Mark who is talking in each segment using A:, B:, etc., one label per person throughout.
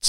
A: It's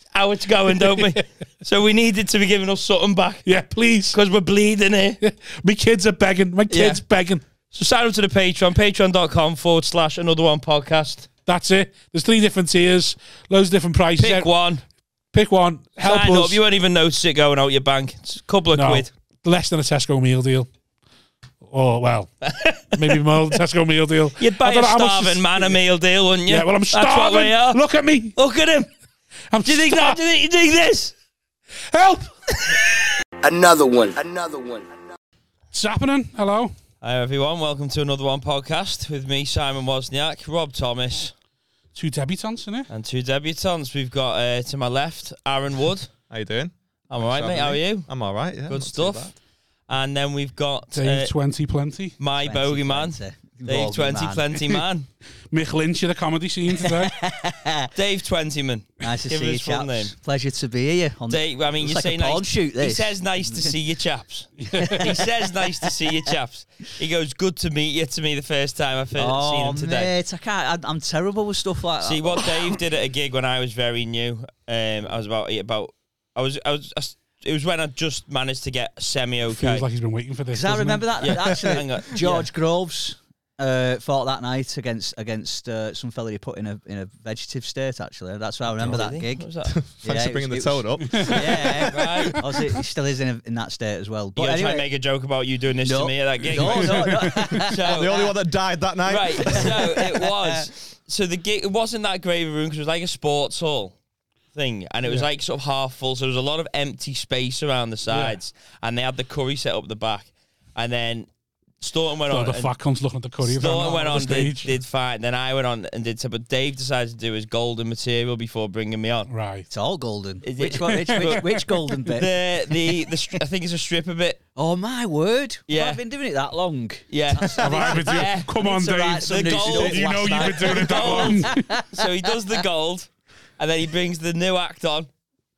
B: how it's going, don't we? so we needed to be giving us something back
A: yeah, please.
B: because we're bleeding here.
A: My kids are begging. My kids
B: Yeah.
A: begging.
B: So sign up to the Patreon, patreon.com forward slash another one podcast.
A: That's it. There's three different tiers, loads of different prices.
B: Pick one.
A: Pick one. Help
B: Sign
A: us.
B: up. You won't even notice it going out your bank. It's a couple of
A: No,
B: quid.
A: less than a Tesco meal deal. Or well, maybe more than Tesco meal deal.
B: You'd
A: I
B: buy
A: don't
B: a
A: know how much
B: starving
A: this-
B: man a meal deal, wouldn't you?
A: Yeah, well, I'm
B: That's what we are.
A: starving. Look at me.
B: Look at him.
A: I'm
B: Do you think that? Do
A: starving.
B: you think, you think this?
A: Help!
C: Another one. Another one.
A: It's happening. Hello.
B: Hi everyone, welcome to another one podcast with me, Simon Wozniak, Rob Thomas,
A: Two debutants in it.
B: and two debutants. We've got uh, to my left Aaron Wood.
D: How you doing?
B: I'm alright, mate. How are you?
D: I'm all right. Yeah,
B: Good stuff. And then we've got
A: Dave
B: uh,
A: twenty plenty.
B: my bogeyman, Dave Twenty Plenty Man,
A: Mick Lynch of the comedy scene today.
B: Dave Twentyman.
E: Nice to
B: Give
E: see you,
B: us full
E: chaps.
B: name.
E: Pleasure to be here. On the,
B: Dave, I mean,
E: It's
B: you
E: like
B: say
E: a
B: nice.
E: porn shoot,
B: He
E: this.
B: says nice to see you, chaps. he says nice to see you, chaps. He goes, "Good to meet you." To me, the first time I've heard- seen
E: oh,
B: him today.
E: mate, I can't. I, I'm terrible with stuff like
B: See
E: that.
B: what Dave did at a gig when I was very new. Um, I was about about. I was I was. I s it was when I just managed to get semi okay.
A: Feels like he's been waiting for this.
E: Because I
A: doesn't
E: remember
A: it?
E: that
B: Yeah.
E: actually.
B: Hang on.
E: George Groves uh, fought that night against against uh, some fella he put in a in a vegetative state. Actually, that's why I remember that
B: Really?
E: gig.
B: What was that?
D: Oh, Thanks
E: Yeah,
D: for bringing
E: it
D: the
E: was-
D: tone up.
E: yeah,
B: Right.
E: Obviously, he still is in, a, in that state as well.
B: You
E: But
B: gonna try
E: anyway,
B: and make a joke about you doing this to
E: No.
B: me at that gig?
E: no,
B: mate?
E: no, no.
B: So-
D: the only one that died that night.
B: Right, so it was. So the gig, it wasn't that gravy room because it was like a sports hall thing, and it was like sort of half full. So there was a lot of empty space around the sides, and they had the curry set up the back, and then Staunton went
A: Oh,
B: on.
A: the
B: and
A: fat cunts looking at the curry. if I'm
B: Staunton
A: not
B: went
A: the
B: on, did,
A: nou, stage.
B: did fine. Then I went on and did so, but Dave decided to do his golden material before bringing me on.
A: Right.
E: It's all golden.
B: Is it?
E: Which one? Which, which, which golden bit?
B: The the the stri- I think it's a stripper bit.
E: Oh my word!
B: Yeah.
E: I've been doing it that long.
B: Yeah.
A: Have I been doing-
B: Yeah.
A: Come on,
E: It's all
A: Dave.
E: right, some
B: The
E: news you
B: gold-
E: did
A: you
E: last
A: know you've
E: night. Ah,
A: been doing it that long.
B: so he does the gold, and then he brings the new act on.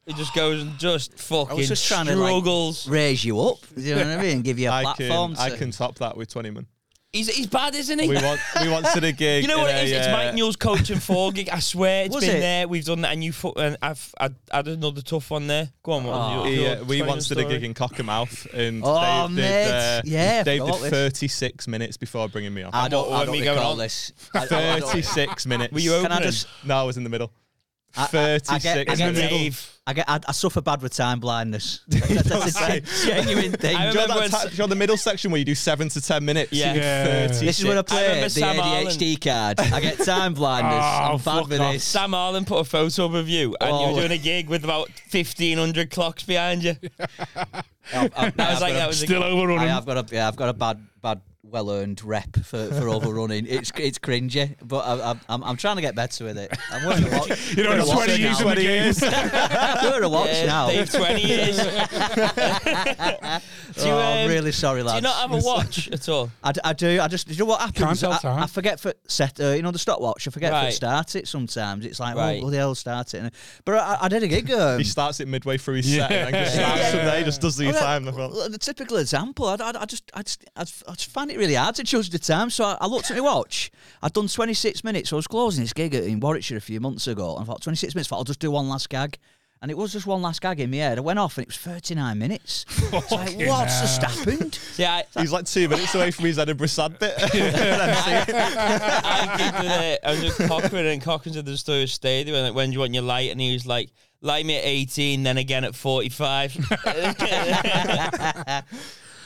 B: He just goes and just
E: I
B: fucking
E: was just trying to like,
B: struggles.
E: raise you up. You know what I mean? Give you a
D: I
E: platform.
D: can, I
E: to-
D: can top that with 20 man.
B: he's, he's bad, isn't he?
D: We want we once did a gig.
B: you know what
D: in
B: it is?
D: a,
B: It's
D: uh,
B: Mike Newell's coaching four gig. I swear it's
E: Was
B: been
E: it?
B: there. We've done that, and you fu- and I've I had another tough one there. Go on, what was your,
D: he,
B: your
D: uh, we
B: Twentyman
D: once did a
B: story?
D: gig in Cockermouth, and
E: Oh,
D: Dave
E: mate.
D: did, uh,
E: Yeah, I
D: Dave did
E: forgot this.
D: 36 minutes before bringing me on.
E: I don't,
B: What- what
E: I
B: are
E: don't
B: we going
E: recall
B: on?
E: this. I- I- I don't-
D: 36 minutes.
B: Were you
E: Can I
B: opening?
E: just-
D: No, I was in the middle.
E: I- I- I get-
D: 36
E: I
B: And
E: get in the
D: minutes.
E: middle.
B: Dave.
E: I get. I, I suffer bad with time blindness. That's a gen- genuine thing.
B: I
D: Do you
B: remember
D: know that
B: when
D: ta- do you know the middle section where you do seven to ten minutes?
B: Yeah.
A: Yeah.
E: This is when I play
B: remember
E: the
B: Sam
E: ADHD card. I get time blindness.
A: Oh,
E: I'm
A: fuck
E: bad with
A: off.
E: this.
B: Sam Arlen put a photo of you, and you
E: Oh.
B: were doing a gig with about fifteen hundred clocks behind you.
E: I've, I've,
B: I was like,
E: got
B: that
E: a,
B: was a
A: Still
E: I
A: overrunning.
E: have got a, yeah, I've got a bad, bad, well-earned rep for, for overrunning. It's it's cringy, but I, I, I'm I'm trying to get better with it. I'm working a lot.
A: You know,
E: We're
A: in
E: a watch
A: 20 years
E: now.
A: in the game.
E: We're a watch
B: Yeah,
E: now.
B: Dave, twenty years. do you,
E: oh,
B: um,
E: I'm really sorry,
B: do
E: lads.
B: you not have a watch at all?
E: I, d- I do. I just. Do you know what happens?
A: tell
E: I,
A: time.
E: I forget for set. Uh, you know the stopwatch. I forget to
B: Right.
E: start it. Sometimes it's like,
B: Right.
E: oh, bloody hell, start it. And, but I, I did a gig. Um,
D: He starts it midway through his set and then just
A: Yeah.
D: starts from there. He just does the
E: well,
D: time.
E: well,
D: Well,
E: the typical example. I, I, I just, I just, I just, I just find it really hard to choose the time. So I, I looked at my watch. I'd done 26 minutes. I was closing this gig in Warwickshire a few months ago, and I thought 26 minutes. thought I'll just do one last gag. And it was just one last gag in my head. I went off and it was 39 minutes. It's like,
A: Fucking
E: what's just
A: hell.
E: happened?
B: Yeah, I,
D: He's like two minutes away from his Edinburgh sad bit.
B: I did the, I was with Cochrane and Cochrane said the story of Stadia when, like, when do you want your light and he was like light me at 18 then again at 45 I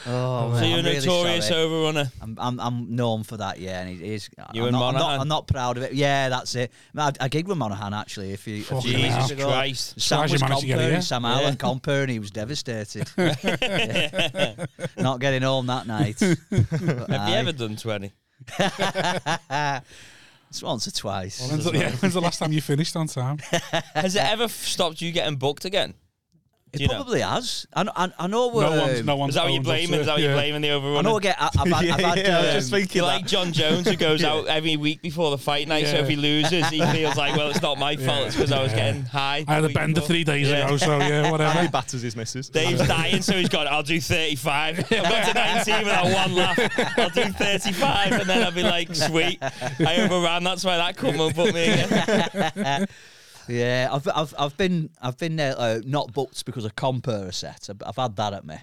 E: Oh,
B: So
E: man,
B: you're a
E: I'm really
B: notorious
E: sorry.
B: overrunner.
E: I'm, I'm I'm known for that, yeah, and it is.
B: You
E: I'm,
B: and
E: not, I'm, not,
B: Monaghan.
E: I'm not proud of it. Yeah, that's it. I, I gigged with Monaghan actually. If you, a few
A: Fucking
E: years
A: hell.
E: ago.
B: Christ.
E: Sam
A: Surprised you
E: was
A: managed to get
E: compering,
A: here.
E: Sam
B: Yeah.
E: Allen compering, he was devastated. Yeah. Not getting home that night.
B: Have you ever done 20?
E: It's once or twice.
A: When's the, yeah, when's the last time you finished on time?
B: Has
E: Uh,
B: it ever f- stopped you getting booked again? Do
E: It
B: you know?
E: probably has. I, kn- I, I know.
A: No
E: um,
A: one's, no one's.
B: Is that what
A: owned up
B: you're
A: to
B: blaming?
A: it,
B: Is that what
A: yeah.
B: you're blaming the
E: I know. I
B: overrunner?
E: get. I, I've, had- I've had.
D: yeah, I was just
E: um,
D: thinking
B: You're like
D: that.
B: John Jones who goes out every week before the fight night, so
A: Yeah.
B: if he loses, he feels like, well, it's not my fault, it's because I was getting high.
A: I had a
B: the week
A: bender
B: before.
A: three days
B: Yeah.
A: ago, so yeah,
D: How he
A: whatever.
D: batters his missus.
B: Dave's dying, so he's gone, I'll do 35. I've got to 19 with that one laugh. I'll do 35, and then I'll be like, sweet. I overran, that's why that come and put me again.
E: yeah, I've, I've, I've been, I've been uh, uh, not booked because of compere a set. I've, I've had that at me.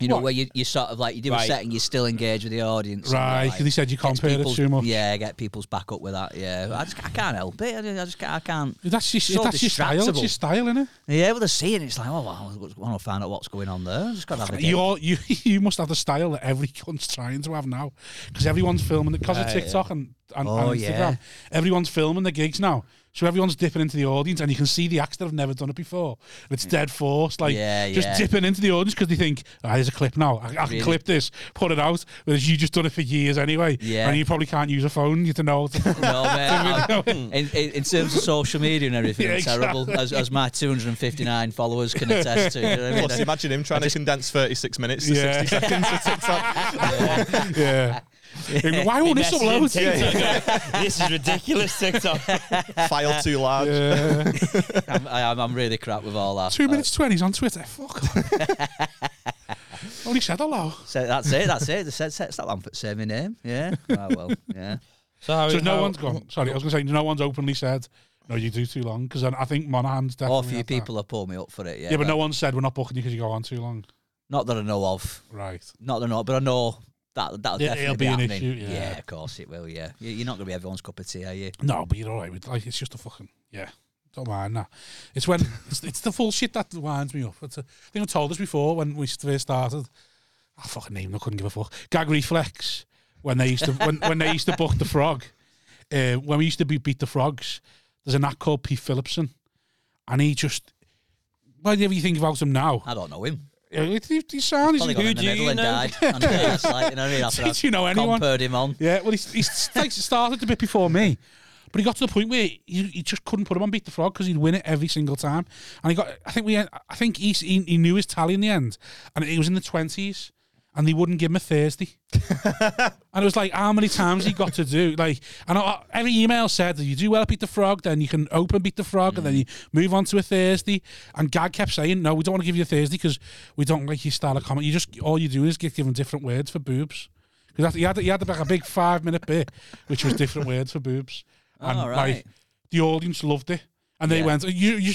E: You know,
A: What?
E: where you, you sort of like you do a
B: Right.
E: set and you still engage with the audience. and
A: Right,
E: you're
A: 'cause he said you
E: gets
A: compared it
E: people's-
A: too much.
E: Yeah, get people's back up with that. Yeah, I, just, I can't help it. I, just- I just can't. I can't.
A: That's your,
E: So
A: that's your style. It's your
E: distractible.
A: style, innit?
E: Yeah, well, they're seeing it, it's like, oh, wow, I want to find out what's going on there. Just got to have a gig.
A: You're, you you must have the style that every cunt's trying to have now because everyone's filming because of TikTok and, and,
E: Ah, Oh,
A: and Instagram.
E: yeah.
A: Everyone's filming the gigs now, so everyone's dipping into the audience, and you can see the acts that have never done it before. And it's dead forced, like
E: Yeah,
A: just
E: yeah.
A: dipping into the audience because they think, ah, "Here's a clip now. I, I can
E: Really?
A: clip this, put it out." Whereas you just done it for years anyway,
E: Yeah.
A: and you probably can't use a phone. You to know.
E: No, man. in, in, in terms of social media and everything,
A: Yeah,
E: it's terrible, as, as my 259 followers can attest to. do you know what I mean?
D: Plus, imagine him trying to condense 36 minutes to
A: Yeah.
D: 60 seconds for TikTok.
A: yeah. Why won't this
B: Messaging
A: upload?
B: TikTok, going, This is ridiculous, TikTok.
D: File too large.
A: Yeah.
E: I'm, I, am- I'm really crap with all that.
A: Two minutes twenties on Twitter. Fuck. Only said hello.
E: So that's it. That's it. The set, set's that Lamford say my name. Yeah. Ah, well. Yeah.
B: So, how,
A: So no
B: how-
A: one's gone. Sorry, I was going to say no one's openly said no. You do too long because I, I think Monaghan's definitely.
E: Or a few
A: had that.
E: people have pulled me up for it. Yeah.
A: Yeah, but no one said we're not booking you because you go on too long.
E: Not that I know of.
A: Right.
E: Not that I know, but I know that that'll
A: Yeah, it'll
E: definitely
A: be an
E: happening.
A: issue, yeah.
E: of course it will. Yeah. You- You're not going to be everyone's cup of tea, are you?
A: No, but you're all right. With, like it's just a fucking yeah. Don't mind that. It's when it's, it's the full shit that winds me up. It's a, I think I told us before when we first started. I fucking name. them, I couldn't give a fuck. Gag reflex when they used to when, when they used to book the frog. Uh, when we used to be beat the frogs, there's an act called Pete Phillipson, and he just. Whenever you think about him now,
E: I don't know him.
A: Yeah, he, he sounds.
E: Uh,
A: He's,
E: Probably got in
B: do
E: the
B: you
E: middle and
B: know?
E: died. And, uh, it's like, you know, what I mean? After
A: Did
E: I've
A: you know anyone?
E: compared him on.
A: yeah, well, he's, he's like started a bit before me, but he got to the point where he, he just couldn't put him on beat the frog because he'd win it every single time. And he got, I think we, I think he, he, he knew his tally in the end, and it was in the twenties, and they wouldn't give him a Thursday. And it was like, how many times he got to do? Like, and I, every email said, you do well at Beat the Frog, then you can open Beat the Frog, and then you
E: Mm.
A: move on to a Thursday. And Gag kept saying, no, we don't want to give you a Thursday because we don't like your style of comment. You just, all you do is get given different words for boobs. Because he had, he had like a big five minute bit, which was different words for boobs. And
E: Oh, right.
A: like, the audience loved it. And they
E: Yeah.
A: went, you, you,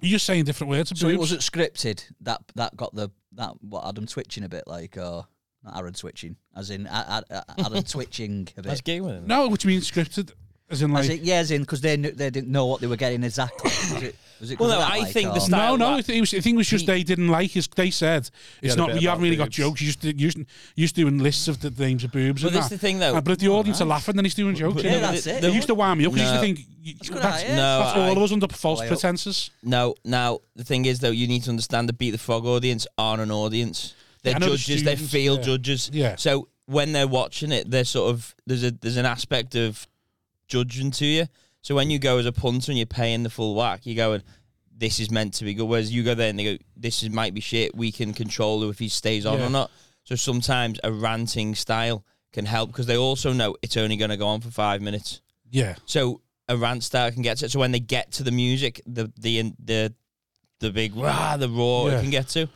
A: you're saying different words for
E: So it
A: boobs.
E: wasn't scripted. That that got the that what Adam twitching a bit like or not Aaron twitching, as in A- A- A- Adam twitching a
B: That's
E: bit.
B: gay with him.
A: No, which means scripted. As in, like,
E: As in, yeah, as in because they knew, they didn't know what they were getting exactly. Was it? Was it 'cause
B: Well,
E: of
B: no,
E: that,
B: I
E: like, um,
B: think the
E: or-
B: sta- style
A: No, no,
B: that-
A: I think it was, I think it was just they didn't like his. They said it's
D: a
A: not.
D: bit
A: You
D: about
A: haven't really got
D: boobs.
A: jokes. You just you just you just doing lists of the names of boobs.
B: But
A: and
B: this
A: that.
B: the thing, though.
A: Uh, but if the audience are laughing, then he's doing jokes.
E: yeah,
A: you know?
E: that's it.
A: It used to wind me up. 'cause
B: No.
A: I used to think you-
E: good,
A: that's,
E: yeah.
B: No,
A: that's all
B: I-
A: of us under false
E: Way up.
A: pretenses.
B: No, now the thing is though, you need to understand the Beat the Frog audience aren't an audience. They're
A: Yeah, I know the
B: judges, they're
A: students,
B: field
A: yeah.
B: judges.
A: Yeah.
B: So when they're watching it, they're sort of there's a there's an aspect of judging to you. So when you go as a punter and you're paying the full whack, you're going, This is meant to be good. Whereas you go there and they go, This is might be shit, we can control if he stays on
A: Yeah.
B: or not. So sometimes a ranting style can help because they also know it's only gonna go on for five minutes.
A: Yeah,
B: So a rant style can get to it. So when they get to the music, the the the the big rah, the roar
A: Yeah.
B: it can get to.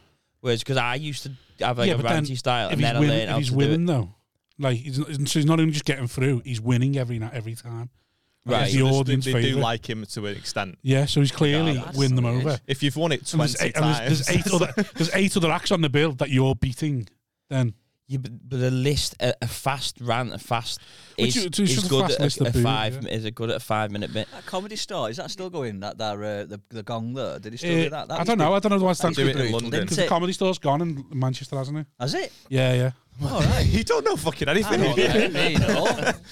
B: Whereas because I used to have like
A: Yeah,
B: a
A: but then
B: ranty style,
A: if
B: and
A: he's
B: then I
A: winning,
B: learned
A: if
B: how
A: he's
B: to do
A: winning
B: it.
A: though, like he's, not- so he's not only just getting through. He's winning every night, every time. Like,
B: Right.
A: it's
D: So
A: the
D: there's-
A: audience
D: they, they do
A: favourite.
D: like him to an extent.
A: yeah, so he's
B: Oh
A: clearly
E: that's
A: win them
E: so weird.
A: over.
D: If you've won it
A: And there's
D: 20
A: eight- and
D: times,
A: there's, there's eight other there's eight other acts on the bill that you're beating. Then
B: Yeah, but, but a list, a, a fast rant, a fast
A: Which
B: is,
A: you- it's
B: is
A: just a
B: good
A: fast list
B: at a,
A: of
B: a
A: food,
B: five.
A: yeah.
B: Is it good at a five minute bit?
E: That comedy store is that still going? That there, uh, the the gong there. Did he still
A: Eh,
E: do that? that
A: I
E: used
A: don't
E: to-
A: know. I don't know the one stands
D: do it in
A: for
D: London.
A: Because the
E: It-
A: comedy store's gone in Manchester, hasn't it?
E: Has it?
A: Yeah, yeah.
E: All right.
D: You don't know fucking anything.
E: I don't know. no.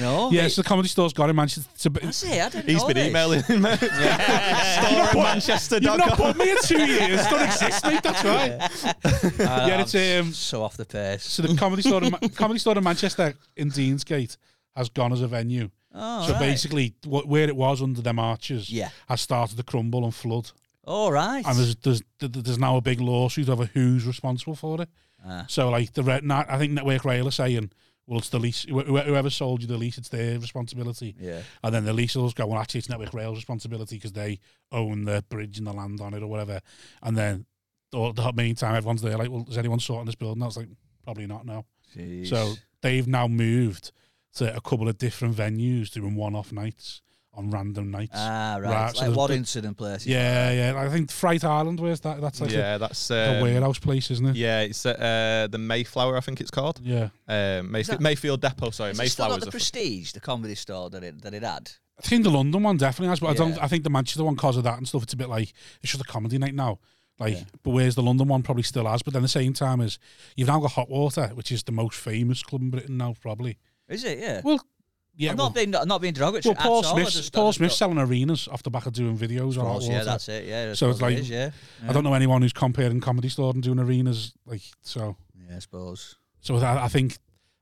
E: No.
A: Yeah, so the comedy store's gone in Manchester. It's a bit-
E: That's it. I didn't
D: He's
E: know
D: been
E: this.
D: emailing him. Store at
A: You've not
D: manchester.com.
A: put me in two years. It don't exist, mate. That's right.
E: I-
A: Yeah, it's,
E: I'm
A: um,
E: so off the pace.
A: So the comedy store, in Ma- comedy store in Manchester in Deansgate has gone as a venue.
E: Oh,
A: so
E: right.
A: basically, wh- where it was under them arches,
E: Yeah.
A: has started to crumble and flood.
E: All right.
A: And there's there's th- th- there's now a big lawsuit over who's responsible for it.
E: Ah.
A: So like the red, I think Network Rail are saying, well, it's the lease. wh- wh- Whoever sold you the lease, it's their responsibility.
E: Yeah.
A: And then the leaseholders go, well, actually, it's Network Rail's responsibility because they own the bridge and the land on it or whatever. And then all the meantime, everyone's there like, well, is anyone sorting this building? I was like, probably not. No.
E: Jeez.
A: So they've now moved to a couple of different venues doing one-off nights on random nights.
E: Ah, right.
A: Right,
E: It's
A: so
E: like
A: there's-
E: Waddington and places.
A: yeah, yeah. I think Fright Island. Where's that? That's like
D: Yeah, that's
A: a, a
D: um,
A: warehouse place, isn't it?
D: Yeah, it's at, uh, the Mayflower, I think it's called.
A: Yeah.
D: Um, Mayf-
E: that-
D: Mayfield Depot, sorry.
E: Has it still
D: Mayflower
E: got
D: is
E: the
D: a
E: prestige, the comedy store that it that it had.
A: I think the London one definitely has, but I don't.
E: Yeah.
A: I think the Manchester one, cause of that and stuff, it's a bit like it's just a comedy night now. Like, but whereas the London one probably still has, but then the same time as you've now got Hot Water, which is the most famous club in Britain now, probably.
E: Is it? Yeah.
A: Well, yeah,
E: I'm
A: well,
E: not being not, not being derogatory.
A: well, Paul
E: at all, I
A: Smith's
E: just- I
A: Paul
E: just
A: Smith's
E: got-
A: selling arenas off the back of doing videos on
E: of
A: Hot
E: course,
A: Water.
E: yeah, that's it. Yeah. I
A: So it's
E: suppose it
A: like-
E: is, yeah.
A: I don't know anyone who's comparing comedy store and doing arenas like so.
E: Yeah, I suppose.
A: So I, I think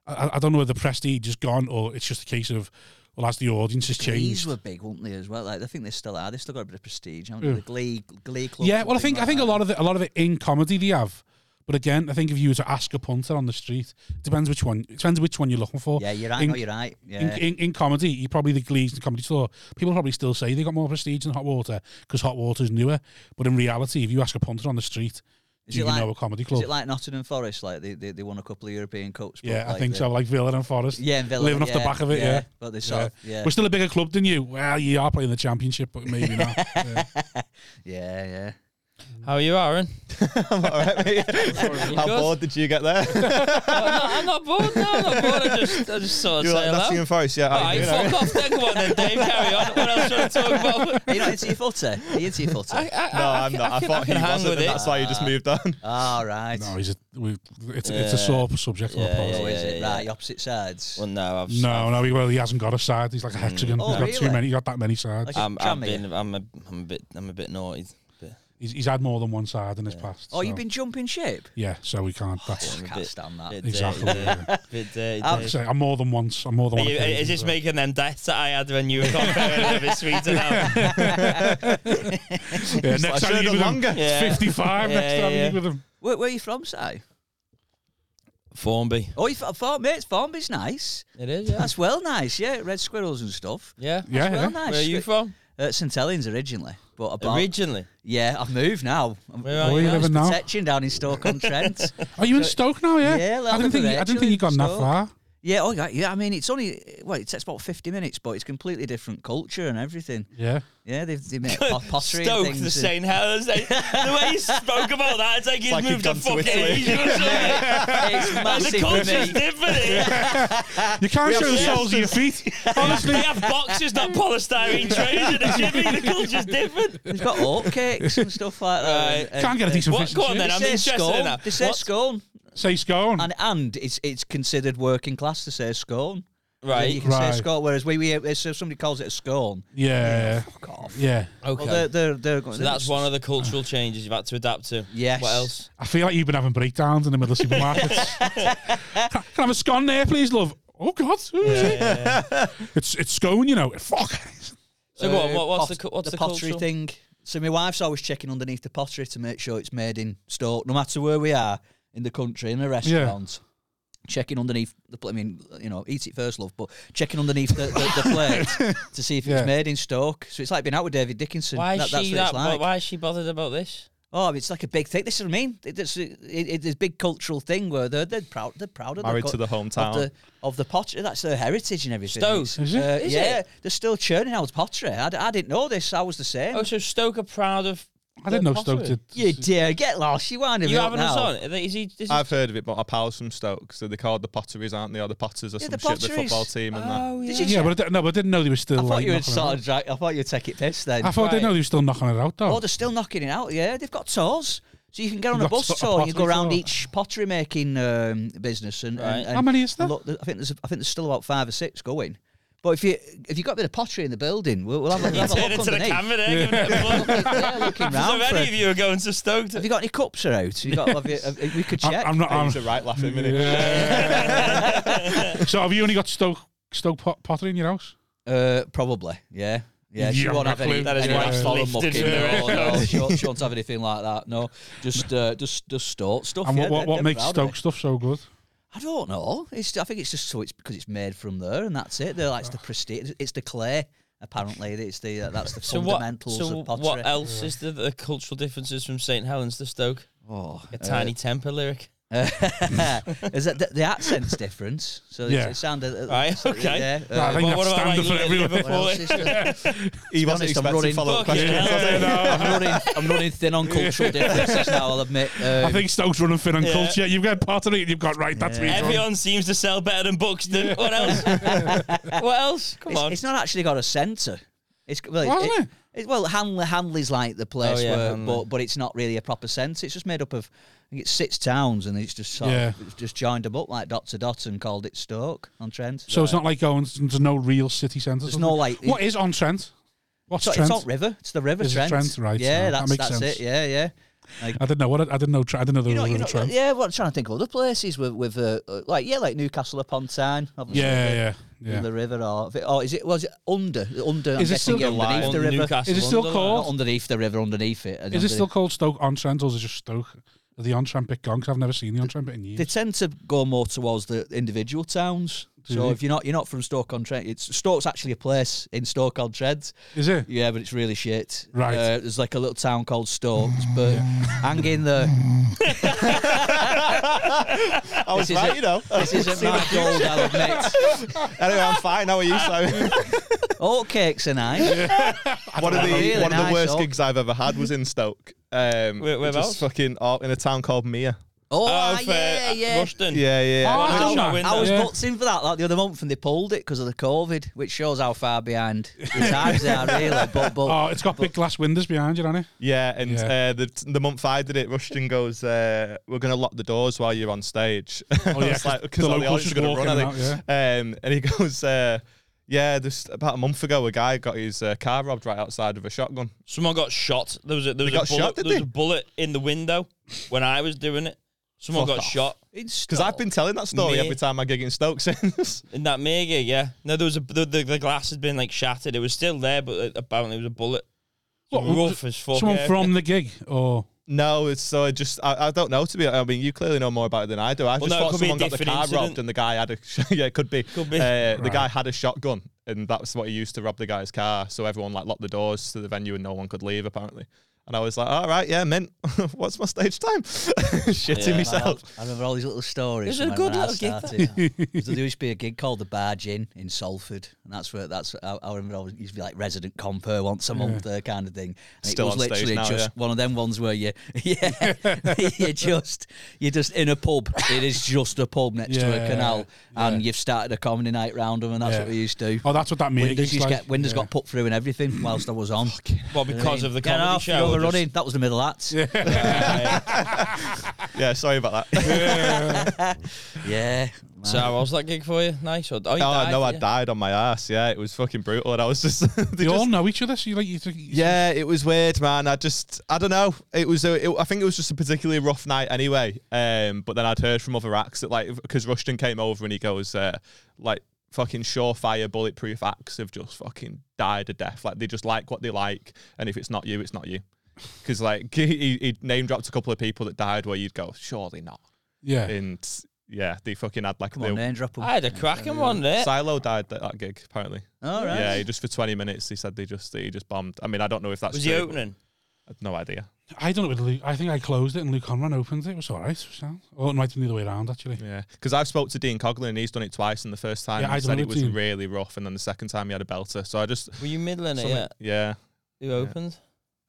A: I, I don't know whether the prestige is gone or it's just a case of well, as the audience has
E: Glees
A: changed.
E: were big, weren't they, as well? Like, I think they still are. They still got a bit of prestige. haven't
A: Yeah.
E: they? The Glee, Glee Club.
A: Mm. Yeah, well, I think I think a lot of it, a lot of it in comedy they have. But again, I think if you were to ask a punter on the street, depends which one. Depends which one you're looking for.
E: Yeah, you're right.
A: in-
E: no, you're right. Yeah.
A: In, in, in comedy, you probably the Glee's and Comedy Store. People probably still say they got more prestige than Hot Water because Hot Water's newer. But in reality, if you ask a punter on the street,
E: Is
A: do you
E: it like-
A: know a comedy
E: Is
A: club?
E: it like Nottingham Forest? Like they, they, they won a couple of European cups. but
A: yeah, I
E: like
A: think
E: they-
A: so. Like Villa and Forest.
E: Yeah, and Villa,
A: living off the
E: yeah,
A: back of it. Yeah,
E: but they sort
A: Yeah.
E: of-
A: we're still a bigger club than you. Well, you are playing the championship, but maybe not. Yeah.
E: yeah, yeah.
B: How are you, Aaron?
D: How
B: Good.
D: bored did you get there?
B: I'm not bored. No, I'm not bored. I just, I just sort of
D: you
B: say
D: were like
B: hello.
D: Nottingham Forest, yeah.
B: All
D: how you
B: right,
D: doing, Aaron?
B: fuck off then. Go on then, Dave. Carry on. What else should I talk about?
E: Are you not into your footer? Are you into your footer?
B: I, I,
D: No,
B: I,
D: I'm
B: can,
D: not. I,
B: can,
D: thought
B: can
D: he
B: hang
D: wasn't,
B: with
D: and
B: it.
D: that's why you just moved on.
E: All Ah, right.
A: No, he's a, we, it's, it's a sore subject on
B: Yeah,
A: the podcast.
E: Oh, is
B: yeah,
E: it?
B: yeah.
E: Right, opposite sides.
B: Well, no, I've
A: No, no, he, well, he hasn't got a side. He's like a hexagon.
E: Oh,
A: he's got too
E: really?
A: many. He's got that many sides.
E: Like a
B: I'm, I've
E: trammy.
B: been, I'm a, I'm a bit, I'm a bit naughty. Bit-
A: He's, he's had more than one side in his past.
E: oh, you've
A: so-
E: been jumping ship?
A: Yeah, so we can't. That's
E: I
B: I'm a
E: can't
B: bit-
E: stand that.
B: bit
A: exactly.
B: dirty, uh,
A: yeah.
B: bit dirty,
E: Um,
B: Dave.
A: So I'm more than once. I'm more than
B: Are
A: one.
B: you,
A: occasion,
B: is this
A: so-
B: making them deaths that I had when you were comparing them with Sweden now?
A: Yeah,
D: I
A: next
D: should've
A: time you
D: done
A: with him,
D: longer.
A: it's
B: Yeah.
A: 55.
B: Yeah,
A: next time
B: yeah,
A: you with him,
E: Where, where are you from, Si?
B: Formby.
E: Oh, you from Thorn, mate. Thornby's nice.
B: It is, yeah.
E: That's well nice. Yeah, red squirrels and stuff.
B: yeah.
A: yeah,
E: Well,
A: yeah.
E: nice.
B: Where are you from?
E: Uh, St Helens originally, but about
B: Originally.
E: yeah, I've moved now. I'm
B: Where are
A: Where
B: you
A: you
B: now?
A: living now?
E: protection down in Stoke on Trent.
A: Are you in Stoke now? Yeah.
E: Yeah,
A: I didn't
E: Lambeth
A: think. You,
E: Village,
A: I didn't think you gone that
E: Stoke.
A: far.
E: yeah, oh yeah, yeah. I mean, it's only well, it takes about fifty minutes, but it's completely different culture and everything.
A: Yeah.
E: Yeah, they've they make pot- pottery and
B: Stoke
E: things.
B: Oh, the
E: and-
B: St. Helens. eh? the way he spoke about that, it's like he's
D: like he'd
B: moved to
D: gone to
B: fucking
D: Italy.
B: Asia or something.
E: It's
B: And the
E: massive for
B: culture's
E: me.
B: different. here.
A: You can't show the
B: have
A: soles of your feet.
B: They
A: Honestly,
B: have boxes, not polystyrene trays in the jimmy. The culture's different.
E: They've got oatcakes and stuff like that.
B: Right.
E: and- and
A: can't get a decent
B: What-
A: fish.
B: go on
A: and
B: then,
A: chips.
E: they
B: I'm interested
E: say
B: in
E: scone.
B: that.
E: They say
B: What?
E: scone,
A: Say scone.
E: and and it's it's considered working class to say scone. You
B: Right.
E: can
A: Right.
E: say scone, whereas we, we uh, so if somebody calls it a scone.
A: Yeah.
E: Fuck off.
A: Yeah.
E: Well, they're, they're, they're going,
B: So that's one of the cultural changes you've had to adapt to.
E: Yes.
B: What else?
A: I feel like you've been having breakdowns in the middle of supermarkets. can, can I have a scone there, please, love? Oh God, it's it's scone, you know. Fuck.
B: So go on,
E: uh,
B: what, what's
E: pot-
B: the cu- what's the,
E: pottery
B: cultural?
E: thing? So my wife's always checking underneath the pottery to make sure it's made in Stoke, no matter where we are in the country, in a restaurant. Checking underneath the plate, I mean, you know, eat it first, love, but checking underneath the, the, the plate to see if
A: Yeah.
E: it's made in Stoke. So it's like being out with David Dickinson.
B: Why is
E: That- that's
B: she
E: what
B: that?
E: it's like.
B: Why is she bothered about this?
E: Oh, it's like a big thing. This is what I mean. It- It's a, it, it's a big cultural thing where they're, they're proud. They're proud of
D: Married
E: their,
D: to the hometown.
E: of the, of the pottery. That's their heritage and everything.
B: Stoke?
E: It's-
A: Is it?
E: uh,
B: Is
A: Oh,
E: yeah, they're still churning out pottery. I, d- I didn't know this. I was the same.
B: Oh, so Stoke are proud of
A: I didn't know
B: Possibly.
A: Stoke did.
E: You dear, get lost. You winding
B: You
E: me up
B: having us
E: now.
B: on? Is he? Is he
D: I've heard of it, but our pals from Stoke, so they're called the Potteries, aren't they? Or the Potters or
E: Yeah,
D: some
E: the
D: shit, the
E: Potteries.
D: football team and that.
B: oh, yeah.
E: Did you
A: Yeah, but I didn't, no, but I didn't know they were still.
E: I
A: like,
E: thought you would
A: knocking it
E: sort
A: out.
E: of drag, I thought you'd take it piss then.
A: I thought I didn't
B: right.
A: know they were still knocking it out though.
E: Oh, they're still knocking it out. Yeah, they've got tours. So you can get on a
A: You've got
E: bus
A: sort of
E: tour and you go
A: pottery
E: around
A: tour.
E: each pottery making um, business and,
B: Right.
E: and, and
A: How many is there?
E: Look, I think there's I think there's still about five or six going. But if you if you got a bit of pottery in the building, we'll, we'll have, a- we'll have a
B: Turn
E: look
B: it to the
E: underneath.
B: camera there, giving it a plug.
E: yeah, looking
B: So
E: round.
B: if
E: for-
B: any of you are going to Stoke, to-
E: Have you got any cups are out? You got, have you, have- we could check.
A: I'm, I'm not.
D: I
A: I'm,
D: used to right laugh
E: Um,
D: at a minute.
A: Yeah. so have you only got Stoke Stoke pot- pottery in your house?
E: Uh, probably, yeah. Yeah, she
A: Yeah,
E: won't have any,
A: that
B: is
E: any
B: why
E: like
B: it's
E: foreign
B: lifted
E: mucking.
B: from the
E: No, no,
B: record.
E: she, won't, she won't have anything like that. No, just uh, just just Stoke stuff.
A: And
E: Oh, yeah,
A: what, what,
E: they're-
A: what
E: they're
A: makes
E: proud of
A: Stoke
E: it.
A: stuff so good?
E: I don't know. It's I think it's just so it's because it's made from there and that's it. They're like it's the prestige. It's the clay. Apparently, it's the uh, that's the
B: so what?
E: fundamentals
B: So
E: of pottery.
B: what else is the, the cultural differences from St Helens to Stoke?
E: Oh,
B: A
E: uh,
B: tiny temper lyric.
E: is that the, the accent's different? So it's-
A: Yeah.
E: it sounded uh,
B: Right,
E: so,
B: okay.
E: Yeah,
A: No, I
E: uh,
A: think
B: what
A: that's
B: about, like,
A: standard for
B: Li-
A: everyone.
E: what else is there?
D: He
E: honest, I'm
D: wasn't expecting
E: running-
D: follow-up
B: Fucking
D: questions.
B: hell.
D: was he?
E: I'm running. I'm running thin on cultural differences now. I'll admit. Um,
A: I think Stoke's running thin on
B: Yeah.
A: culture. You've got pottery and you've got right. That's
E: Yeah.
A: me.
B: Everyone seems to sell better than Buxton. What else? what else? Come
E: it's,
B: on.
E: it's not actually got a centre. It's well,
A: Well,
E: it,
A: hasn't
E: it, it- well Hanley, Hanley's like the place,
B: Oh, yeah,
E: where,
B: Hanley.
E: but but it's not really a proper centre. It's just made up of I think it's six towns, and it's just sort
A: Yeah.
E: of, it's just joined them up like dot to dot and called it Stoke on Trent.
A: So it's not like going. There's no real city centre.
E: There's no, like-
A: What is on Trent? What's
E: So it's
A: Trent?
E: not river. It's the river
A: Is it
E: Trent.
A: Trent, right,
E: Yeah,
A: yeah, that
E: that's
A: makes
E: that's
A: sense.
E: it. Yeah, yeah. Like,
A: I didn't know. What I didn't know. Tre- I didn't know there
E: you know,
A: was a
E: you
A: river
E: know,
A: Trent.
E: yeah. Well, I'm trying to think of other places with with uh, uh, like yeah, like Newcastle upon Tyne. obviously,
A: Yeah,
E: the-
A: yeah,
E: in
A: yeah.
E: the river, or or is it was it under under? I'm
A: Is it
E: guessing
A: still
E: yeah, underneath
B: On
E: the river?
B: Newcastle
A: Is it still
B: Underline.
A: called?
E: Not underneath the river, underneath it. and
A: Is it still
E: underneath-
A: called Stoke on Trent or is it just Stoke? Are the on Trent bit gone? 'Cause I've never seen the on Trent bit in years.
E: They tend to go more towards the individual towns. So
A: they?
E: if you're not you're not from Stoke on Trent, it's Stoke's actually a place in Stoke on Trent.
A: Is it?
E: Yeah, but it's really shit.
A: Right.
E: Uh, there's like a little town called Stoke, but hang in there.
D: I was
E: This is
D: right,
E: it.
D: you know.
E: This isn't my gold, I'll admit.
D: Anyway, I'm fine. How are you, Simon?
E: Oatcakes are nice.
D: one of the
E: Really
D: one of
E: nice
D: the worst
E: oak.
D: gigs I've ever had was in Stoke. Um,
B: Where- whereabouts?
D: just fucking oh, in a town called Mere.
E: Oh,
B: Oh,
E: ah,
B: for
E: yeah, yeah.
B: Rushden.
D: Yeah, yeah.
A: Oh,
E: Ah.
B: One
A: I know.
B: with shot
A: I
E: I
B: window.
E: was
A: Yeah.
E: butts in for that like the other month, and they pulled it because of the COVID, which shows how far behind the times they are really. But, but
A: Oh, it's got big glass windows behind you, hasn't it?
D: Yeah, and
A: Yeah.
D: Uh, the the month I did it, Rushton goes, uh, "We're gonna lock the doors while you're on stage."
A: Oh, yeah, 'cause
D: because
A: the
D: all the
A: locals
D: audience are
A: just
D: gonna run. I
A: walking
D: think. Um, and he goes, uh, "Yeah, this about a month ago, a guy got his uh, car robbed right outside with a shotgun."
B: Someone got shot. There was a, there was
D: They
B: a
D: got
B: bullet.
D: shot, did
B: there was
D: they?
B: a bullet in the window when I was doing it. Someone
D: Fuck
B: got
D: off.
B: shot
D: Because I've been telling that story
B: Mere.
D: every time I gig in Stoke since.
B: in that mega. Yeah. No, there was a the, the, the glass had been like shattered. It was still there, but uh, apparently it was a bullet.
A: What,
B: rough as fuck.
A: Someone
B: yeah.
A: from the gig or
D: no, it's so I just I, I don't know to be. I mean, you clearly know more about it than I do. I
B: Well,
D: just
B: no, it
D: thought
B: could be a
D: someone got the
B: different
D: car
B: incident.
D: robbed and the guy had a yeah, it could be.
B: Could be.
D: Uh, The guy had a shotgun and that's what he used to rob the guy's car. So everyone like locked the doors to the venue and no one could leave apparently. And I was like, all right, yeah, mint. What's my stage time? Shitting
B: Yeah.
D: myself.
E: I remember all these little stories.
B: It was a
E: from
B: good
E: when I
B: little gig, that.
E: started. there used to be a gig called the Barge Inn in Salford, and that's where that's I, I remember I was, used to be like resident compere once a month, uh, kind of thing. And
D: Still
E: it was
D: on stage
E: literally
D: now,
E: just one of them ones where you, yeah, you just you're just in a pub. It is just a pub next to
A: Yeah,
E: a canal, and you've started a comedy night round them, and that's
A: Yeah.
E: what we used to. do.
A: oh, that's what that means.
E: Windows, used to
A: like,
E: get, windows
A: yeah.
E: got put through and everything whilst I was on.
B: Well, because of the
E: Get
B: comedy
E: off,
B: show.
E: you're
B: or just-
E: running. That was the middle act. Yeah,
D: Yeah, sorry about that.
B: So how was that gig for you? Nice. Or, oh, you
D: oh,
B: died,
D: no, I
B: yeah.
D: died on my ass. Yeah, it was fucking brutal. And I was just. they
A: They all
D: just-
A: know each other, so you like you. think-
D: Yeah, it was weird, man. I just, I don't know. It was, a, it, I think it was just a particularly rough night anyway. Um, but then I'd heard from other acts that, like, because Rushton came over and he goes, uh, like, fucking surefire bulletproof acts have just fucking died a death. Like, they just like what they like. And if it's not you, it's not you. Because, like, he, he he name dropped a couple of people that died where you'd go, surely not.
A: yeah.
D: And yeah, they fucking had, like,
E: Come on,
D: the,
E: name drop 'em.
B: I had a cracking one there.
D: Silo died at that gig, apparently.
E: All right.
D: Yeah, he just for 20 minutes, he said they just, he just bombed. I mean, I don't know if that's
B: Was
D: true,
B: he
D: but
B: opening?
D: I've no idea.
A: I done it with Luke. I think I closed it and Luke Conran opened it. It was all right. It was sound. Oh, it might have been the other way around actually.
D: Yeah, because I've spoke to Dean Coglin and he's done it twice, and the first time
A: Yeah, I
D: he
A: done
D: said
A: it
D: it was
A: too.
D: really rough, and then the second time he had a belter. So I just
B: Were you middling it
D: something-
B: yet?
D: yeah.
B: Who opened?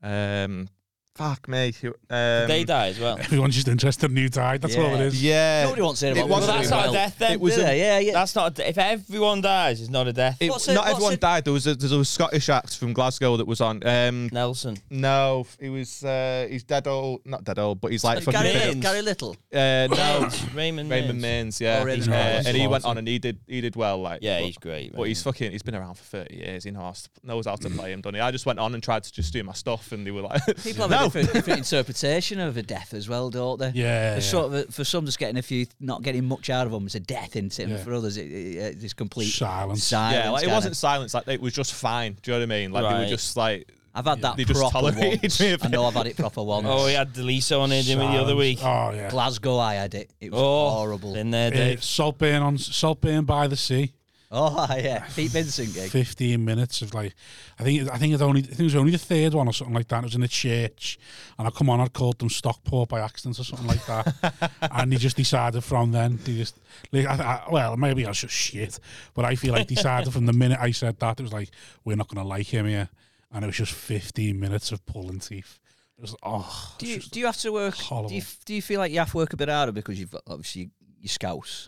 D: Um, Fuck me. who- um,
B: they die as well.
A: Everyone's just interested in who died. That's all it
E: Yeah.
A: is.
D: Yeah.
E: Nobody wants to hear
D: It
E: about
D: wasn't-
E: Well,
B: that's
E: we
B: not
E: will.
B: a death then.
E: It was
B: is
E: a- yeah, yeah.
B: That's not. A, de- if everyone dies, it's not a death.
D: It-
E: What's it-
D: not
E: what's
D: everyone
E: it-
D: died. There was a, there was a Scottish act from Glasgow that was on. Um,
B: Nelson.
D: no, he was uh, he's dead old, not dead old, but he's like fucking.
E: Gary,
B: Gary-
E: Little,
B: Mains.
E: Gary Little.
D: Uh, no,
B: Raymond.
D: Raymond
B: Maines.
D: Mains, yeah,
E: Oh, Raymond
D: Uh,
A: Maines.
D: and he went on and he did he did well, like
B: Yeah,
D: but-
B: he's great.
D: But he's fucking. He's been around for thirty years. He knows knows how to play him, doesn't he? I just went on and tried to just do my stuff, and they were like,
E: People have
D: "No,
E: a different, different interpretation of a death as well, don't they?
A: Yeah,
E: There's
A: yeah.
E: Sort of, for some, just getting a few, not getting much out of them is a death, isn't it? And
A: Yeah.
E: for others, it, it, it's complete
A: Silence.
E: silence
D: yeah, like it
E: kinda.
D: wasn't silence. Like it was just fine. Do you know what I mean? Like they were
B: Right.
D: just like,
E: I've had that
D: They just
E: proper
D: tolerated
E: once.
D: me a
E: I know I've had it proper once.
B: Oh, he had Delisa on it, didn't he, the other week?
A: Oh yeah.
E: Glasgow, I had it. It was
B: Oh,
E: horrible.
B: In there,
A: Uh,
B: Dave.
A: Saltburn on Saltburn by the sea.
E: Oh yeah, Pete Vincent gig.
A: Fifteen minutes of like, I think I think it only I think it was only the third one or something like that. It was in a church, and I come on, I called them Stockport by accident or something like that, and he just decided from then they just like I, I, well maybe I was just shit, but I feel like decided from the minute I said that it was like we're not gonna like him here, and it was just fifteen minutes of pulling teeth. It was oh,
E: Do
A: it's
E: you
A: just-
E: do you have to work? Do
A: horrible.
E: you, f- do you feel like you have to work a bit harder because you've got, obviously your scouts?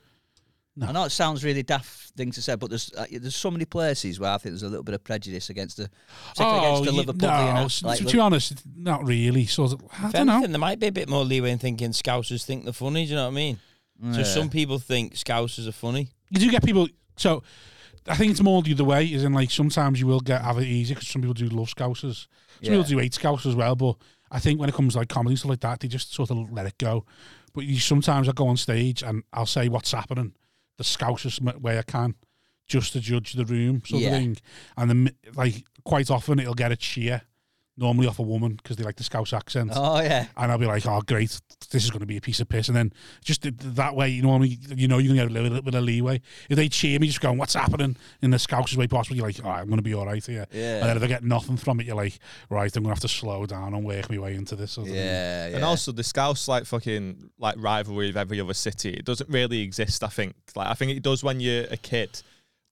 A: No.
E: I know it sounds really daft thing to say, but there's uh, there's so many places where I think there's a little bit of prejudice against the, particularly against the
A: Oh, you-
E: Liverpudlian.
A: no,
E: act,
A: to,
E: like
A: to
E: the-
A: be honest, not really. Sort of, I
B: If
A: don't know.
B: anything, there might be a bit more leeway in thinking Scousers think they're funny. Do you know what I mean? So some people think Scousers are funny.
A: you do get people. So I think it's more the other way. Is in like sometimes you will get have it easy because some people do love scousers. Some people
E: Yeah.
A: do hate scouts as well. But I think when it comes to like comedy and stuff like that, they just sort of let it go. But you sometimes I go on stage and I'll say what's happening, the scousers m- way I can, just to judge the room sort
E: Yeah.
A: of thing. And then like quite often it'll get a cheer, normally off a woman because they like the scouse accent
E: oh yeah,
A: and I'll be like, "Oh, great, this is going to be a piece of piss." And then just th- th- that way, you know, what I mean, you know, you can get a little, little bit of leeway. If they cheer me, just going, "What's happening?" in the scousers way possible, you're like, "All right, I'm going to be all right here."
E: Yeah.
A: And then if I get nothing from it, you're like, "Right, I'm going to have to slow down and work my way into this." sort of thing.
E: yeah, yeah.
D: And also the Scouse like fucking like rivalry of every other city. It doesn't really exist, I think. Like I think it does when you're a kid.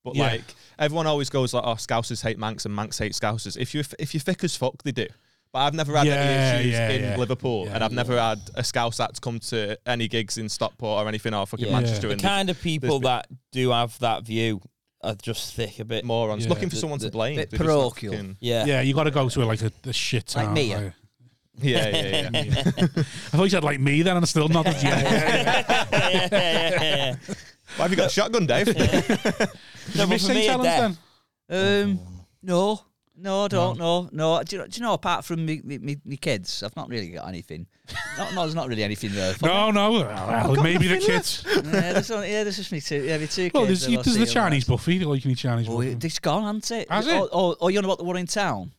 D: But
A: Yeah.
D: like everyone always goes like, oh, Scousers hate Manx and Manx hate Scousers. If you if you're thick as fuck, they do. But I've never had
A: Yeah,
D: any issues
A: yeah,
D: in
A: yeah.
D: Liverpool,
A: Yeah.
D: and I've never had a Scouse act come to any gigs in Stockport or anything or fucking
B: Yeah.
D: Manchester.
B: The
D: And they're
B: kind of people that do have that view are just thick a bit.
D: morons
A: Yeah.
D: looking for
E: The-
D: someone
E: the-
D: to blame.
E: bit
D: They're just like
E: parochial.
D: fucking-
B: Yeah.
A: Yeah, you got to go to like a, a shit town.
E: Like me, yeah.
D: yeah, yeah, yeah.
A: I thought you said like me then, and I still not. yeah, yeah, yeah.
D: Why have you got a shotgun, Dave?
B: No,
A: Did you
B: but
A: miss
B: for
A: St.
B: me, a
A: Helens
B: death.
A: then?
E: Um, no, no, I don't know. No, do you, know- do you know? Apart from me, me, me, me kids, I've not really got anything. not, no, there's not really anything there. for
A: No, no. Well, maybe the kids.
E: me. yeah, there's only, yeah, there's just me two. Yeah, me two
A: Well,
E: kids.
A: there's,
E: and I'll
A: there's
E: see
A: the
E: them.
A: Chinese buffet. All you can eat Chinese
E: Oh,
A: buffet.
E: it, it's gone, hasn't it?
A: Has
E: Oh,
A: it?
E: oh, oh, you know about the one in town?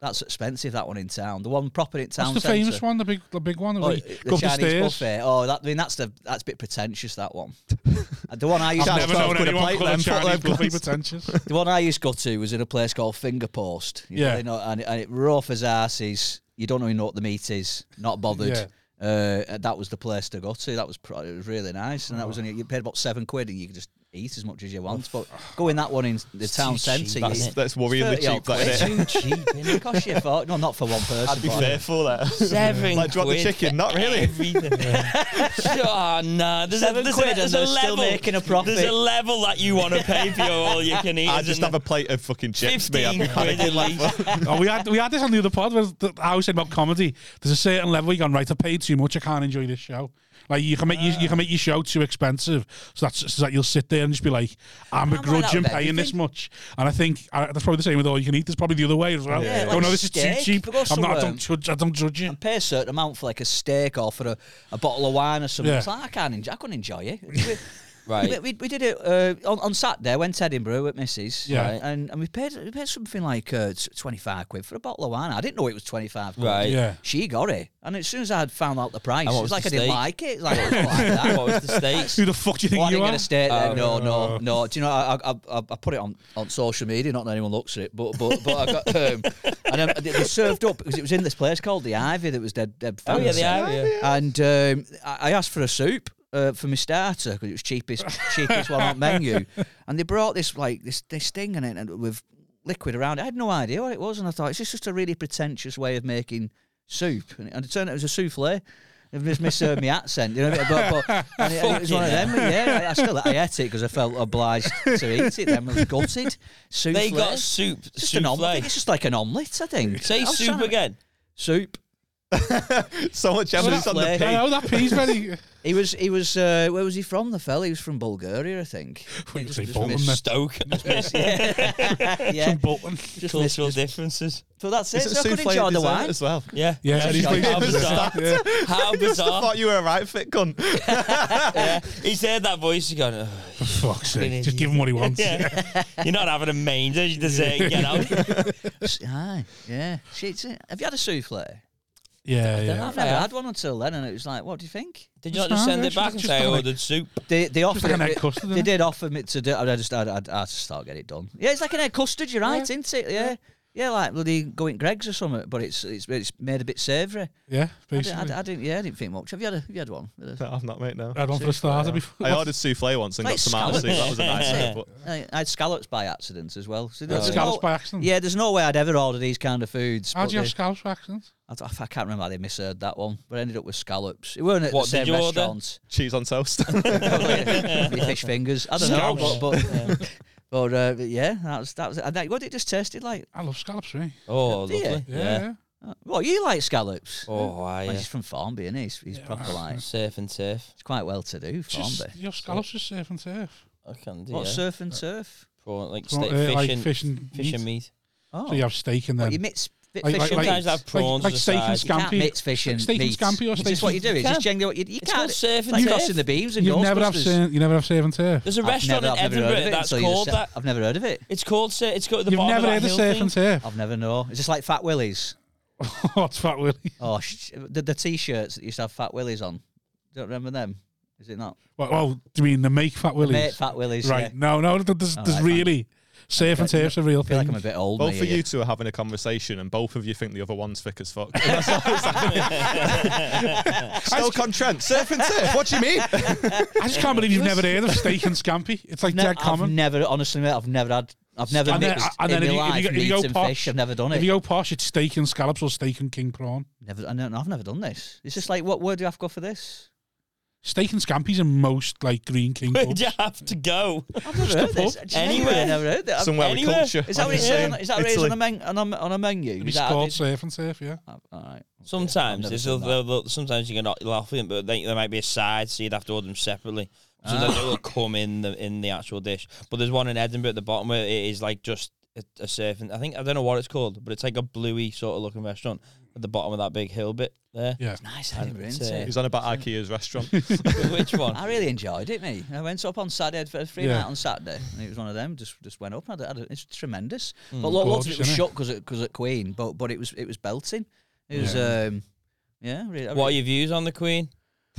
E: That's expensive. That one in town, the one proper in town.
A: That's the
E: centre.
A: famous one, the big, the big one.
E: Oh,
A: where you
E: the
A: go up the
E: Chinese
A: stairs.
E: buffet. Oh, that, I mean that's the that's a bit pretentious. That one. the one I used
D: I've
E: to
D: never
E: go-
D: known Could have played
A: call a
D: them, put
A: Chinese
D: them
A: buffet
D: guns.
A: pretentious.
E: The one I used to go to was in a place called Fingerpost. You
A: Yeah.
E: probably know, and, and it rough as asses. You don't even know what the meat is. Not bothered.
A: Yeah.
E: Uh, and that was the place to go to. That was pro- it was really nice, and that
A: Oh.
E: was only you paid about seven quid, and you could just eat as much as you want. But go in that one in the town
B: too
E: centre,
B: cheap, isn't
E: you-
D: that's
B: it?
D: that's worryingly
E: 30 odd
D: cheap. That
E: quid.
D: is it.
E: Too cheap. innit? Cost you a fortune. No, not for one person.
D: I'd be
E: but-
D: fearful there.
B: Seven
D: Like, do you want
B: quid
D: the chicken?
B: for
D: Not really.
B: Everything. oh, nah. There's
E: Seven
B: a, there's
E: quid
B: a,
E: and
B: there's a
E: they're
B: level.
E: still making a profit.
B: There's a level that you want to pay for your all you can eat.
D: I just have a plate of fucking chips. Me, I'd be
B: 15 quid
D: panicking
B: at
D: like,
B: least.
A: oh, we had we had this on the other pod. Where th- I was saying about comedy. There's a certain level you gone right. I paid too much. I can't enjoy this show. Like you can make you, you can make your show too expensive. So that's so that you'll sit there and just be like, I'm
E: I'm all
A: begrudging
E: out of
A: paying this
E: everything.
A: much. And I think uh, that's probably the same with all you can eat. There's probably the other way as well.
E: Yeah,
A: oh
E: like
A: no, this is too
E: steak.
A: cheap.
E: But go
A: I'm not. I
E: somewhere.
A: don't judge. I don't judge you.
E: and pay a certain amount for like a steak or for a, a bottle of wine or something.
A: Yeah.
E: It's like, I can't enjoy. I couldn't enjoy it. We-
B: Right.
E: We, we, we did it uh, on, on Saturday. Went to Edinburgh with Mrs.
A: Yeah.
E: right, And, and we paid we paid something like uh, t- twenty five quid for a bottle of wine. I didn't know it was twenty five. quid.
B: Right.
A: Yeah.
E: She got it, and as soon as I had found out the price, it
B: And what was
E: was, like
B: the
E: I didn't
B: steak?
E: like it. Like, I don't like that.
B: what was the stakes?
A: Who the fuck do you think
E: Well, I
A: you
E: didn't
A: are?
E: get a state there. no, no, no. Do you know? I, I, I, I put it on, on social media. Not that anyone looks at it, but but but I got um, and um, they, they served up because it was in this place called the Ivy that was dead dead.
B: Oh yeah,
E: fancy.
B: the idea.
E: And um, I I asked for a soup uh, for my starter because it was cheapest cheapest one on menu, and they brought this like this this thing in it and with liquid around it. I had no idea what it was, and I thought it's just just a really pretentious way of making soup, and it, and it turned out it was a souffle. I've just misheard my accent, you know. But, but and it, and it was one of them. but Yeah, I still I ate it because I felt obliged to eat it. Then I was gutted. Souffle.
B: They got soup.
E: just
B: souffle.
E: an omelet. It's just like an omelette, I think. I
B: Say
E: was
B: soup
E: trying to-
B: again.
E: Soup.
D: so much emphasis on the
E: Souffle.
A: I
D: pig.
A: know oh, that pea's very.
E: He was. He was. Uh, where was he from? The fella. He was from Bulgaria, I think.
A: Wouldn't
E: Just-
A: say
E: just-
A: Bolton,
B: Miss
A: mate.
B: Stoke.
E: yeah.
A: Bolton.
E: Just miss-
B: Cultural differences.
E: So that's it.
D: Is it
E: So I could
D: souffle
E: enjoy the
D: dessert
E: wine.
D: as well?
B: Yeah.
A: Yeah,
B: Just
A: and he's
B: like,
A: playing
B: how
A: for the
B: bizarre.
A: Yeah.
B: How
D: I
B: bizarre.
D: thought you were a right fit cunt.
B: yeah. He's heard that voice. He's going, "Ugh,
A: For fuck's sake,
B: idiot.
A: just give him what he wants.
B: yeah. You're not having a manger. You deserve to get out.
E: S- Aye, yeah. Shit, it's- have you had a souffle?
A: yeah, yeah.
E: I've never
B: Yeah.
E: had one until then, and it was like, what do you think?
B: Did you not just
A: fine,
B: send
A: yeah,
B: it back and
A: just
B: say I
A: kinda like-
B: ordered soup?
E: They they offered
A: like an
E: it-
A: egg custard,
E: They
A: isn't
E: did offer me to do. I just I I I had to start get it done. Yeah, it's like an egg custard. You're right, isn't it? Yeah. Yeah, like bloody going Greg's or something, but it's it's, it's made a bit savoury.
A: Yeah,
E: I, di- I,
A: basically.
E: di- I didn't, yeah, I didn't think much. Have you had, a, have you had one?
D: No, I've not, mate, no.
E: Uh,
A: I had one for a starter before.
D: I ordered souffle once and
E: Like
D: got tomato
E: scallop.
D: soup. That was a nice
E: Yeah.
D: one. but-
E: I, I had scallops by accident as well. So there's
A: Uh, Scallops
E: no-
A: by accident?
E: Yeah, there's no way I'd ever order these kind of foods.
A: How
E: but
A: do you
E: they-
A: have scallops by accident?
E: I, d- I can't remember how they misheard that one, but I ended up with scallops. It weren't at
B: What,
E: the
B: did
E: same
B: you order?
E: restaurant.
D: Cheese on toast.
E: Probably fish fingers. I don't know, but but, but, uh, but yeah, that was that was. And that, what it just tasted like.
A: I love scallops, really.
B: Oh,
E: Do you?
B: lovely.
A: Yeah, yeah.
E: Uh, Well, you like scallops?
B: Oh, I
E: Well,
B: uh,
E: He's from Farnby, and he's he's proper like he's
B: surf and turf.
E: quite well to do.
A: Just-
E: Farnby.
A: your scallops just surf and eh, turf.
B: I can do
E: What
B: yeah.
E: surf and turf?
B: Prawn, like,
A: Prawn-
B: steak,
A: uh,
B: fish,
A: like
B: and,
A: fish and
B: fish and
A: meat.
B: meat.
E: Oh,
A: So you have steak and
E: What,
A: then
E: you mix fi-
A: Like- like-
E: fish and
A: like-
E: meat.
B: Sometimes I have prawns
A: like
B: as a
A: steak and
E: you
B: side.
E: can't
A: scampi.
E: mix fish and
A: Steak and
E: meat.
A: scampi or
E: Is
A: steak
E: this
A: and-
E: what you do? Is
B: You
E: just generally what you, you
B: It's
E: can't.
B: called surf
E: it's
B: and
E: like
B: turf.
E: crossing the beams and
A: you never have
E: Ghostbusters.
A: sa- you never have surf and turf.
B: There's a
E: I've
B: restaurant
E: never- I've
B: in
E: never heard of
B: Edinburgh
E: it
B: that's
E: until you just
B: called
E: said-
B: that.
E: I've never heard of it.
B: It's called surf. It's got at the
A: You've
B: bottom
A: never
B: of
A: heard
B: that
A: of
B: hill
A: surf
B: thing.
A: and turf.
E: I've never know. It's just like Fat Willies.
A: What's Fat Willie?
E: Oh, sh- the, the t-shirts that used to have Fat Willies on. Don't remember them? Is it not?
A: Well, well, do you mean the make Fat Willies?
E: Mate, Fat Willies.
A: right?
E: Yeah.
A: No, no. th- There's,
E: All
A: there's
E: right, fine.
A: really surf and turf's a real
E: I
A: thing.
E: feel like I'm a bit old.
D: Both
E: me
D: of you
E: here.
D: two are having a conversation, and both of you think the other one's thick as fuck. Stoke on Trent, surf and turf. What do you mean?
A: I just can't believe you've never heard of steak and scampi. It's like
E: No,
A: dead
E: I've
A: common.
E: never, honestly, mate, I've never had. I've never
A: And then-
E: mixed
A: and then
E: in
A: if
E: my
A: you- if
E: life
A: you go- if you
E: meat
A: go
E: and
A: posh-
E: fish. I've never done
A: If
E: it.
A: you go posh, it's steak and scallops or steak and king prawn.
E: never, I don't, I've never done this. It's just like, what word do I have to go for this?
A: Steak and scampi's in most like green king
B: Where'd
A: pubs.
B: you have to go?
E: I've never heard this.
B: pub.
E: Do you know you've
B: Anywhere.
E: never heard that.
D: Somewhere
B: Anywhere.
D: with culture.
E: Is that
D: like you're
E: what it's
D: saying.
E: on? Is that what it's on
D: Italy.
E: a, men- on a, on a menu? Is
A: It's
E: that
A: called
E: added?
A: surf and turf. Yeah.
E: Oh, all right.
B: Sometimes
E: never
B: there's
E: done
B: a,
E: that.
B: they'll- sometimes you can not laugh at them, but then there might be a side, so you'd have to order them separately. Sometimes it will come in the in the actual dish. But there's one in Edinburgh at the bottom where it is like just a, a surfing. I think I don't know what it's called, but it's like a bluey sort of looking restaurant at the bottom of that big hill bit there.
A: Yeah.
E: Nice,
B: And
E: Edinburgh,
B: it's,
E: isn't
B: uh,
E: it?
D: He's on about IKEA's restaurant.
B: Which one?
E: I really enjoyed it, me. I went up on Saturday for a free
A: Yeah.
E: night on Saturday, and it was one of them. Just just went up. And I had, a- it's tremendous.
B: Mm.
E: But lo- lots of it
A: Gorgeous,
E: was
A: innit?
E: shut because because at Queen, but but it was it was belting. It was
A: Yeah.
E: um yeah. Really,
B: What are your views on the Queen?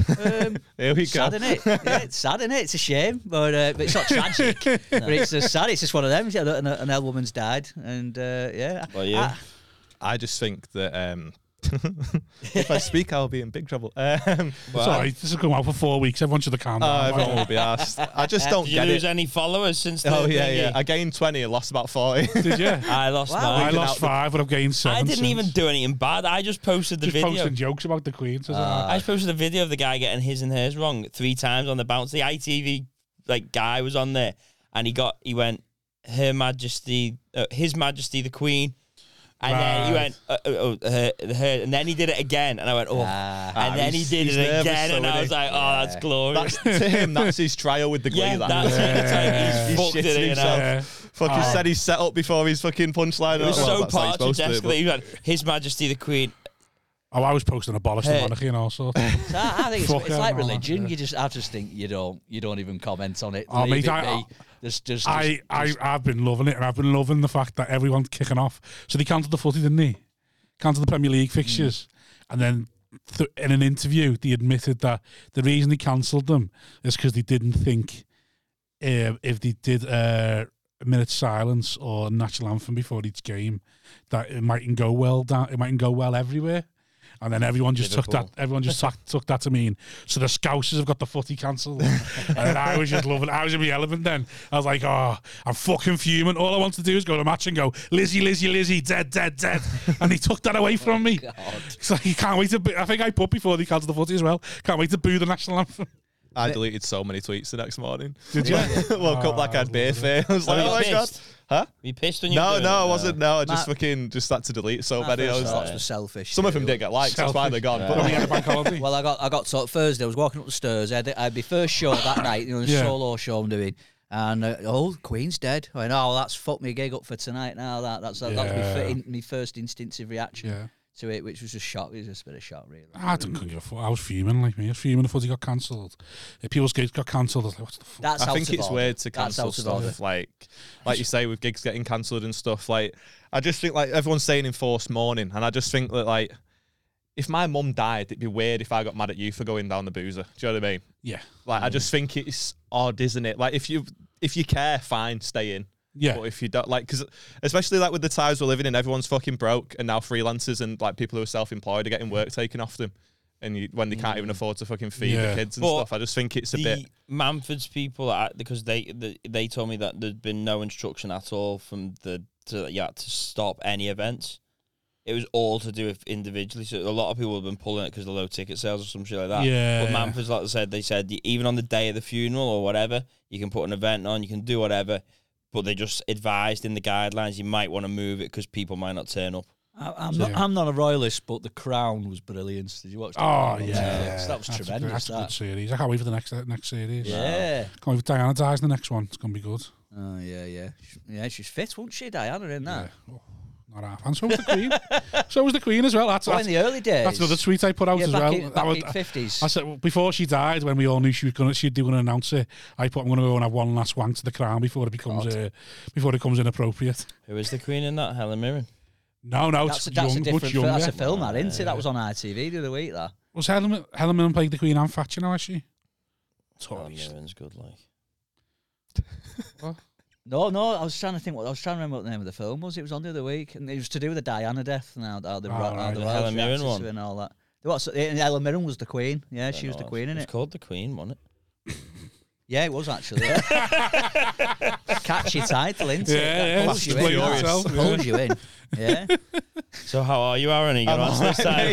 E: Um,
D: Here we
E: it's
D: go.
E: sad, innit? Yeah, it's sad, innit? It's a shame, but uh, but it's not tragic. But it's just sad. It's just one of them. Yeah, An, an old woman's died, and uh, yeah.
B: Well, you?
E: I-
D: I just think that um, if I speak, I'll be in big trouble. Um,
A: It's all right. This has come out for four weeks. Everyone should have calmed
D: uh,
A: down.
B: Oh,
D: everyone will be asked. I just don't
B: Did you
D: get
B: lose
D: it.
B: any followers since? The
D: Oh yeah,
B: thingy?
D: yeah. I gained twenty, and lost about forty.
A: Did you?
B: I lost
E: Wow.
A: I
B: mine.
A: lost five, but I've gained seven.
B: I didn't
A: since.
B: even do anything bad. I just posted the
A: just
B: video. Uh,
A: posting jokes about the Queen. So
D: Uh,
B: I just posted a video of the guy getting his and hers wrong three times on the bounce. The ITV like guy was on there, and he got he went Her Majesty, uh, His Majesty the Queen, and then he
A: Right.
B: went uh, uh, uh, her, her, and then he did it again, and I went oh,
E: Ah.
B: and
D: Ah,
B: then he
D: he's-
B: did
D: he's
B: it
D: nervous,
B: again,
D: so
B: and I
D: isn't
B: was
D: he?
B: like oh, that's glorious.
D: That's, to him, that's his trial with the glee.
B: yeah,
D: that.
B: that's it. It's like he's
D: He's
B: fucked
D: shitting
B: it in.
D: himself.
B: now.
A: yeah.
D: Fucking said he's set up before his fucking punchline.
B: Oh. It was
D: Well,
B: so
D: that's how he's
B: partridge
D: supposed to do it,
B: esque
D: but-
B: that he went His Majesty the Queen.
A: Oh, I was posting abolish the
B: Hey.
A: monarchy and all sorts.
E: So I, I think it's,
A: Fuck
E: it's
A: them
E: like
A: all,
E: religion.
A: yeah.
E: You just, I just think you don't, you don't even comment on it.
A: Oh,
E: Leave
A: mate,
E: it
A: I-
E: be. There's just,
A: I, I, I've been loving it, and I've been loving the fact that everyone's kicking off. So they cancelled the footy, didn't they? Cancelled the Premier League fixtures, and then th- in an interview, they admitted that the reason they cancelled them is because they didn't think uh, if they did uh, a minute silence or national anthem before each game, that it mightn't go well. Down, it mightn't go well everywhere. and then everyone just took
B: Liverpool.
A: that. Everyone just took, took that to mean. So the Scousers have got the footy cancelled, and then I was just loving. I was in the element. Then I was like, oh, I'm fucking fuming. All I want to do is go to a match and go, Lizzie, Lizzie, Lizzie, dead, dead, dead, and he took that away from me. It's like you can't wait to. Boo. I think I put before they cancelled the footy as well. Can't wait to boo the national anthem.
D: I deleted so many tweets the next morning.
A: Did you?
D: Woke up like I had beer fear. I was like,
B: you
D: oh my god.
B: pissed?
D: Huh?
B: You pissed when you were
D: No,
B: doing
D: no, I
B: it?
D: wasn't. No, I just
E: Nah.
D: fucking just had to delete so
E: My
D: many. I
E: first
D: was
E: thoughts
D: like,
E: were selfish.
D: some of
E: too.
D: them did get likes. That's why
A: Selfish.
D: they're gone.
A: But we
D: But
A: had a bank holiday.
E: Well, I got I got sort of Thursday. I was walking up the stairs. I had, I had my first show that night. You know, the
A: Yeah.
E: solo show I'm doing. And uh, oh, Queen's dead. I went, oh, well, that's fucked me gig up for tonight. Now that that's that's
A: Yeah.
E: my, fi- in, my first instinctive reaction
A: Yeah.
E: to it, which was a shock. It was just a bit of shock, really.
A: I didn't couldn't give a fuck. I was fuming like me. I was fuming the footy got cancelled. If people's gigs got cancelled, I was like, what's the fuck?
E: That's
D: I
E: out
D: think
E: of
D: it's
E: order.
D: weird to
E: That's
D: cancel
E: out of order.
D: stuff. Like, like you say, with gigs getting cancelled and stuff. Like, I just think like everyone's saying enforced mourning, and I just think that like. If my mum died, it'd be weird if I got mad at you for going down the boozer. Do you know what I mean?
A: Yeah.
D: Like, I just think it's odd, isn't it? Like, if you if you care, fine, stay in.
A: Yeah.
D: But if you don't, like, because especially like with the times we're living in, everyone's fucking broke, and now freelancers and like people who are self-employed are getting work taken off them, and you, when they can't even afford to fucking feed
A: Yeah.
D: the kids and
B: But
D: stuff, I just think it's a
B: the
D: bit.
B: Manford's people I- because they the, they told me that there'd been no instruction at all from the to yeah to stop any events. It was all to do with individually. So a lot of people have been pulling it because of low ticket sales or some shit like that.
A: Yeah.
B: But Manford's like I said, they said y- even on the day of the funeral or whatever, you can put an event on, you can do whatever. But they just advised in the guidelines you might want to move it because people might not turn up.
F: I, I'm not.
A: Yeah.
F: I'm not a royalist, but The Crown was brilliant. Did you watch? The
A: Oh
F: Crown on
A: yeah,
F: Netflix? that was
A: That's a good-
F: tremendous.
A: that's a good
F: That.
A: series. I can't wait for the next next series.
F: Yeah,
A: Can't wait for Diana dies in the next one. It's gonna be good.
E: Oh yeah, yeah, Sh- yeah. She's fit, wasn't she, Diana? In that.
A: Yeah. Oh, not half. And so was the Queen. so was the Queen as well. That's
E: Well,
A: that's,
E: in the early days.
A: that's another tweet I put out
E: yeah,
A: as
E: back
A: well.
E: in
A: I,
E: back
A: was-
E: in fifties.
A: I said well, before she died, when we all knew she was gonna she'd do an announce it. I put I'm gonna go and have one last wank to the crown before it becomes uh, before it becomes inappropriate.
B: Who is the queen in that? Helen Mirren.
A: No, no,
E: That's, a-
A: it's
E: that's
A: young,
E: a
A: much
E: different. Film,
A: younger.
E: that's a film, that isn't it? That was on ITV the other week. That.
A: Was Helen Helen Mirren played the Queen and Thatcher now, is she?
E: Oh,
B: Helen
A: Tories.
B: Mirren's good, like.
E: No, no. I was trying to think. What I was trying to remember what the name of the film was. It was on the other week, and it was to do with the Diana death and how, how the,
A: Oh,
E: ro- how
A: right,
E: the
A: the
E: royals
B: Helen Mirren
E: reacted to
B: one.
E: it and all that. What's, and Helen Mirren was the queen. Yeah,
B: I
E: she was
B: don't
E: the
B: know,
E: queen in
B: It's
E: it.
B: called the Queen, wasn't it?
E: Yeah, it was actually. Catchy title, isn't it?
A: Yeah,
E: That
A: yeah,
E: pulls
A: it's
E: you
A: just
E: in.
A: like
E: that.
A: yourself, yeah.
E: Pulls you in. Yeah.
B: So how are you, Aaron? Are you gonna answer this time?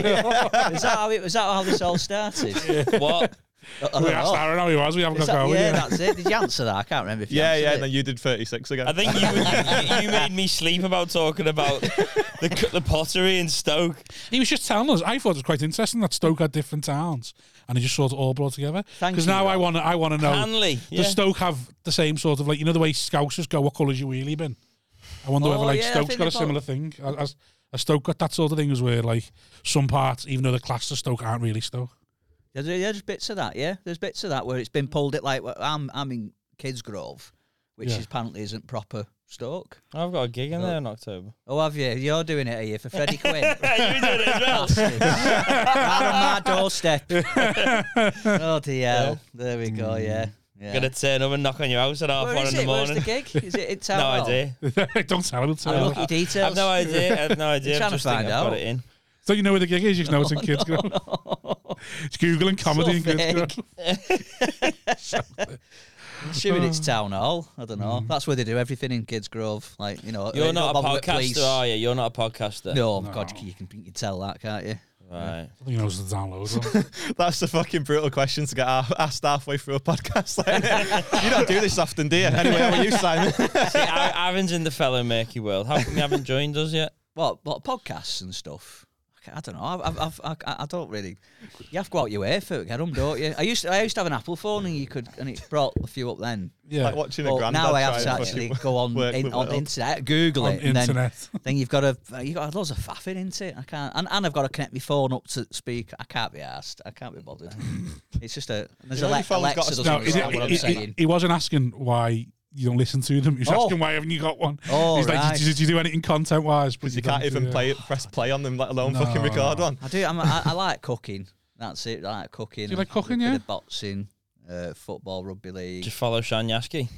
E: Is that how it? Was that how this all started?
B: What?
E: I don't
A: We
E: know.
A: asked Aaron how he was. We haven't
E: Is
A: got
E: that-
A: going.
E: yeah,
A: Yeah,
E: that's it. Did you answer that? I can't remember. If you
D: Yeah,
E: answered
D: yeah.
E: it.
D: And then you did 36 again.
B: I think you, you you made me sleep about talking about the c- the pottery in Stoke.
A: He was just telling us. I thought it was quite interesting that Stoke had different towns, and he just sort of all brought together.
E: Thank
A: Because
E: you,
A: now I
E: Rob.
A: want to, I want to know.
B: Hanley, yeah.
A: Does Stoke have the same sort of like you know the way Scousers go? What colour's your wheelie bin? I wonder
E: Oh,
A: whether like
E: yeah, I
A: Stoke's
E: think
A: got a
E: they've got-
A: similar thing. As, as, as Stoke got that sort of thing, as where like some parts, even though the class of Stoke aren't really Stoke.
E: Yeah, there- there's bits of that. Yeah, there's bits of that where it's been pulled. It like well, I'm I'm in Kids Grove, which
A: Yeah.
E: is apparently isn't proper Stoke.
B: I've got a gig in there in October.
E: Oh, have you? You're doing it, are you, for Freddie Quinn?
B: you did it as well.
E: Out of my doorstep. oh dear. There we go. Yeah. Yeah.
B: I'm Mm. gonna turn up and knock on your house at half
E: Where
B: one
E: is
B: in the
E: it? Where's
B: morning.
E: the gig? Is it in town?
B: no
E: hall?
B: idea.
A: Don't tell him.
E: Have a
A: Tell
E: look
A: him.
E: at your
B: I have
E: details.
B: no idea. I have no idea.
E: trying
B: I'm
E: to
B: just thinking
E: find
B: I've
E: out.
B: got it in.
A: So you know where the gig is? You just know it's in Kids Grove. It's googling comedy in Kids
E: Oh, vague.
A: Grove.
E: Assuming it's town hall. I don't know. That's where they do everything in Kids Grove. Like you know, uh, they
B: Mm. You're
E: don't
B: not a
E: bother with police.
B: podcaster, are you? You're not a podcaster.
E: No, God, you can you can tell that, can't you?
B: Right.
A: I think he knows the download. one.
D: That's the fucking brutal question to get a- asked halfway through a podcast. Like, you don't do this often, do you? Anyway, how are you, Simon?
B: See, Ar- Aaron's in the fellow murky world. How come you haven't joined us yet?
E: What what podcasts and stuff? I ca- I don't know. I've, I've, I've, I, I don't really. You have to go out your way for it, get 'em, don't you? I used to, I used to have an Apple phone and you could and it brought a few up then.
A: yeah.
D: Like watching a
E: Well,
D: granddad
E: now I
D: try
E: have to
D: and
E: actually
D: fucking
E: go on
D: work
E: in,
D: with
E: on the
D: it.
E: internet, Google
A: On
E: it, and then
A: internet.
E: then you've got to you have got loads of faffing into it. I can't, and, and I've got to connect my phone up to speak. I can't be asked. I can't be bothered. it's just a there's
D: You know, your
E: Alexa,
D: phone's got
E: Alexa
D: a
E: doesn't
A: No,
D: That's
A: he,
D: exactly
E: understand
A: he-
E: what I'm
A: he-
E: saying.
A: he wasn't asking why you don't listen to them. He was
E: Oh.
A: asking why haven't you got one.
E: Oh,
A: He's like,
E: right.
A: did, did you do anything content wise?
D: Because you can't even play it, press play on them, let alone
A: No,
D: fucking record
A: no.
D: one.
E: I do. I'm, I, I like cooking. That's it. I like cooking.
A: Do you like
E: and a
A: cooking,
E: bit
A: yeah?
E: of boxing, uh, football, rugby league.
B: Did you follow Shanyaski?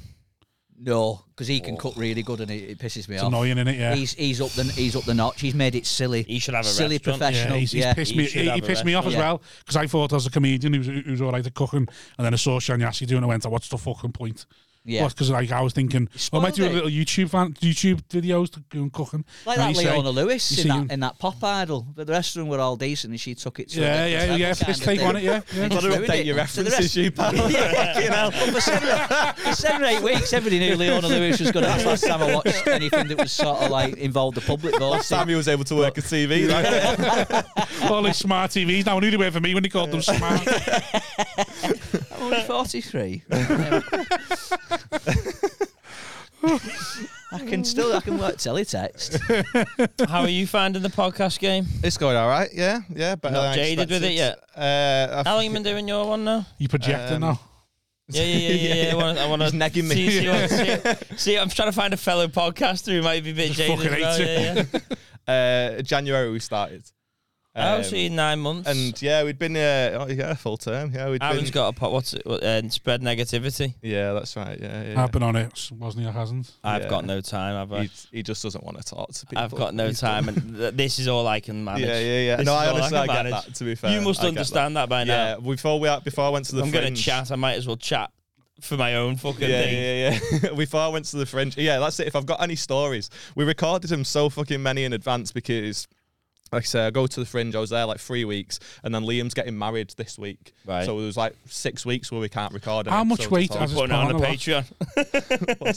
E: No, because he
B: Oh.
E: can cook really good, and it, it pisses me
A: It's
E: off.
A: annoying, isn't it? Yeah.
E: He's he's up the he's up the notch. He's made it silly.
B: He should have a
E: silly
A: yeah,
B: restaurant.
E: professional.
A: he's, he's
E: yeah.
A: pissed
B: he
A: me.
B: should
A: He,
B: have
A: he
B: a
A: pissed me off as
E: restaurant.
A: well because I thought as a comedian who's who's all right at cooking, and then I saw Shanyasi doing. it, I went, "What's the fucking point?"
E: Yeah.
A: Because like I was thinking, well, I might do a
E: spoiled it.
A: little YouTube fan, YouTube videos to go and cooking.
E: Like
A: And
E: that
A: you say-
E: Leona Lewis
A: you
E: in
A: see
E: that,
A: him-
E: in that pop idol, but the rest of them were all decent, and she took it to
A: yeah,
E: a
A: yeah, yeah, piss take on it. Yeah, yeah.
D: Gotta update your references, you pal.
E: yeah, you know. For seven, for seven or eight weeks, everybody knew Leona Lewis was going to. That's the last time I watched anything that was sort of like involved the public voting.
D: Sammy was able to work a TV. Like,
A: all these smart TVs now. I knew they were for me when they called them smart.
E: I'm only 43. I can still I can work teletext.
B: How are you finding the podcast game?
D: it's going all right. Yeah, yeah. But
B: Not jaded with it yet?
D: Uh,
B: How long you been doing your one now?
A: You projecting
D: Um,
A: now?
B: Yeah, yeah, yeah, yeah. yeah. I wanna- I want to
D: He's nagging me.
B: See, see, what- see, see, I'm trying to find a fellow podcaster who might be a bit jaded.
A: fucking
B: as well,
A: hates
B: yeah, yeah.
D: uh, January we started.
B: I
D: Um,
B: was seeing nine months.
D: and yeah, we'd been uh, oh, yeah full term. Yeah, we'd
B: Aaron's
D: been.
B: got a pot. What's it? What, uh, spread negativity.
D: yeah, that's right. Yeah, yeah.
A: I've been on it, wasn't he? I hasn't.
B: I've
D: Yeah.
B: got no time. Have I?
D: He, he just doesn't want to talk to people.
B: I've got no
D: He's-
B: time, and th- this is all I can manage.
D: Yeah, yeah, yeah.
B: This
D: no,
B: is
D: I
B: all
D: honestly I
B: can
D: get
B: manage.
D: that. To be fair,
B: you must
D: I get
B: understand that, by
D: that.
B: now.
D: Yeah, before we before I went to the
B: I'm going to
D: fringe.
B: chat. I might as well chat for my own fucking
D: Yeah,
B: thing.
D: yeah, yeah. Before I went to the fringe, yeah, that's it. If I've got any stories, we recorded them so fucking many in advance because, like I say, I go to the fringe. I was there like three weeks, and then Liam's getting married this week.
B: Right.
D: So it was like six weeks where we can't record. an
A: How much
D: episode
A: weight
D: at all.
A: has his
B: Putting it on the
A: partner got?
B: Patreon.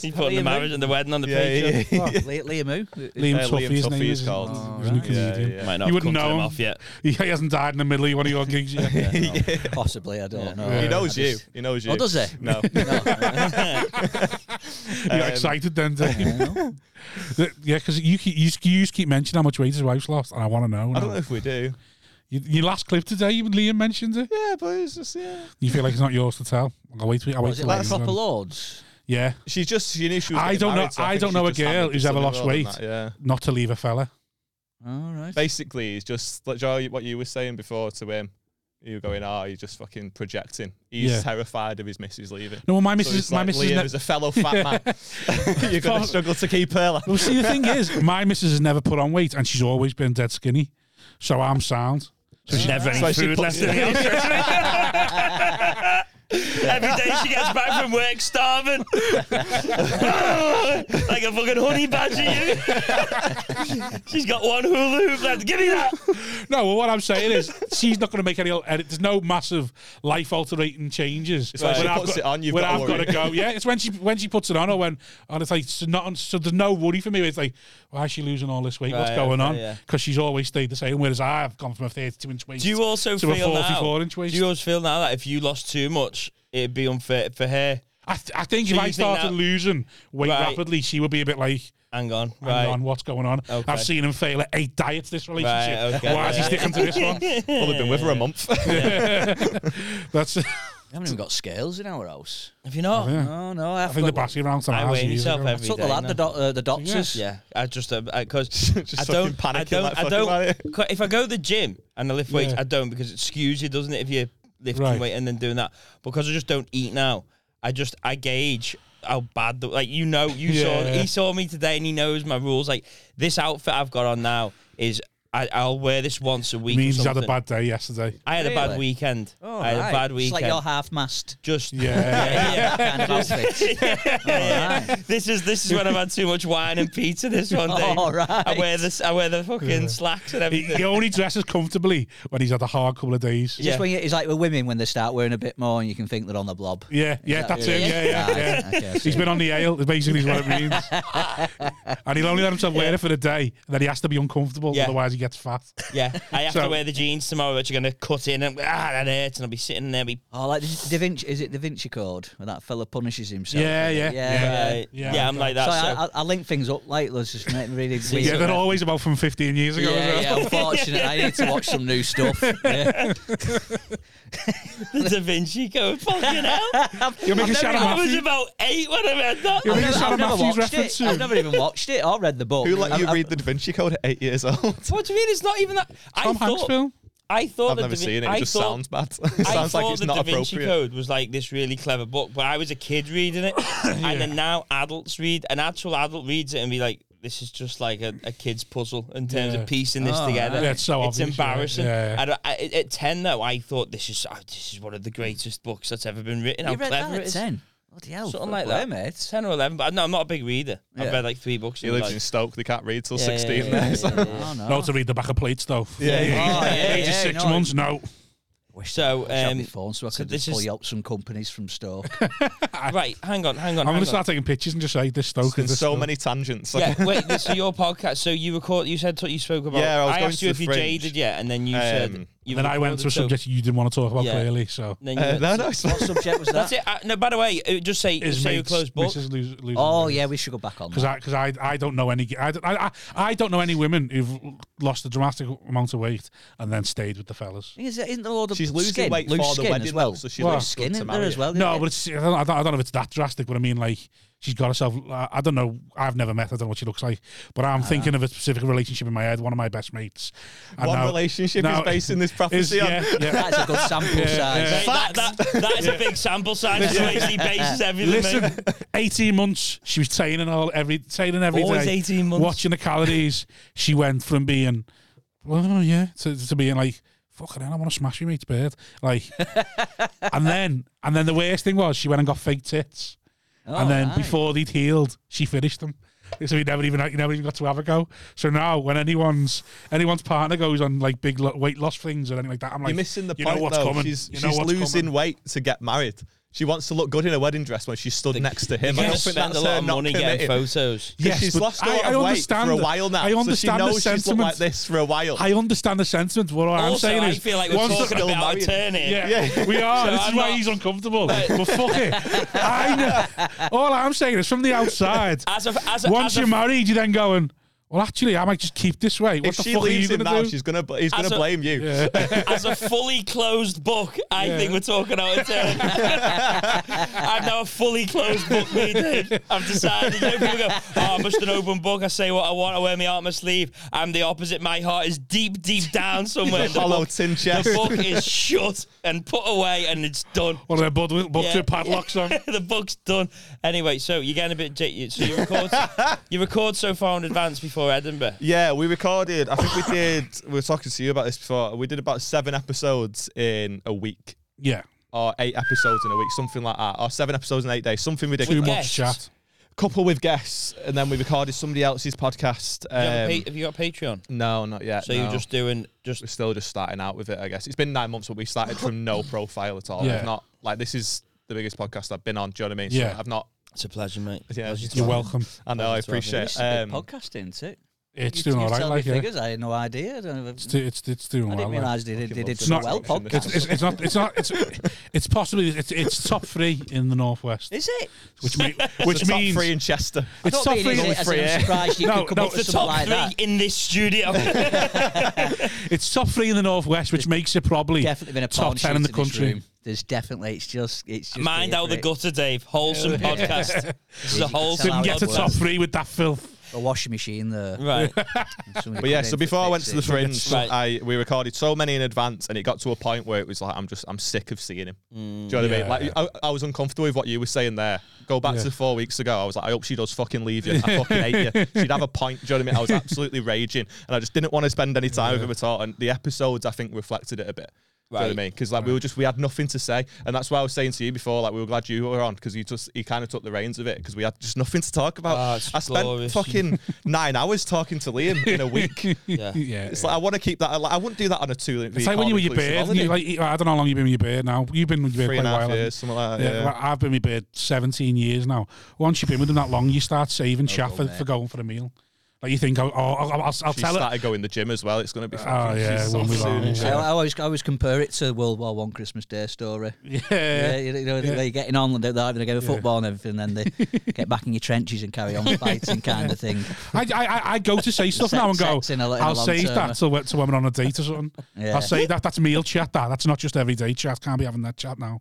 B: He's putting the
E: Liam
B: marriage and the wedding on the
D: Yeah,
B: Patreon.
D: yeah, yeah.
E: Liam, Liam who?
A: Liam
D: Uh, Liam
A: Tuffy, his
D: Tuffy
A: name
D: is
A: is.
D: called.
A: He's a new
E: Alright.
D: Yeah,
A: comedian.
D: yeah.
B: Might not
A: You
B: have come
A: wouldn't
B: to
A: know
B: him
A: him.
B: off yet.
A: He hasn't died in the middle of one of your gigs yet.
E: Possibly, I don't know.
D: He
E: I
D: knows you.
E: just-
D: He knows you.
E: Oh, does he?
D: No.
A: You're
D: um,
A: excited then, don't you? The- yeah, because you, keep- you, just- you just keep mentioning how much weight his wife's lost, and I want to know.
D: I
A: now.
D: don't know if we do.
A: You, your last clip today, you- Liam mentioned it.
D: Yeah, but it's just yeah.
A: You feel like it's not yours to tell. I'll wait. till- I'll wait
E: Was it
A: till
E: like
A: later then.
E: proper lords?
A: Yeah,
D: She just she knew she was.
A: I
D: getting
A: don't know-
D: married, so
A: I
D: think
A: don't
D: she
A: know a
D: just
A: girl
D: handled
A: who's ever
D: something
A: lost
D: more than
A: weight.
D: that, Yeah.
A: not to leave a fella.
E: All right.
D: basically he's just like Joe, what you were saying before to him. You were going, oh, he's just fucking projecting. He's
A: Yeah.
D: terrified of his missus leaving.
A: No, well, my
D: So
A: missus,
D: it's
A: my
D: like,
A: missus.
D: Liam
A: Ne-
D: is a fellow fat man. You're gonna
A: Fuck.
D: struggle to keep her. Like,
A: well, see, the thing is, my missus has never put on weight, and she's always been dead skinny. So I'm sound. So she
B: Never any
D: So she
B: food
D: put-
B: left in the house. Every day she gets back from work starving. like a fucking honey badger, you. She's got one hula hoop left. Give me that.
A: No, well, what I'm saying is she's not going to make any. Edit. There's no massive life altering changes.
D: It's like she puts it on, you've
A: when
D: gotta
A: I've
D: worry.
A: to go. Yeah, it's when she when she puts it on, or when and it's like so not on, so. There's no worry for me. It's like why is she losing all this weight? What's
B: Right,
A: going
B: okay,
A: on?
B: yeah.
A: Because she's always stayed the same. Whereas I've gone from a 32 inch waist.
B: Do you also
A: To a
B: feel now?
A: 44 inch waist.
B: Do you always feel now that if you lost too much, it'd be unfair for her?
A: I, th- I think
B: So
A: if
B: you
A: I
B: think
A: started
B: that-
A: losing weight
B: Right.
A: rapidly, she would be a bit like.
B: Hang on,
A: Hang
B: right?
A: on, what's going on?
B: Okay.
A: I've seen him fail at eight diets this relationship.
B: Right, okay,
A: Why is he
B: right.
A: sticking to this one?
D: Probably been with her a month.
A: That's
E: We haven't even got scales in our house.
B: Have you not?
E: No, no. I've
A: I think the
E: got one.
A: battery round.
B: I weigh myself every day.
E: Took the lad, the,
B: now.
E: doc- uh, the doctors.
B: Yeah, I just because
D: Just
B: I
D: fucking
B: don't
D: panicking
B: I don't,
D: like
B: I
D: fucking
B: don't cu- if I go to the gym and I lift weights,
A: Yeah.
B: I don't because it skews you, doesn't it? If you're lifting
A: Right.
B: weight and then doing that, because I just don't eat now. I just I gauge how bad the, like you know you
A: Yeah.
B: saw he saw me today and he knows my rules. Like this outfit I've got on now is I, I'll wear this once a week. or
A: Means he's had a
B: something.
A: bad day yesterday.
B: I had a bad
E: Really?
B: weekend.
E: Oh,
B: I had
E: right.
B: a bad
E: It's
B: weekend.
E: like your half-mast
B: just
A: Yeah.
B: yeah, yeah.
E: kind of outfit. All right.
B: This is this is when I've had too much wine and pizza. This one day,
E: All right.
B: I wear this. I wear the fucking slacks and
A: He,
B: everything.
A: he only dresses comfortably when he's had a hard couple of days. Yeah,
E: Just
B: Yeah.
E: when you, it's like with women when they start wearing a bit more and you can think they're on the blob.
A: yeah, that's it. Yeah, yeah, yeah.
E: Right, okay, I see.
A: He's been on the ale, is basically what it means. and he'll only let himself wear it for the day, and then he has to be uncomfortable,
B: Yeah.
A: otherwise he gets fat.
B: Yeah, I have
A: So-
B: to wear the jeans tomorrow, which are going to cut in and ah, that hurts, and I'll be sitting there. Be
E: Oh, like the Da Vinci, is it Da Vinci Code where that fella punishes himself?
A: Yeah, yeah,
E: yeah.
B: yeah,
A: yeah,
B: yeah, I'm like that.
E: So
B: so.
E: I, I, I link things up lately. It's just making really weird.
A: yeah, they're always about from 15 years ago. as
E: yeah,
A: well.
E: yeah, unfortunate. I need to watch some new stuff. Yeah.
B: the Da Vinci Code, fucking hell!
A: You're making
E: I've never-
A: Shannon
B: I was
A: Matthews.
B: about eight when I read that.
A: You're
E: I've
A: making
E: never, I've
A: Shannon
E: never
A: Matthews
E: watched
A: reference
E: it.
A: to.
E: I've never even watched it or read the book.
D: Who let
E: I've-
D: you
E: I've-
D: read the Da Vinci Code at eight years old?
B: What do you mean? It's not even that. I
A: Tom Hanks
B: thought
A: film.
B: I thought
D: I've
B: the
D: never
B: Da Vin-
D: seen it. It
B: I
D: just
B: thought-
D: sounds bad. it
B: I
D: sounds
B: thought
D: like it's
B: the
D: not
B: Da Vinci
D: appropriate.
B: Code was like this really clever book, but I was a kid reading it, and then now adults read an actual adult reads it and be like, "This is just like a, a kid's puzzle in terms
A: Yeah.
B: of piecing this
E: Oh,
B: together."
E: right.
A: Yeah, it's so obvious, right?
B: embarrassing.
A: Yeah, yeah.
B: I don't- I- at, at ten though, I thought this is oh, this is one of the greatest books that's ever been written.
E: You
B: How
E: read
B: clever
E: that
B: it
E: at
B: is.
E: 10? Bloody hell.
B: Something like
E: fair play,
B: that.
E: mate.
B: Ten or eleven, but no, I'm not a big reader.
E: Yeah.
B: I've read like three books.
D: He
B: in my
D: lives
B: life.
D: in Stoke. They can't read till
B: Yeah, yeah,
D: 16
B: yeah,
D: there.
B: yeah,
D: so-
B: yeah, yeah.
E: Oh, no.
A: No, to read the back of plates though.
D: Yeah, yeah.
E: Oh, yeah,
B: Eight
E: yeah,
A: Six
E: no,
A: months, no.
E: Wish
B: So,
E: I had my
B: um,
E: phone so I
B: so
E: could
B: this
E: just pull
B: is-
E: you up some companies from Stoke.
B: Right, hang
A: I'm
B: on, hang on.
A: going
B: hang
A: to
B: on.
A: start taking pictures and just say this Stoke is
D: There's
A: this
D: so
A: Stoke.
D: many tangents.
B: Yeah, wait. this- So your podcast. So you record. You said what you spoke about.
D: Yeah, I was going
B: asked
D: to
B: you
D: the
B: if you
D: fringe.
B: jaded yet, and then you
D: Um,
B: said. You
A: Then I went to a subject you didn't want to talk about
B: Yeah.
A: clearly, so.
B: Then you
D: Uh,
B: went
D: no,
B: to-
D: no, it's not.
E: what subject was
B: That's
E: that?
B: it. Uh, no, by the way, uh, just say
A: Is
B: say your
A: mates-
B: close book.
A: Mrs. Lose- Losing
E: Oh,
A: Weight.
E: yeah, we should go back on that.
A: Because I, 'cause I, I don't know any g- I don't, I, I, I don't know any women who've lost a dramatic amount of weight and then stayed with the fellas.
E: Is it, isn't there a lot of
D: She's losing
E: skin,
D: weight
E: loose
D: for the
E: skin
D: wedding,
E: as well?
D: though, so she
A: Well,
D: looks
E: skin
D: good to
E: in there
D: marry
E: as
D: you.
E: well. isn't
A: No,
E: it?
A: but it's I don't, I don't I don't know if it's that drastic, but I mean like she's got herself. I I don't know. I've never met. her, I don't know what she looks like, but I'm
D: Uh-huh.
A: thinking of a specific relationship in my head. One of my best mates. And
D: One
A: now-
D: relationship
A: now-
D: is based in this
A: is-
D: prophecy
A: yeah,
D: on.
A: yeah.
E: that's a good sample size.
B: Mate, that, that, that is a big sample size. That's yeah. he bases everything.
A: Listen,
B: mate.
A: eighteen months she was training all every training every day.
B: Always 18 months.
A: Watching the calories, she went from being, well, yeah, to, to being like, fucking hell, I want to smash you, mate's bird. Like, and then and then the worst thing was she went and got fake tits,
E: Oh,
A: and then
E: right.
A: before they'd healed, she finished them. So he never even you never even got to have a go. So now when anyone's anyone's partner goes on like big lo- weight loss things or anything like that, I'm like,
D: You're missing the
A: you
D: point,
A: know what's
D: though.
A: coming.
D: She's,
A: you know
D: she's
A: what's
D: losing
A: coming.
D: weight to get married. She wants to look good in a wedding dress when she stood next to him. I
B: You
D: don't think
B: spend
D: that's
B: a
D: her
B: lot of
D: not
B: money getting
D: committing.
B: photos.
D: Yeah,
A: Yes,
D: she's
A: but
D: lost a
A: I-
D: lot
A: I
D: of weight
A: understand
D: for a
A: that.
D: while now.
A: I understand
D: so
A: the
D: she knows she's looked
A: sentiment.
D: like this for a while.
A: I understand the sentiment. What I'm
B: also,
A: saying
B: I
A: is,
B: feel like we're
A: once the-
B: talking
D: Bill
B: about a
D: Murray.
B: turn here.
A: Yeah, we are.
B: So
A: this is
B: I'm
A: why
B: not-
A: he's uncomfortable. but fuck it. I know. All I'm saying is from the outside.
B: As a, as a,
A: once
B: as a,
A: you're married, you're then going. Well, actually, I might just keep this way. What
D: if
A: the
D: she
A: fuck are you
D: leaves him
A: going
D: now,
A: to do?
D: she's gonna bl- he's
B: As
D: gonna
B: a-
D: blame you.
B: as a fully closed book, I
A: Yeah.
B: think we're talking out of turn. I'm now a fully closed book reader. I've decided. You know, people go, oh, I'm just an open book. I say what I want. I wear my heart on my sleeve. I'm the opposite. My heart is deep, deep down somewhere. The
D: Hollow
B: book,
D: tin
B: the
D: chest.
B: book is shut and put away, and it's done.
A: One of their bud with
B: Yeah.
A: yeah. padlocks on.
B: the book's done. Anyway, so you're getting a bit. j- you- So you record, you record so far in advance before Edinburgh.
D: Yeah, we recorded. I think we did. We were talking to you about this before. We did about seven episodes in a week,
A: Yeah,
D: or eight episodes in a week, something like that, or seven episodes in eight days, something
A: too
D: ridiculous.
A: much
B: guests.
A: chat.
D: Couple with guests, and then we recorded somebody else's podcast.
B: Do you have, a
D: Um,
B: pa- have you got Patreon?
D: no, not yet.
B: So
D: no.
B: you're just doing just
D: we're still just starting out with it. I guess it's been nine months, but we started from no profile at all.
A: Yeah.
D: I've not like this is the biggest podcast I've been on. Do you know what I mean?
A: Yeah.
D: So I've not.
B: It's a pleasure, mate.
D: Yeah,
B: Pleasure
D: it's
B: to
A: You're
B: have you.
A: welcome.
D: I know. I appreciate.
E: This is a
D: Um,
E: big podcast, isn't it?
A: It's
E: You-
A: doing
E: you
A: all right.
E: tell me
A: Like, yeah.
E: figures. I had no idea. I don't know if-
A: It's, do- it's it's doing
E: I
A: all
E: didn't
A: right.
E: realise they did, they did
D: It's
E: so
A: not-
E: well
D: it's-
A: It's,
E: podcast.
A: it's, it's not. It's not. It's it's possibly it's, it's top three in the northwest,
E: Is it?
A: which me,
D: the
A: which
D: top
A: means
D: three in Chester.
E: I
A: it's
E: don't
A: top
E: mean
A: three.
E: is it as in I'm surprised you
A: No,
E: could come
A: no,
E: up
A: it's
E: with
B: the
E: something
B: top
E: like
B: three
E: that.
B: in this studio.
A: It's top three in the northwest, which makes it probably
E: Definitely been a
A: top
E: pound
A: ten in the
E: sheet this
A: country.
E: room. There's definitely. It's just. It's just.
B: Mind out the
E: good.
B: gutter, Dave. Wholesome podcast. This is
E: You
B: a
E: can tell
B: wholesome
E: how
A: Didn't
E: it
A: get to
B: podcast.
A: top three with that filth.
E: A washing machine there.
B: Right.
E: Somebody
D: But yeah, so
E: come in to
D: before I
E: fix
D: went to the
E: it.
D: fringe,
B: Right.
D: I we recorded so many in advance, and it got to a point where it was like I'm just I'm sick of seeing him. Do you know what
B: Mm.
A: Yeah.
D: I mean? Like I, I was uncomfortable with what you were saying there. Go back
A: Yeah.
D: to four weeks ago. I was like, I hope she does fucking leave you. I fucking hate you. She'd have a point. Do you know what I mean? I was absolutely raging, and I just didn't want to spend any time with him at all. And the episodes I think reflected it a bit. Do you know
B: Right.
D: what I mean? Because like we were just we had nothing to say, and that's why I was saying to you before, like we were glad you were on because you just he kind of took the reins of it because we had just nothing to talk about.
B: Ah, it's
D: I spent
B: glorious.
D: fucking nine hours talking to Liam in a week.
B: Yeah.
A: Yeah,
D: It's like I want to keep that. Like, I wouldn't do that on a two.
A: It's like when you were your beard. and you, like, I don't know how long you've been with your beard now. You've been with your
D: three
A: beard quite
D: and a
A: a
D: half
A: while.
D: years,
A: haven't
D: something like
A: you?
D: that. Yeah,
A: Yeah, well, I've been with my beard 17 years now. Once you've been with them that long, you start
D: Oh,
A: saving chaff for, for going for a meal. Like you think, oh, oh, I'll, I'll, I'll
D: she
A: tell her.
D: started going to the gym as well. It's going to be.
A: Oh,
D: fucking-
A: yeah,
D: she's
A: when
D: so
A: we were
D: soon,
A: on,
D: isn't
E: I,
A: yeah.
D: she?
E: I always, I always compare it to World War One Christmas Day story.
A: Yeah.
E: Yeah, you know, you know, they're getting on and they're having a game of
A: Yeah.
E: football and everything, and then they get back in your trenches and carry on fighting, kind of thing.
A: I, I, I- I go to say stuff
E: Sex-
A: now and go,
E: sex in a- in a
A: I'll
E: long
A: say
E: term.
A: that till, we- till when we're on a date or something.
E: Yeah.
A: I'll say that. That's meal chat,
D: Mm.
A: that. That's not just everyday chat. Can't be having that chat now.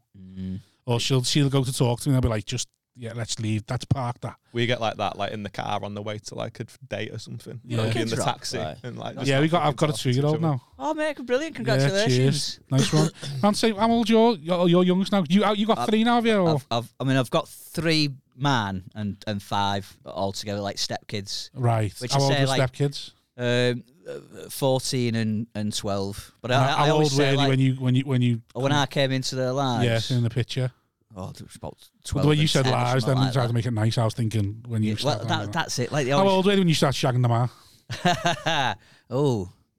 A: Or she'll, she'll go to talk to me and I'll be like, just yeah, let's leave. That's parked. That.
D: We get like that, like in the car on the way to like a date or something.
A: Yeah.
D: Like, in
E: Kids
D: the
E: are up,
D: taxi
B: right.
D: and like. just
A: Yeah,
D: not
A: we got. I've
D: fucking
A: got a
D: talking to
A: two
D: each
A: year old
D: other.
A: now.
E: Oh, mate, brilliant.
A: Yeah,
E: Congratulations.
A: cheers. Nice one. And say, how old you're? You're, you're youngest now. You you got three now, have you? Or?
E: I've, I've, I mean, I've got three man and, and five altogether, like stepkids,
A: right.
E: Which
A: How
E: is,
A: old
E: uh,
A: are
E: like-
A: stepkids?
E: um, uh, 14 and, and 12. But I, I,
A: how
E: always
A: old were
E: say,
A: you
E: like,
A: when you when you when you?
E: when I came into their
A: yeah,
E: lives,
A: in the picture.
E: oh, it was about
A: Well,
E: 12.
A: the way you
E: and
A: said
E: 10 or
A: lies,
E: something
A: then
E: like
A: tried to
E: that.
A: make it nice. I was thinking when you.
E: Yeah,
A: started
E: well, that, that's it. Like the
A: how old were you when you started shagging them out?
E: oh,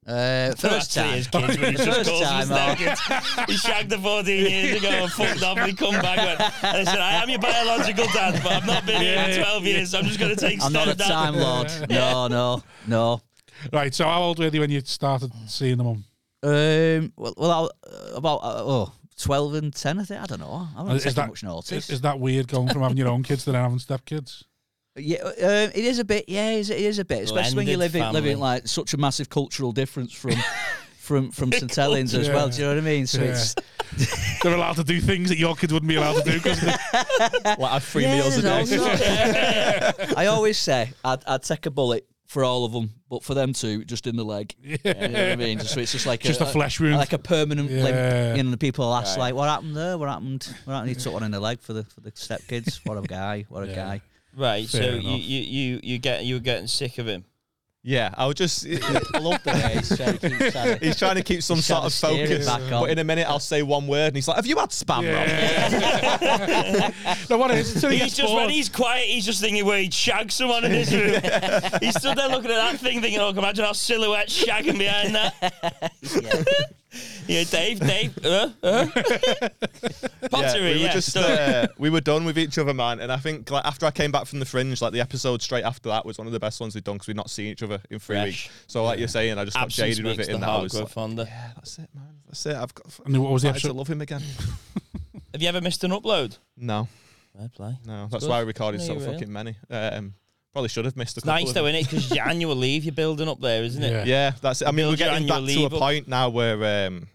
E: uh, first
B: Actually,
E: time.
B: his kids when he just
E: First
B: calls them
E: time, oh.
B: stepkids. He shagged her 14 years ago and fucked off. And he come back and, went, and said, "I am your biological dad, but I've not been here in 12 years. So I'm just going to take
E: I'm not a
B: stepdad."
E: time lord. No, no, no.
A: Right. So how old were you when you started seeing them? On?
E: Um, well, well, I, uh, about uh, oh, 12 and 10, I think. I don't know. I haven't taken much notice.
A: Is, is that weird going from having your own kids to then having stepkids?
E: Yeah, um, it is a bit. Yeah, it is, it is a bit, especially when you
B: Blended
E: live in, live
B: family.
E: in like such a massive cultural difference from from from St Helens as well. Do you know what I mean? So
A: Yeah.
E: it's
A: They're allowed to do things that your kids wouldn't be allowed to do because
D: Like I have three meals a
E: there's
D: day.
E: all sorts. I always say I'd, I'd take a bullet for all of them, but for them two, just in the leg. You know what I mean? Just, so it's just like
A: just a flesh wound.
E: like a permanent
A: Yeah.
E: limp. You know, the people ask like, "What happened there? What happened? What happened? He took one in the leg for the for the stepkids. What a guy! What a
A: Yeah.
E: guy!"
B: Right.
A: Fair
B: so you,
A: enough.
B: you you you get you were getting sick of him.
D: Yeah, I would just.
E: I love the way he's trying to keep saying it.
D: He's trying to keep some
E: He's
D: sort
E: trying
D: of
E: to steer it
D: focus.
E: back
D: But
E: on.
D: in a minute, I'll say one word, and he's like, "Have you had spam, Rob?"
A: no, what is it? So he
B: He's
A: gets
B: just
A: bored.
B: when he's quiet, he's just thinking where he'd shag someone in his room. he's stood there looking at that thing, thinking, "Oh, can imagine our silhouette shagging behind that."
E: Yeah.
B: Yeah, Dave, Dave, uh, uh. Pottery,
D: we
B: yeah,
D: were just
B: so-
D: uh, we were done with each other, man. And I think like after I came back from the fringe, like the episode straight after that was one of the best ones we'd done because we'd not seen each other in three
B: Fresh.
D: weeks. So like you're saying, I just got
B: absence
D: jaded with
B: makes
D: it. In
B: the
D: that I
B: heart
D: was
B: grow
D: like,
B: fonder.
D: yeah, that's it, man. That's it. I've got.
A: And what was the
D: I to
A: episode?
D: love him again.
B: Have you ever missed an upload?
D: No,
B: Fair play.
D: no. That's
B: good.
D: why I recorded
B: No,
D: so
B: you're real.
D: fucking many. Um, probably should have missed a
B: It's
D: couple.
B: nice
D: of
B: though,
D: them.
B: innit? Because your annual leave you're building up there, isn't it?
A: Yeah.
D: Yeah, that's it. I mean, we're
B: Build your
D: getting back
B: annual
D: to a
B: leave up.
D: point now where um,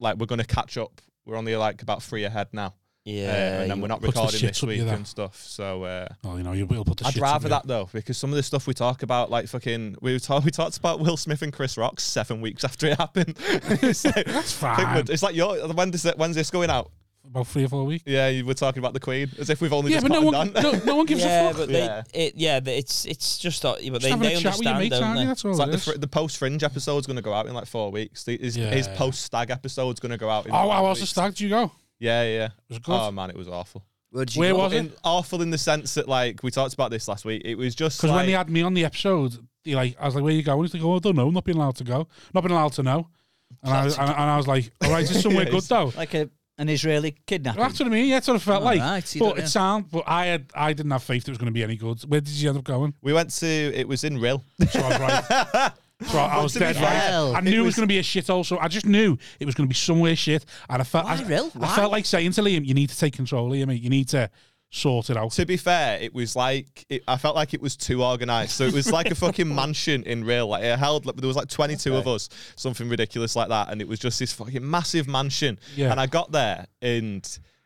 D: like we're going to catch up. We're only like about three ahead now,
B: Yeah.
D: Um, and then
B: you-
D: we're not
A: Puts the
D: recording
A: shits
D: this
A: up you
D: week
A: there.
D: and stuff. So. Uh,
A: Oh, you know, you will put the
D: I'd
A: shit
D: rather
A: in
D: that though, because some of the stuff we talk about, like fucking, we talk, we talked about Will Smith and Chris Rock seven weeks after it happened. it's like,
A: That's
D: I think
A: fine.
D: we're- it's like your when does it, when's this going out?
A: About three or four weeks.
D: Yeah, you were talking about the Queen as if we've only
A: Yeah,
D: just
A: but no
D: gotten
A: one,
D: done.
A: no, no one gives
B: yeah,
A: a fuck.
B: but they,
D: Yeah.
B: It, yeah, but it's it's just uh, but
A: Just
B: they,
A: having
B: they
A: a chat with your
B: understand,
A: mates,
B: don't
A: aren't you?
B: they?
A: That's all.
D: it's like
A: it
D: the,
A: is.
D: fr- the post Fringe episode's going to go out in like four weeks. The, his his
A: Yeah.
D: post Stag episode's going to go out. In
A: oh,
D: five
A: how else the
D: weeks.
A: stag do you go?
D: Yeah, yeah.
A: was good.
D: Oh man, it was awful.
E: Where did you
A: Where
E: go?
A: was it?
D: In, awful in the sense that like we talked about this last week. It was just
A: Because when
D: like,
A: they had me on the episode, he like I was like, "Where you going?" He's like, "Oh, I don't know. Not being allowed to go. Not being allowed to know." And I, and, and I was like, "All right, is this somewhere good though?"
E: Like a an Israeli kidnapping.
A: That's what I mean. Yeah, that's what it felt
E: All
A: like.
E: right, you
A: but
E: don't-
A: it
E: yeah.
A: sound. But I had. I didn't have faith it was going to be any good. Where did you end up going?
D: we went to it was in Rill.
A: So I was right. So I, I was
D: to be
A: dead
E: fair,
A: right. I knew it was,
D: was-
A: going to be a shit. Also, I just knew it was going to be somewhere shit. And I felt.
E: Why,
A: I,
E: Rill?
A: I
E: Why?
A: felt like saying to Liam, "You need to take control, Liam. mate. You need to sort it out."
D: to be fair, it was like it, I felt like it was too organized. So it was like a fucking mansion in real. Like it held, like, there was like twenty two of us, something ridiculous like that, and it was just this fucking massive mansion.
A: Yeah.
D: And I got there and.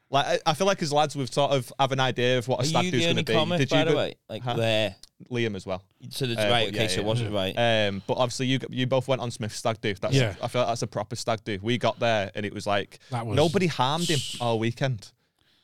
D: Like I I feel like as lads we've sort of have an idea of what a
B: Are
D: stag
B: you
D: do's
B: the
D: going
B: only
D: to be.
B: comic,
D: Did
B: by
D: you
B: the
D: go-
B: way? Like
D: Huh?
B: there.
D: Liam as well?
B: So that's
D: Uh,
B: right.
D: but
B: Okay,
D: yeah,
B: so it
D: yeah.
B: wasn't right.
D: Um, but obviously, you you both went on Smith's stag do. That's,
A: Yeah.
D: I feel like that's a proper stag do. We got there and it was like
A: That was-
D: nobody harmed him all weekend.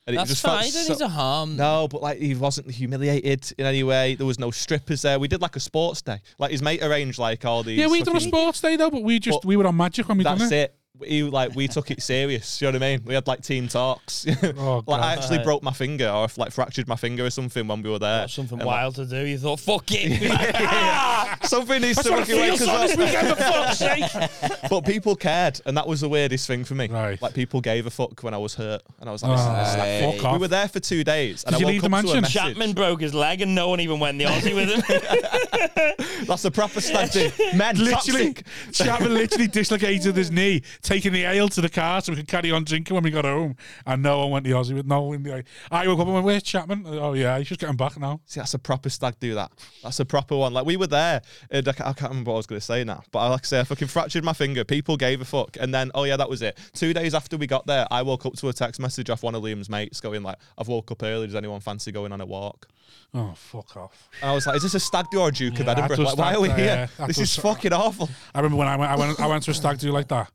D: And
B: That's
D: felt
B: fine. You don't
D: so-
B: need to harm.
D: no, but like he wasn't humiliated in any way. There was no strippers there. We did like a sports day. Like his mate arranged like all these.
A: yeah, we done a
D: fucking-
A: sports day though, but we just
D: But
A: we were on magic when we done
D: That's
A: it.
D: it. He like we took it serious. You know what I mean? We had like team talks.
A: Oh, God.
D: like I actually broke my finger or like fractured my finger or something when we were there.
B: Got something
D: And,
B: wild to do. You thought, fuck it. Ah!
D: like, something needs
A: That's
D: to
A: what
D: work
A: it
D: your way
A: feels like this weekend, for fuck's sake.
D: But people cared, and that was the weirdest thing for me.
A: Right.
D: Like people gave a fuck when I was hurt, and I was like, this
A: Ah,
D: is- this is-
A: fuck
D: we
A: off.
D: were there for two days.
A: Did
D: And I
A: you
D: woke
A: leave the
D: up to a
A: mansion?
D: message.
B: Chapman broke his leg and no one even went the Aussie with him.
D: That's the proper stag do. Men,
A: Literally,
D: toxic.
A: Chapman literally dislocated his knee taking the ale to the car so we could carry on drinking when we got home. And no one went to Aussie with no one. Like, I woke up and went, Where's Chapman? Oh, yeah, he's just getting back now.
D: See, that's a proper stag do that. That's a proper one. Like we were there. And I, ca- I can't remember what I was going to say now, but I like I say I fucking fractured my finger. People gave a fuck, and then oh yeah, that was it. Two days after we got there, I woke up to a text message off one of Liam's mates going like, "I've woke up early. Does anyone fancy going on a walk?"
A: Oh, fuck off.
D: And I was like, "Is this a stag do or a Duke of
A: Yeah, that
D: Edinburgh?
A: was
D: Like, why
A: stag-
D: are we
A: yeah,
D: here?
A: that
D: this
A: was
D: is
A: stag-
D: fucking awful."
A: I remember when I went, I went, I went to a stag do like that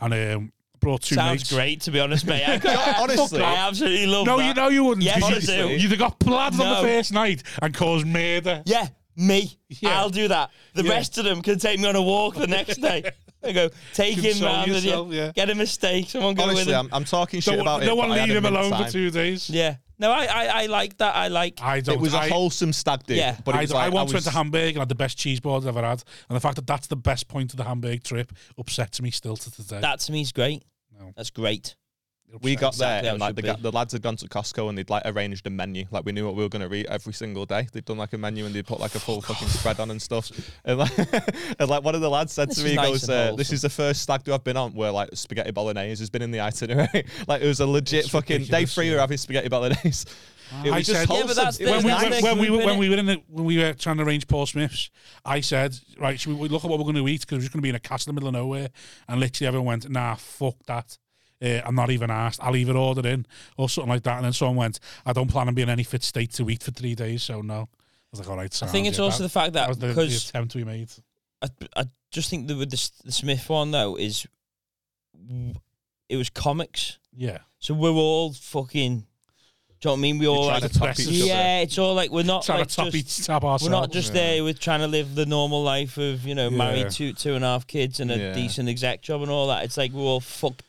A: and um, brought two
B: Sounds
A: mates.
B: great, to be honest, mate. I,
D: Honestly.
B: I absolutely love
A: No,
B: that.
A: you know you wouldn't.
B: Yes,
A: 'cause
B: I
A: you'd-
B: do.
A: You'd have got bladded on
B: No.
A: the first night and caused murder.
B: Yeah, me.
A: Yeah.
B: I'll do that. The
A: Yeah.
B: rest of them can take me on a walk the next day. I go, take him
A: Console
B: round with
A: yourself,
B: you.
A: yeah.
B: Get a mistake. Someone go with
D: Honestly,
B: him.
D: I'm, I'm talking shit
A: Don't,
D: about
A: no
D: it.
A: one
D: but I had
A: leave him
D: a good
A: alone
D: time.
A: for two days.
B: Yeah. No, I, I, I like that. I like.
A: I don't.
D: It was a
A: I-
D: wholesome stag do.
B: Yeah.
D: but it
A: I,
D: was
A: I
D: like,
A: once
D: was-
A: went to Hamburg and had the best cheese board I've ever had, and the fact that that's the best point of the Hamburg trip upsets me still to today.
B: That to me is great.
A: No.
B: That's great.
D: We got
B: Exactly
D: there
B: how
D: and
B: it
D: like the,
B: should
D: ga- the lads had gone to Costco and they'd like arranged a menu. Like we knew what we were gonna eat every single day. They'd done like a menu and they'd put like a full fucking spread on and stuff. And like, and, like, one of the lads said
B: This
D: to
B: is
D: me, he
B: nice
D: goes,
B: and
D: uh,
B: wholesome.
D: "This is the first stag do I've been on where like spaghetti bolognese has been in the itinerary. like it was a legit
A: It's
D: fucking day
A: ridiculous,
D: three.
A: yeah.
D: We're having spaghetti bolognese. It was
A: I
D: just
A: said- Yeah,
B: but that's
D: wholesome. It
B: the-
A: when
D: was
A: we,
B: Nice.
D: nice.
A: when, when we were
B: Group,
A: when we were in the, when we were trying to arrange Paul Smiths, I said, right, should we we look at what we're going to eat because we're just going to be in a castle in the middle of nowhere, and literally everyone went, nah, fuck that. Uh, I'm not even asked. I'll either order in or something like that. And then someone went, I don't plan on being in any fit state to eat for three days, so no. I was like, all right.
B: I think it's also the fact
A: that
B: that,
A: was the, the
B: because
A: attempt we made.
B: I, I just think that with the, S- the Smith one though is it was comics,
A: Yeah,
B: so we're all fucking. Do you know what I mean? We all
D: trying
B: like,
D: to
A: It's
D: top
A: best-
D: each other.
B: yeah, it's all like we're not
A: trying
B: like
A: to top
B: just,
A: each tab
B: we're
A: ourselves.
B: not just
A: yeah.
B: there. We're trying to live the normal life of you know
A: Yeah.
B: married two two and a half kids and a
D: Yeah.
B: decent exec job and all that. It's like we're all fucked.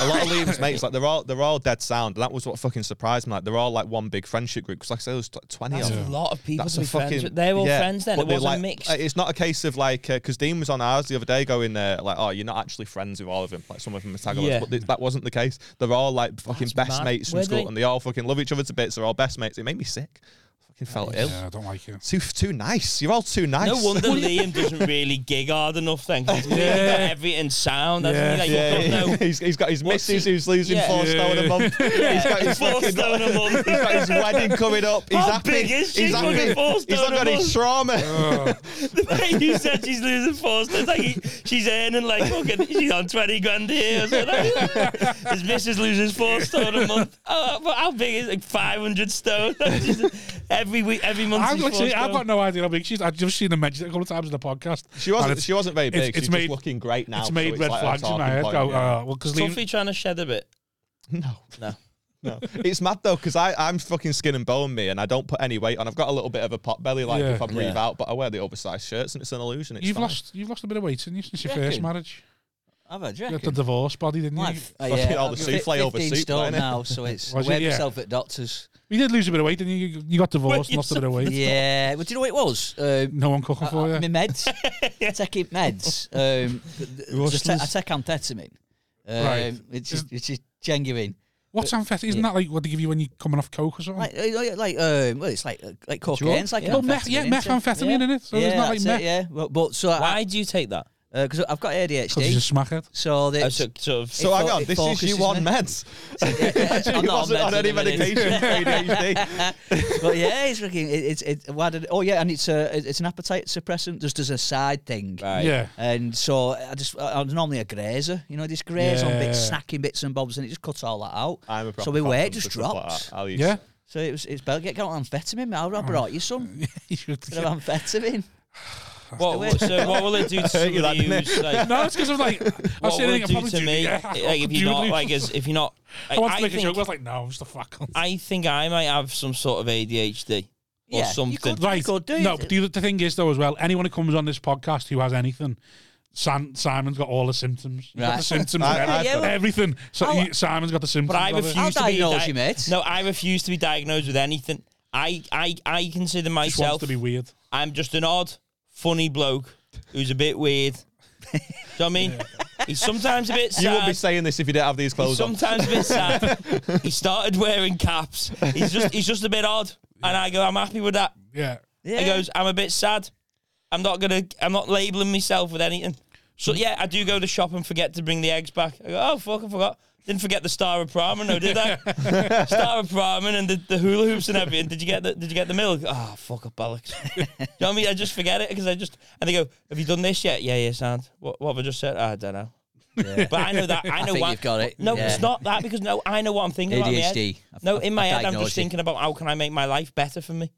D: a lot of Liam's mates, like they're all they're all dead sound. And that was what fucking surprised me. Like they're all like one big friendship group. 'Cause, like I said, there was like twenty
B: That's
D: of them.
B: a lot of people
D: That's
B: to
D: a
B: be friends
D: fucking-
B: with. They're all
D: yeah,
B: friends then.
D: but
B: It
D: they're
B: wasn't
D: like-
B: mixed.
D: uh, It's not a case of like because Dean was on ours the other day going uh, like, oh, you're not actually friends with all of them. Like some of them are tag alongs,
B: Yeah.
D: but th- that wasn't the case. They're all like fucking
B: That's
D: best
B: mad.
D: mates from
B: Were
D: school,
B: they?
D: and they all fucking love each other to bits. They're all best mates. It made me sick. fucking felt ill.
A: Yeah, I don't like it.
D: Too too nice. You're all too nice.
B: No wonder Liam doesn't really gig hard enough then. 'cause He's
A: Yeah.
B: got everything sound, hasn't
A: Yeah.
B: he? Like,
D: Yeah,
B: you don't know.
D: he's, he's got his
B: What's
D: missus
B: he-
D: who's losing
B: Yeah.
D: four stone a month. He's got his
B: Four
D: fucking
B: stone a month.
D: He's got his wedding coming up. He's
B: How
D: happy.
B: big is she?
D: He's happy.
B: Fucking four
D: He's not
B: stone a
D: got any
B: month.
D: trauma.
B: The way you said she's losing four stone, it's like he, she's earning like fucking, she's on 20 grand here. So like, his missus loses four stone a month. Oh, but how big is it? Like 500 stone? She's- every week, every month.
A: I've,
B: she's
A: got-
B: four
A: see, I've
B: stone.
A: got no idea how big she's. I've just seen her mention it a couple of times in the podcast.
D: She
A: And
D: wasn't.
A: it's-
D: She wasn't very big.
A: it's- it's
D: She's
A: made-
D: just looking great now.
A: It's
D: so
A: made red
D: like a
A: flags in my
D: talking
A: head.
D: point,
A: Go,
D: yeah.
A: uh, well, because
B: Toffee trying to shed a bit.
D: No,
B: No.
D: no. It's mad though because I I'm fucking skin and bone me, and I don't put any weight on. I've got a little bit of a pot belly, like
A: Yeah.
D: if I breathe
B: Yeah.
D: out, but I wear the oversized shirts, and it's an illusion. It's
A: You've
D: fine.
A: lost you've lost a bit of weight, haven't you, since your
E: Reckon?
A: first marriage?
E: Have I, do you
A: You got the
E: reckon?
A: divorce body, didn't
E: Like,
A: you?
E: uh,
D: fucking
E: yeah,
D: all the
E: I've got
D: souffle
E: fif-
D: over
E: 15
D: soup,
E: stone
D: like, innit?
E: now, so it's
A: Was it?
E: web
A: Yeah.
E: yourself at doctors.
A: You did lose a bit of weight, didn't you? You- You got divorced,
B: Well,
A: and lost a bit of weight.
E: Yeah, well, do you know what it was? Um,
A: No one cooking for
E: I- I-
A: you.
E: My meds. taking meds. Um, th- th- I
A: Rustlers.
E: ta- I take amphetamine, um,
A: Right.
E: which, is, which is genuine.
A: What's amphetamine? Isn't that like what they give you when you're coming off coke or something?
D: Hmm.
E: Like, uh, like, like, um, well, it's like uh, like cocaine. It's like
A: Well,
E: amphetamine,
A: meth- yeah,
E: isn't it?
A: methamphetamine,
E: yeah.
A: innit? So
E: yeah,
A: it's not like
E: that's it,
A: meth.
E: yeah. Well, but so I
B: do you take that?
E: because I've got
A: Because he's
E: ADHD,
A: a smackhead.
E: Uh, so
B: I
E: that's
B: took sort of.
D: Oh, So
E: It
D: hang
E: fo-
D: on,
E: it
D: this is
E: focuses
D: you on
E: me.
D: meds.
E: I'm
D: he
E: not on
D: wasn't on
E: meds at
D: any
E: the
D: medication
E: minute.
D: for ADHD.
E: but yeah, it's fucking. It, it's it. Why did? Oh yeah, and it's a it's an appetite suppressant just as a side thing.
B: Right.
A: Yeah.
E: And so I just I I was normally a grazer, you know, just graze on bits,
A: Yeah.
E: snacking bits and bobs, and it just cuts all that out.
D: I'm a
E: so
D: proper
E: my
D: fan
E: weight
D: of
E: just
D: stuff like
E: dropped.
D: that. I'll use-
A: Yeah.
E: So it was it's better get on amphetamine. mate. I'll- I brought you some
A: You should-
E: bit of amphetamine.
B: What, what- so what will it do to
D: hurt you,
B: somebody
D: lad,
B: who's like?
A: no, it's because I'm like, I was
B: What
A: saying
B: will
A: I
B: it
A: could
B: do
A: probably
B: to
A: do
B: me?
A: yeah, I
B: Like if
A: could
B: you're
A: do
B: not
A: this.
B: like as if you're not.
A: I wanted to
B: I
A: make a joke.
B: think
A: I was like, no, I'm just a fat cunt.
B: I think I might have some sort of ADHD or
E: Yeah, you
B: something.
E: could-
A: Right.
E: do it.
A: no, but the, the thing is though as well, anyone who comes on this podcast who has anything, San, Simon's got all the symptoms. He's got
E: Right.
A: the symptoms
D: I-
A: and
D: I've
A: everything.
E: got it.
A: everything. So
E: I'll-
A: you- Simon's got the symptoms.
B: But I
A: of it.
B: refuse
E: I'll
B: to be
E: diagnose you, mate.
B: No, I refuse to be diagnosed with anything. I I I consider
A: Just wants
B: myself.
A: to be weird.
B: I'm just an odd, funny bloke who's a bit weird. do you know what I mean? He's sometimes a bit sad.
D: You wouldn't be saying this if you didn't have these
B: He's
D: clothes on.
B: sometimes a bit sad. he started wearing caps. He's just he's just a bit odd, and I go, I'm happy with that.
A: Yeah.
E: Yeah.
B: He goes, I'm a bit sad. I'm not gonna. I'm not labeling myself with anything. So yeah, I do go to shop and forget to bring the eggs back. I go, oh fuck, I forgot. Didn't forget the star of ramen, though, did I? star of ramen and the, the hula hoops and everything. Did you get the Did you get the milk? Oh fuck up, Alex. you know what I mean? I just forget it because I just and they go, have you done this yet? Yeah, yeah, sound. What What have I just said? "Ah, I don't know. But I know that. I know
E: think
B: what
E: you've got it.
B: No,
E: Yeah.
B: it's not that because no, I know what I'm thinking about. in my head.
E: ADHD. I've-
B: No,
E: I've-
B: in my
E: I've
B: head, I'm
E: diagnosed
B: just
E: it.
B: thinking about how can I make my life better for me.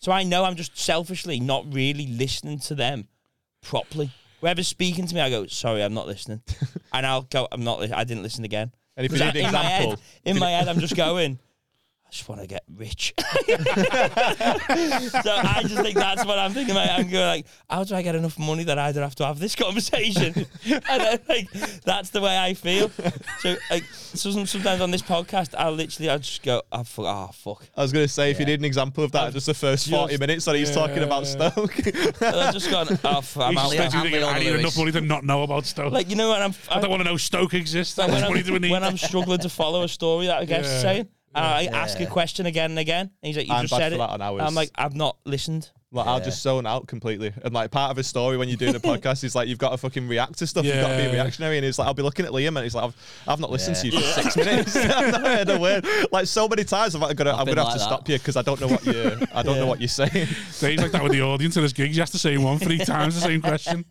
B: so I know I'm just selfishly not really listening to them properly. Whoever's speaking to me, I go, "Sorry, I'm not listening," and I'll go, "I'm not. Li- I didn't listen again."
D: And if you
B: 'Cause I-
D: need an
B: in my head,
D: example,
B: in my head, I'm just going. I just want to get rich. so I just think that's what I'm thinking. Like, I'm going like, how do I get enough money that I don't have to have this conversation? and I, like, that's the way I feel. So like, so some- sometimes on this podcast, I literally I just go, oh fuck, oh, fuck.
D: I was going to say, if you need an example of that, just the first 40 minutes that he's talking about Stoke.
B: And I've just gone, oh fuck, I'm
A: He's
B: out.
A: just
E: I'll-
A: thinking,
E: I'll be on
A: I
E: the
A: need enough
E: lyrics.
A: money to not know about Stoke.
B: Like you know when I'm,
A: I
B: I'm
A: don't want to know Stoke exists.
B: like,
A: That's
B: when,
A: what money do we
B: I'm,
A: need?
B: when I'm struggling to follow a story that I guess
A: Yeah.
B: saying. And I ask a question again and again. And he's like, you
D: I'm
B: just said
D: bad for
B: it.
D: that on hours.
B: I'm like, I've not listened.
D: Like, I'll just zone out completely. And like part of his story when you're doing a podcast is like you've got to fucking react to stuff. You've got to be
A: Yeah.
D: reactionary. And he's like, I'll be looking at Liam, and he's like, I've, I've not listened to you for six minutes. I've not heard a word. Like so many times, I'm like, gonna, I'm
E: been
D: gonna have
E: like
D: to
E: that.
D: stop you because I don't know what you, I don't know what you're saying.
A: Dave's like that with the audience at his gigs. He has to say one three times the same question.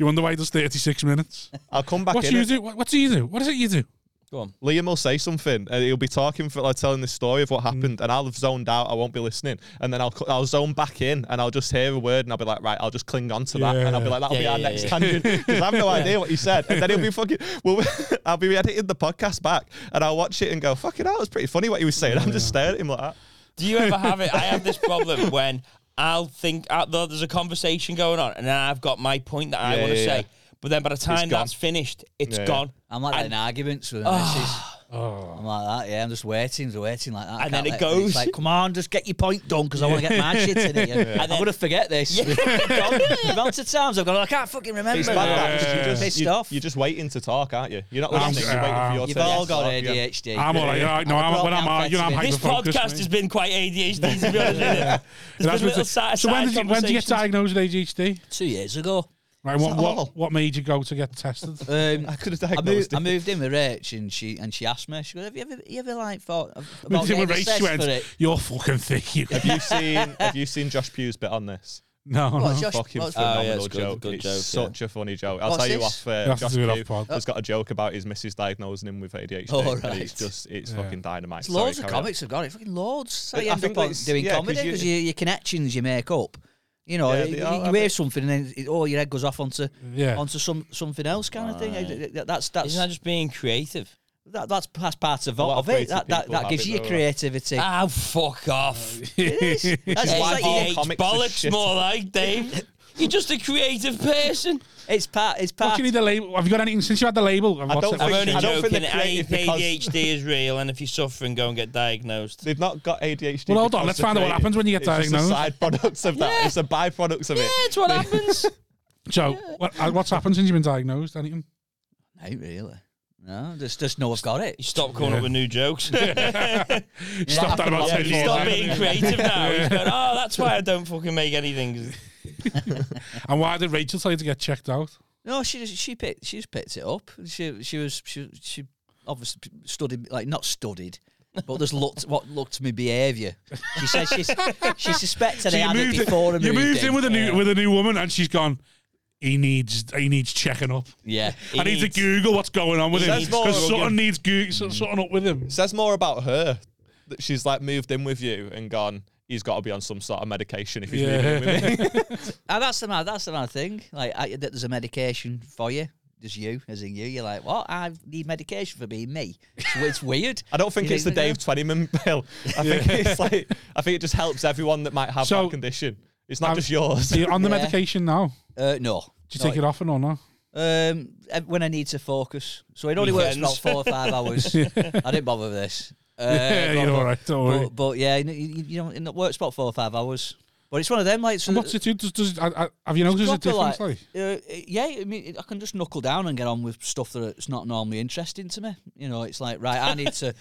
A: You wonder why he does 36 minutes.
D: I'll come back
A: What
D: in.
A: do you
D: it.
A: do? What, what do you do? What is it you do?
B: Go on.
D: Liam will say something, and he'll be talking for like telling the story of what happened, and I'll have zoned out. I won't be listening, and then I'll cu- I'll zone back in, and I'll just hear a word, and I'll be like, right, I'll just cling on to that, and I'll be
A: Yeah.
D: like, that'll
B: Yeah,
D: be our
B: yeah,
D: next
B: yeah.
D: tangent because I've no idea what he said, and then he'll be fucking. Well, I'll be editing the podcast back, and I'll watch it and go, fucking hell, it's pretty funny what he was saying. I'm just staring at him like that.
B: Do you ever have it? I have this problem when I'll think out there, there's a conversation going on, and then I've got my point that I
D: Yeah,
B: want to
D: yeah,
B: say.
D: yeah.
B: But then by the time
D: gone.
B: that's finished, it's
D: Yeah, yeah.
B: gone.
E: I'm like that in arguments with
D: Ah.
E: missus.
A: Oh.
E: I'm like that, yeah. I'm just waiting, just waiting like that. I
B: And
E: can't
B: then it
E: let- it's
B: goes.
E: like, come on, just get your point done because I want to get my shit in it. And I'm
B: then-
E: going to forget this. the amount of times I've gone, I can't fucking remember.
D: It's bad that, 'cause
A: Yeah.
D: you just,
E: Pissed
D: you,
E: off.
D: You're just waiting to talk, aren't you? You're not
A: I'm-
D: listening. You're waiting for your
E: You've
D: turn.
E: all got
D: Yeah.
E: ADHD.
A: I'm all right. all right. No, I'm, when I'm, out, you know, I'm
B: This
E: This
A: hyper-focused,
B: podcast
A: mate.
B: has been quite ADHD, to be honest with you.
A: And
B: There's
A: that's
B: been
A: what
B: little
A: it's-
B: side,
A: so when
B: side
A: did, you, when did you get diagnosed
B: conversations.
A: with ADHD?
E: Two years ago,
A: Right, what,
D: that all?
A: what, what made you go to get tested?
E: um,
D: I could have
E: I
D: diagnosed
E: moved, I
D: it.
E: moved in with Rach and she and she asked me. She goes, "Have you ever, you ever like thought of- about
A: With
E: getting
A: race,
E: assessed
A: she went,
E: for it?"
A: You're fucking thick. You.
D: Have you seen Have you seen Josh Pugh's bit on this?
A: No, no.
E: What, Josh,
D: fucking
E: what's-
B: yeah,
D: phenomenal
B: it's good-
D: joke.
B: good
D: it's
B: joke,
D: such a funny joke. I'll
E: What's
D: tell you
E: this?
D: off. Uh,
A: have to
D: Josh
A: do it
D: Pugh
A: off pod.
D: has got a joke about his missus diagnosing him with ADHD.
E: Oh,
D: and
E: right.
D: it's just it's
A: Yeah.
D: fucking dynamite.
E: There's loads
D: Sorry,
E: of
D: carry on.
E: comics have got it. Fucking loads. That's how
D: I
E: you end
D: think
E: up on
D: that's-
E: doing
D: yeah, 'cause
E: comedy
D: you-
E: because your connections you make up. You know,
D: Yeah,
E: you,
D: they all
E: you
D: have
E: wear
D: it.
E: something and then it, oh, your head goes off onto
A: Yeah.
E: onto some something else kind of thing. I-
B: Right.
E: that- That's that's
B: Isn't that just being creative?
E: that, that's that's part of,
D: A lot
E: of
D: of
E: it.
D: creative
E: That that,
D: people
E: that
D: have
E: gives
D: it,
E: you
D: though, right?
E: creativity.
B: Ah, fuck off.
E: It is. That's
B: Hey,
E: just like you-
D: all
B: bollocks,
D: comics are
B: bollocks
D: shit.
B: more like, Dave. You're just a creative person.
E: it's part. It's
A: What
E: part.
A: do you need the label? Have you got anything since you had the label? And
D: I
A: what's
D: don't
A: it-
B: I'm
D: think-
B: only
D: I don't think
B: joking.
D: they're
B: I
D: creative because-
B: ADHD is real, and if you're suffering, go and get diagnosed.
D: They've not got ADHD.
A: Well, hold on,
D: because
A: let's
D: they're
A: find out what
D: creative.
A: happens when you get
D: it's just a
A: diagnosed.
D: side products of that.
B: Yeah.
D: It's a byproduct of
B: Yeah,
D: it.
B: it's what happens.
A: Joe, what, uh, what's happened since you've been diagnosed? Anything?
E: No, really. No, just just know I've got it.
B: You stop coming up with new jokes.
A: Stop that about
B: Yeah,
A: 10
B: you
A: years
B: stop
A: ago.
B: being creative now. He's going, oh, that's why I don't fucking make anything.
A: And why did Rachel tell you to get checked out?
E: No, she just- she picked she just picked it up. She she was she she obviously p- studied like not studied, but just looked what looked to my behaviour. She said she she suspected
A: So
E: I
A: you
E: had
A: moved,
E: it before. I
A: in, you moved in with a new
E: Yeah.
A: with a new woman, and she's gone. He needs he needs checking up.
E: yeah.
A: I need to
B: needs-
A: Google what's going on with
D: He
A: him
D: needs more
A: because something
D: rugged-
A: needs Google, something up with him.
D: says more about her that she's like moved in with you and gone. He's got to be on some sort of medication if he's
A: Yeah.
D: moving in with me.
E: And that's the mad that's the mad thing. Like I, that there's a medication for you. There's you, as in you. You're like, what? I need medication for being me. It's, it's weird.
D: I don't think
E: You
D: it's the Dave
E: think
D: Twentyman pill. I think it's like I think it just helps everyone that might have
A: So-
D: that condition. It's not
A: I'm-
D: just yours.
A: So you're on the
E: Yeah.
A: medication now.
E: Uh, no.
A: Do you
E: No,
A: take it off and on now?
E: Um, uh, when I need to focus, so it only works
B: Weekends.
E: for about four or five hours. I didn't bother with this. Uh,
A: yeah,
E: but-
A: you're all right. Don't worry.
E: But, but yeah, you, know, you, you know, it works about four or five hours. But it's one of them, like, so
A: and what's it do? Does, does, I, I, have you noticed a
E: proper,
A: difference? Like,
E: uh, yeah, I mean, I can just knuckle down and get on with stuff that's not normally interesting to me. You know, it's like, right, I need to,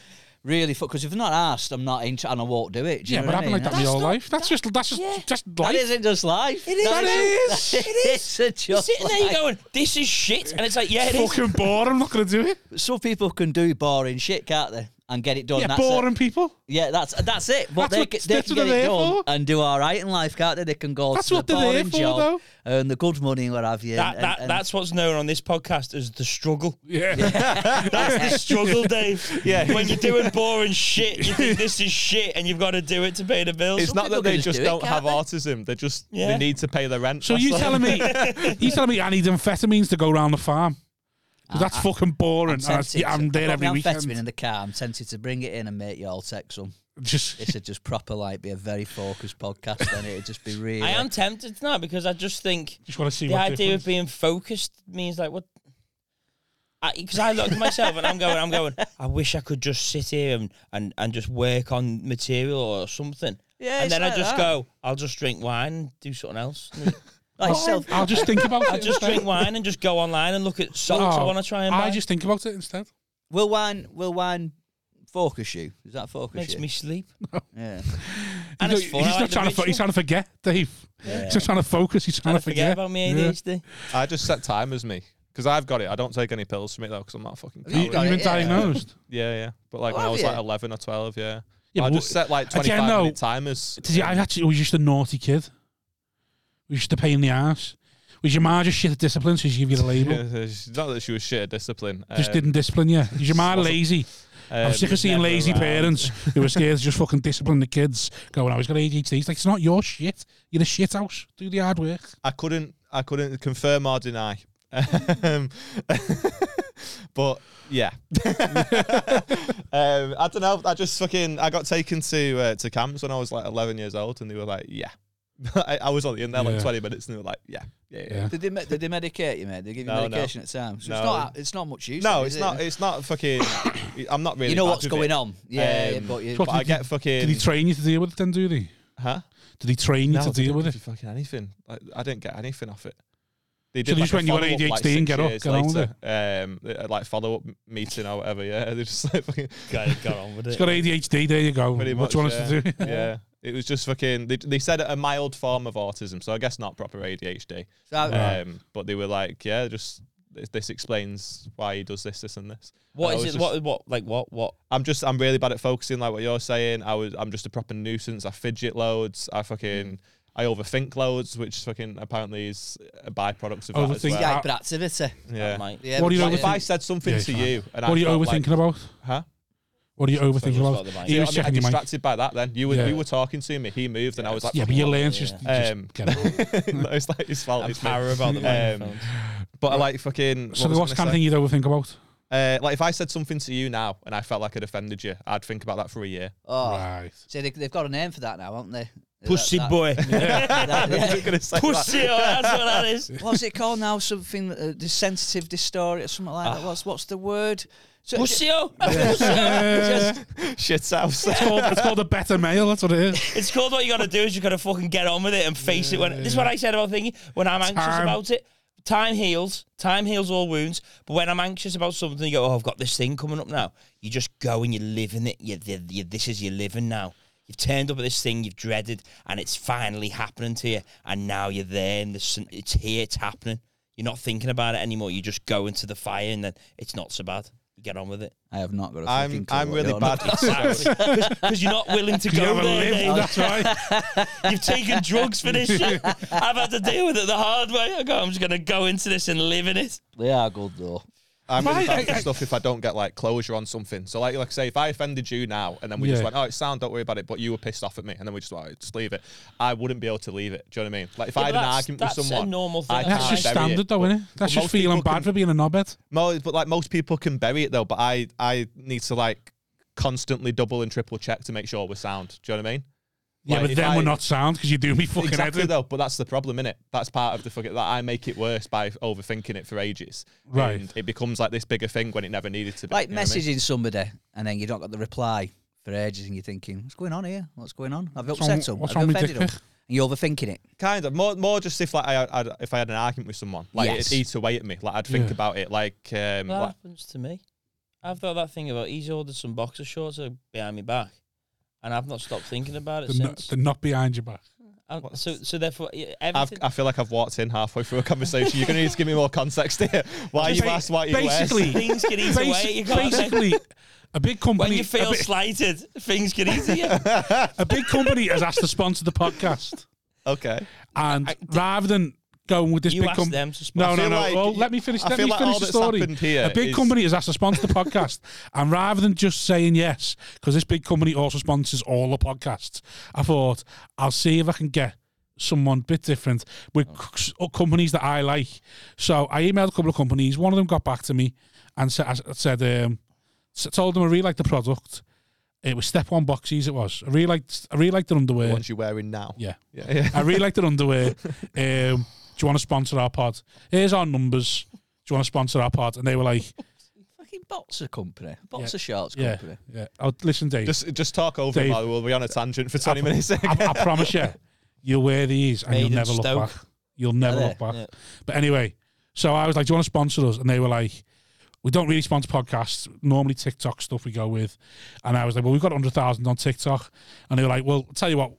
E: really fuck. Because if they're not asked, I'm not into and I won't do it. Do you
A: Yeah,
E: know
A: but
E: what I
A: happened like
E: mean?
A: that in
E: That's-
A: your
B: not-
A: life. That's just that's just
B: Yeah.
A: just
E: that
A: life.
E: isn't just life. It
B: is.
A: That is.
B: It is.
E: It's
B: You're
E: just
B: sitting there,
E: life.
B: you're going, "This is shit," and it's like, "Yeah, it is."
A: Fucking bored. I'm not gonna do it.
E: Some people can do boring shit, can't they? And get it done.
A: Yeah,
E: that's
A: boring
E: It.
A: people.
E: Yeah, that's that's it. But
A: That's
E: they,
A: what-
E: ca- they
A: that's
E: can
A: what
E: get
A: they're
E: it
A: there for.
E: done and do all right in life, can't they? They can go
A: That's
E: to
A: what
E: the
A: they're there
E: boring
A: for,
E: job and the good money and what have you.
B: That,
E: and-
B: that,
E: and-
B: that's what's known on this podcast as the struggle.
A: Yeah.
B: That's the struggle, Dave. Yeah. When you're doing boring shit, you think this is shit, and you've got to do it to pay the bills.
D: It's not
E: people
D: that they
E: can just
D: just
E: do it,
D: don't
E: can't
D: have
E: they?
D: autism. They just
B: Yeah.
D: they need to pay their rent.
A: So
D: that's
A: you
D: all.
A: telling me you telling me I need amphetamines to go around the farm? 'Cause that's fucking boring.
E: I'm,
A: and I,
E: tempted to-
A: am
E: I've
A: there
E: got
A: every
E: my
A: weekend.
E: amphetamine in the car. I'm tempted to bring it in and make you all take some.
A: Just
E: This would just proper like be a very focused podcast, and it'd just be really.
B: I am tempted now because I just think
A: just want to see
B: the
A: what
B: idea
A: difference.
B: of being focused means like what. Because I, look at myself and I'm going, I'm going. I wish I could just sit here and, and, and just work on material or something.
E: Yeah,
B: and
E: it's
B: then I
E: like
B: just
E: that.
B: go. I'll just drink wine and do something else.
E: Like self-
A: I'll just think about it.
B: I'll just
A: instead.
B: drink wine and just go online and look at
A: Oh,
B: songs I want to try and buy.
A: I just think about it instead.
E: will wine? Will wine? Focus you? Is that focus
B: makes
E: you?
B: me sleep.
E: yeah.
B: And
A: he's
B: it's fun.
A: he's
B: I
A: not
B: like the
A: trying to. fo- He's
B: ritual.
A: trying to forget, Dave. He's just trying to focus. He's trying
B: Trying
A: to
B: to forget about me
A: Yeah.
B: ADHD.
D: I just set timers me because I've got it. I don't take any pills from it though because I'm not fucking.
A: You,
D: calorie-
A: you've
E: got
A: been
E: it, yeah.
A: diagnosed.
D: Yeah, yeah. But like
E: Oh,
D: when I
E: have
D: was
E: you?
D: like 11 or 12, yeah.
A: Yeah,
D: I
A: but
D: just set like
A: again,
D: 25
A: though,
D: minute timers.
A: Did you, I actually was just a naughty kid. We used to pay in the ass. Was your ma just shit at discipline? So she give you the label.
D: Yeah, it's Not that she was shit at discipline.
A: Just
D: um,
A: didn't discipline you. Was your ma
D: wasn't-
A: lazy?
D: um,
A: I'm sick of seeing
D: never
A: lazy
D: around.
A: parents who are scared to just fucking discipline the kids. Going, I was got ADHD. It's like it's not your shit. You're a shit house. Do the hard work.
D: I couldn't I couldn't confirm or deny. Um, but yeah, um, I don't know. I just fucking I got taken to uh, to camps when I was like 11 years old, and they were like, yeah. I, I was only in there
A: Yeah.
D: like 20 minutes, and they were like, yeah, yeah, yeah.
A: Yeah.
E: Did they, me- did they medicate you, mate? They give you
D: No, no.
E: medication at times. So
D: No.
E: It's not. It's not much use.
D: No,
E: then,
D: it's
E: is it?
D: not. It's not fucking. I'm not really.
E: you know
D: bad
E: what's
D: with
E: going
D: it.
E: on. Yeah, yeah,
D: Um,
E: but you.
A: What
D: But I
A: did he-
D: get fucking.
A: Did he train you to deal with it then, do they?
D: huh?
A: Did he train you
D: No,
A: to
D: they
A: deal
D: didn't
A: with
D: give
A: it?
D: you fucking anything. Like, I didn't get anything off it. They
A: So they just
D: a
A: went, "You want
D: follow-up,
A: ADHD
D: six
A: and get up,
D: years
A: get on with
D: later, Um, uh, like follow up meeting or whatever. Yeah, they just like fucking
B: Got it. Got on with
A: It's
B: it.
A: got ADHD, there you go.
D: pretty
A: What
D: much.
A: do you want
D: yeah.
A: us to do?
D: yeah, it was just fucking. They, they said a mild form of autism, so I guess not proper ADHD.
E: So I-
D: Um, but they were like, yeah, just this, this explains why he does this, this, and this.
B: What is
D: And I was
B: it?
D: just-
B: what? What? Like what? What?
D: I'm just I'm really bad at focusing like what you're saying. I was I'm just a proper nuisance. I fidget loads. I fucking I overthink loads, which fucking apparently is a byproduct of that as
A: Overthink-
D: well.
A: Yeah.
E: yeah, hyperactivity.
D: Yeah.
B: Mate.
E: Yeah,
A: What do you
E: but
A: know
D: If
A: overthink-
D: I said something
A: Yeah,
D: to
A: fine.
D: you and I
A: What are you
D: felt
A: overthinking
D: like,
A: about?
D: Huh?
A: What are you overthinking
B: Sorry,
A: about?
B: it's not the
A: He
D: You know
A: was
D: what I, mean? I
A: checking your mic.
D: distracted by that then. You were
A: Yeah.
D: you were talking to me, he moved and I was like,
A: Yeah, but your learns
B: Yeah.
A: just, you just
D: Um,
A: get on.
D: it's like his fault.
B: I'm
D: it's me.
B: power about the
D: Um,
B: microphones.
D: But I like fucking
A: So
D: what was I
A: what's the
D: gonna
A: kind of
D: say?
A: thing you'd overthink about?
D: uh, like if I said something to you now and I felt like I'd offended you, I'd think about that for a year.
E: Oh,
A: Right.
E: so they, they've got a name for that now, haven't they?
B: Pussy
E: That-
B: boy.
E: that- that- yeah.
D: I'm gonna say that.
B: Pussy. Oh, that's what that is.
E: what's it called now? Something uh, the sensitive dysphoria or something like that. What's what's the word? So,
B: Pussy. oh.
D: Shit's house.
A: It's called, it's called a better male. That's what it is.
B: It's called what you got to do is you got to fucking get on with it and face it. When this is what I said about thinking when I'm anxious
A: Time.
B: about it. Time heals. Time heals all wounds. But when I'm anxious about something, you go, "Oh, I've got this thing coming up now." You just go and you're living it. You, you, you, this is your living now. You've turned up at this thing you've dreaded, and it's finally happening to you. And now you're there, and this, it's here. It's happening. You're not thinking about it anymore. You just go into the fire, and then it's not so bad. You get on with it
E: I have not got a
D: I'm
E: fucking clue
D: I'm
E: what
D: really
E: you're on
D: bad.
E: about.
D: at focusing.
B: because you're not willing to
A: You
B: go
A: haven't
B: there.
A: lived,
B: Dave.
A: that's right.
B: You've taken drugs for this shit. I've had to deal with it the hard way. I go, I'm just going to go into this and live in it.
E: They are good though.
D: I'm really
A: Right,
D: bad for
A: I-
D: stuff if I don't get like closure on something. So like like say if I offended you now and then we just
A: Yeah.
D: went, Oh, it's sound, don't worry about it, but you were pissed off at me and then we just like just leave it. I wouldn't be able to leave it. Do you know what I mean? Like if I
B: Yeah,
D: had
B: but
D: an
B: that's-
D: argument with
B: that's a
D: someone.
B: normal thing.
D: I
B: That's
D: can't
A: That's
B: just
A: just
D: bury
A: standard,
D: it.
A: though, isn't it? That's
D: but
A: just
D: most people
A: feeling bad
D: can-
A: for being a knobhead.
D: Mo- but like most people can bury it though, but I I need to like constantly double and triple check to make sure we're sound. Do you know what I mean?
A: Yeah,
D: Like,
A: but
D: if
A: then
D: I-
A: we're not sound because you do me fucking
D: Exactly
A: head in.
D: though, but that's the problem, innit? That's part of the fucking that I make it worse by overthinking it for ages.
A: Right.
D: And it becomes like this bigger thing when it never needed to be.
E: Like
D: you know what I mean?
E: messaging somebody and then you don't get the reply for ages, and you're thinking, "What's going on here? What's going on? I've
A: What's
E: upset
A: wrong-
E: them.
A: what's
E: I've
A: wrong with
E: offended
A: dick
E: them." And you're overthinking it.
D: Kind of more, more just if like I, I if I had an argument with someone, like
E: Yes.
D: it'd eat away at me. Like I'd think
A: Yeah.
D: about it. Like,
B: That
D: um, like
B: happens to me. I've thought that thing about he's ordered some boxer shorts that are behind my back, and I've not stopped thinking about it
A: They're not,
B: since.
A: they're not behind your back.
B: And so, so therefore, yeah,
D: I've,
B: everything.
D: I feel like I've walked in halfway through a conversation. You're going to need to give me more context here. Why you
A: Ba-
D: asked why you
A: basically,
B: Things get eased
A: basi-
B: away, you can't-
A: basically, a big
B: when
A: company.
B: you feel
A: a, big,
B: slighted, things get easier.
A: a big company has asked to sponsor the podcast,
D: Okay.
A: and rather than going with this
B: You
A: big
B: asked
A: company,
B: them to sponsor.
A: no, no,
D: I feel
A: no.
D: like
A: well,
D: you-
A: let me finish.
D: I
A: Let
D: feel
A: me
D: like
A: finish
D: all
A: the
D: that's
A: story.
D: happened here
A: A big
D: is-
A: company has asked to sponsor the podcast, and rather than just saying yes, because this big company also sponsors all the podcasts, I thought I'll see if I can get someone a bit different
D: Oh.
A: with c- c- companies that I like. So I emailed a couple of companies. One of them got back to me and said, I said um, s- told them I really liked the product. It was step one boxies. It was. I really liked. I really liked their
D: The
A: underwear.
D: ones you're wearing now.
A: Yeah.
D: Yeah. yeah.
A: I really like their underwear. Um, do you want to sponsor our pod? Here's our numbers. Do you want to sponsor our pod? And they were like,
E: Fucking boxer company, boxer shorts
A: Yeah,
E: company.
A: yeah. Oh, listen, Dave.
D: Just just talk over it
A: Dave.
D: while we'll be on a tangent for 20
A: I-
D: minutes.
A: I, I promise you, you'll wear these and
B: Made
A: you'll
B: in
A: never look
B: Stoke.
A: back. You'll never
E: Yeah.
A: look back.
B: Yeah.
A: But anyway, so I was like, "Do you want to sponsor us?" And they were like, "We don't really sponsor podcasts. Normally TikTok stuff we go with." And I was like, "Well, we've got hundred thousand on TikTok," and they were like, "Well, tell you what,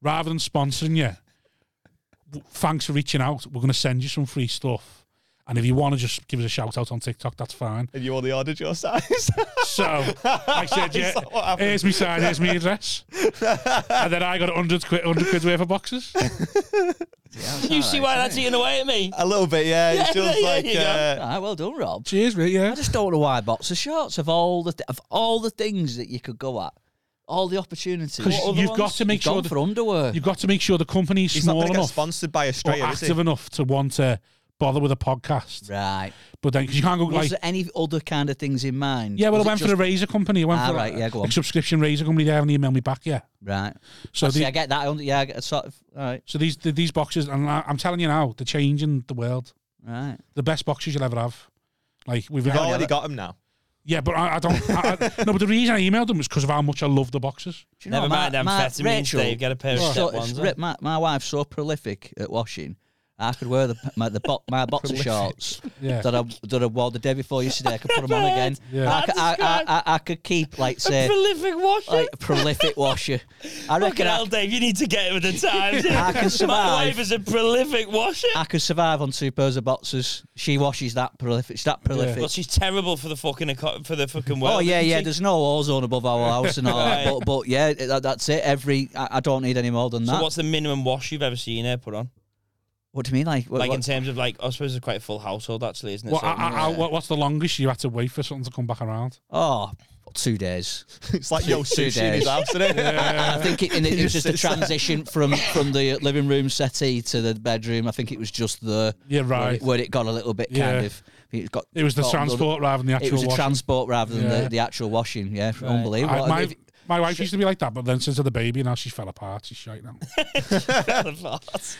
A: rather than sponsoring you, w- thanks for reaching out. We're going to send you some free stuff." And if you want to just give us a shout out on TikTok, that's fine.
D: and you only ordered your size.
A: So I said, yeah,
D: Is that what happened?
A: here's my sign, here's my address. and then I got 100 quid, 100 quid worth of boxes.
B: you see why that's eating away at me?
D: a little bit, yeah. It's
B: Yeah,
D: just
B: yeah,
D: like,
B: you go.
D: uh,
E: Ah, well done, Rob.
A: Cheers, mate,
E: I
A: yeah.
E: just don't know why boxer shorts of all the th- of all the things that you could go at, all the opportunities.
A: Because
E: What other
A: you've
E: ones?
A: got to make
E: You've gone
A: sure that,
E: for underwear.
A: you've got to make sure the company's
D: he's not
A: small
D: going to get
A: enough or
D: sponsored by Australia, is
A: active
D: he?
A: enough to want to bother with a podcast.
E: Right.
A: But then, because you can't go
E: Was
A: like,
E: there any other kind of things in mind?
A: yeah, well,
E: Was
A: I
E: it
A: went for the
E: just-
A: razor company. I went
E: Ah,
A: for a-
E: right, yeah, go
A: a
E: on.
A: subscription razor company. They haven't emailed me back yet.
E: right.
A: So
E: See,
A: the,
E: I get that. I under- Yeah, I get sort of. All right,
A: so these these boxes, and I- I'm telling you now, they're changing the world.
E: right.
A: The best boxes you'll ever have. Like we've
D: We've
A: had-
D: already got him now.
A: Yeah, but I, I don't. I, I, no, but the reason I emailed them was because of how much I love the boxes.
E: Do you
B: Never
E: what,
B: mind, amphetamines,
E: Rachel,
B: Dave. Get a pair of
E: is
B: step
E: so,
B: ones eh?
E: is
B: on.
E: Ri- my, my wife's so prolific at washing. I could wear the my, the bo- my boxer shorts
A: Yeah.
E: that I that I wore the day before yesterday. I could put them on again.
A: Yeah.
E: I, c- I- I- I- I could keep like say
B: Prolific washer.
E: like a prolific washer. I
B: Fucking
E: reckon I,
B: hell, Dave, you need to get it with the times.
E: I can
B: My
E: survive.
B: wife is a prolific washer.
E: I could survive on two pairs of boxers. She washes that prolific. She's that prolific.
B: Well, she's terrible for the fucking eco- for the fucking world.
E: Oh yeah,
B: isn't
E: yeah.
B: she?
E: There's no ozone above our house and all that.
B: Right.
E: But, but yeah, that, that's it. Every I, I don't need any more than
B: So
E: that.
B: what's the minimum wash you've ever seen her put on?
E: what do you mean? Like, what,
B: like in
E: what,
B: terms of like, I suppose it's quite a full household actually, isn't it?
A: Well,
B: So-
A: I, I, I, what, what's the longest you had to wait for something to come back around?
E: oh, two days.
D: It's like yo
E: Two
D: sushi in
E: days.
D: his house, isn't it?
E: I think it, and it,
D: He
E: was just a
D: just sits
E: transition from from the living room settee to the bedroom. I think it was just the
A: Yeah,
E: where
A: right.
E: it, where it got a little bit kind
A: Yeah.
E: of. It got.
A: It was the
E: got a little-
A: transport rather than the actual.
E: It was the
A: washing.
E: transport rather than
A: Yeah.
E: the, the actual washing. Yeah,
B: Right.
E: unbelievable.
A: I- my,
E: If-
A: my wife used to be like that, but then since I had the baby, now she's fell apart. She's shite now.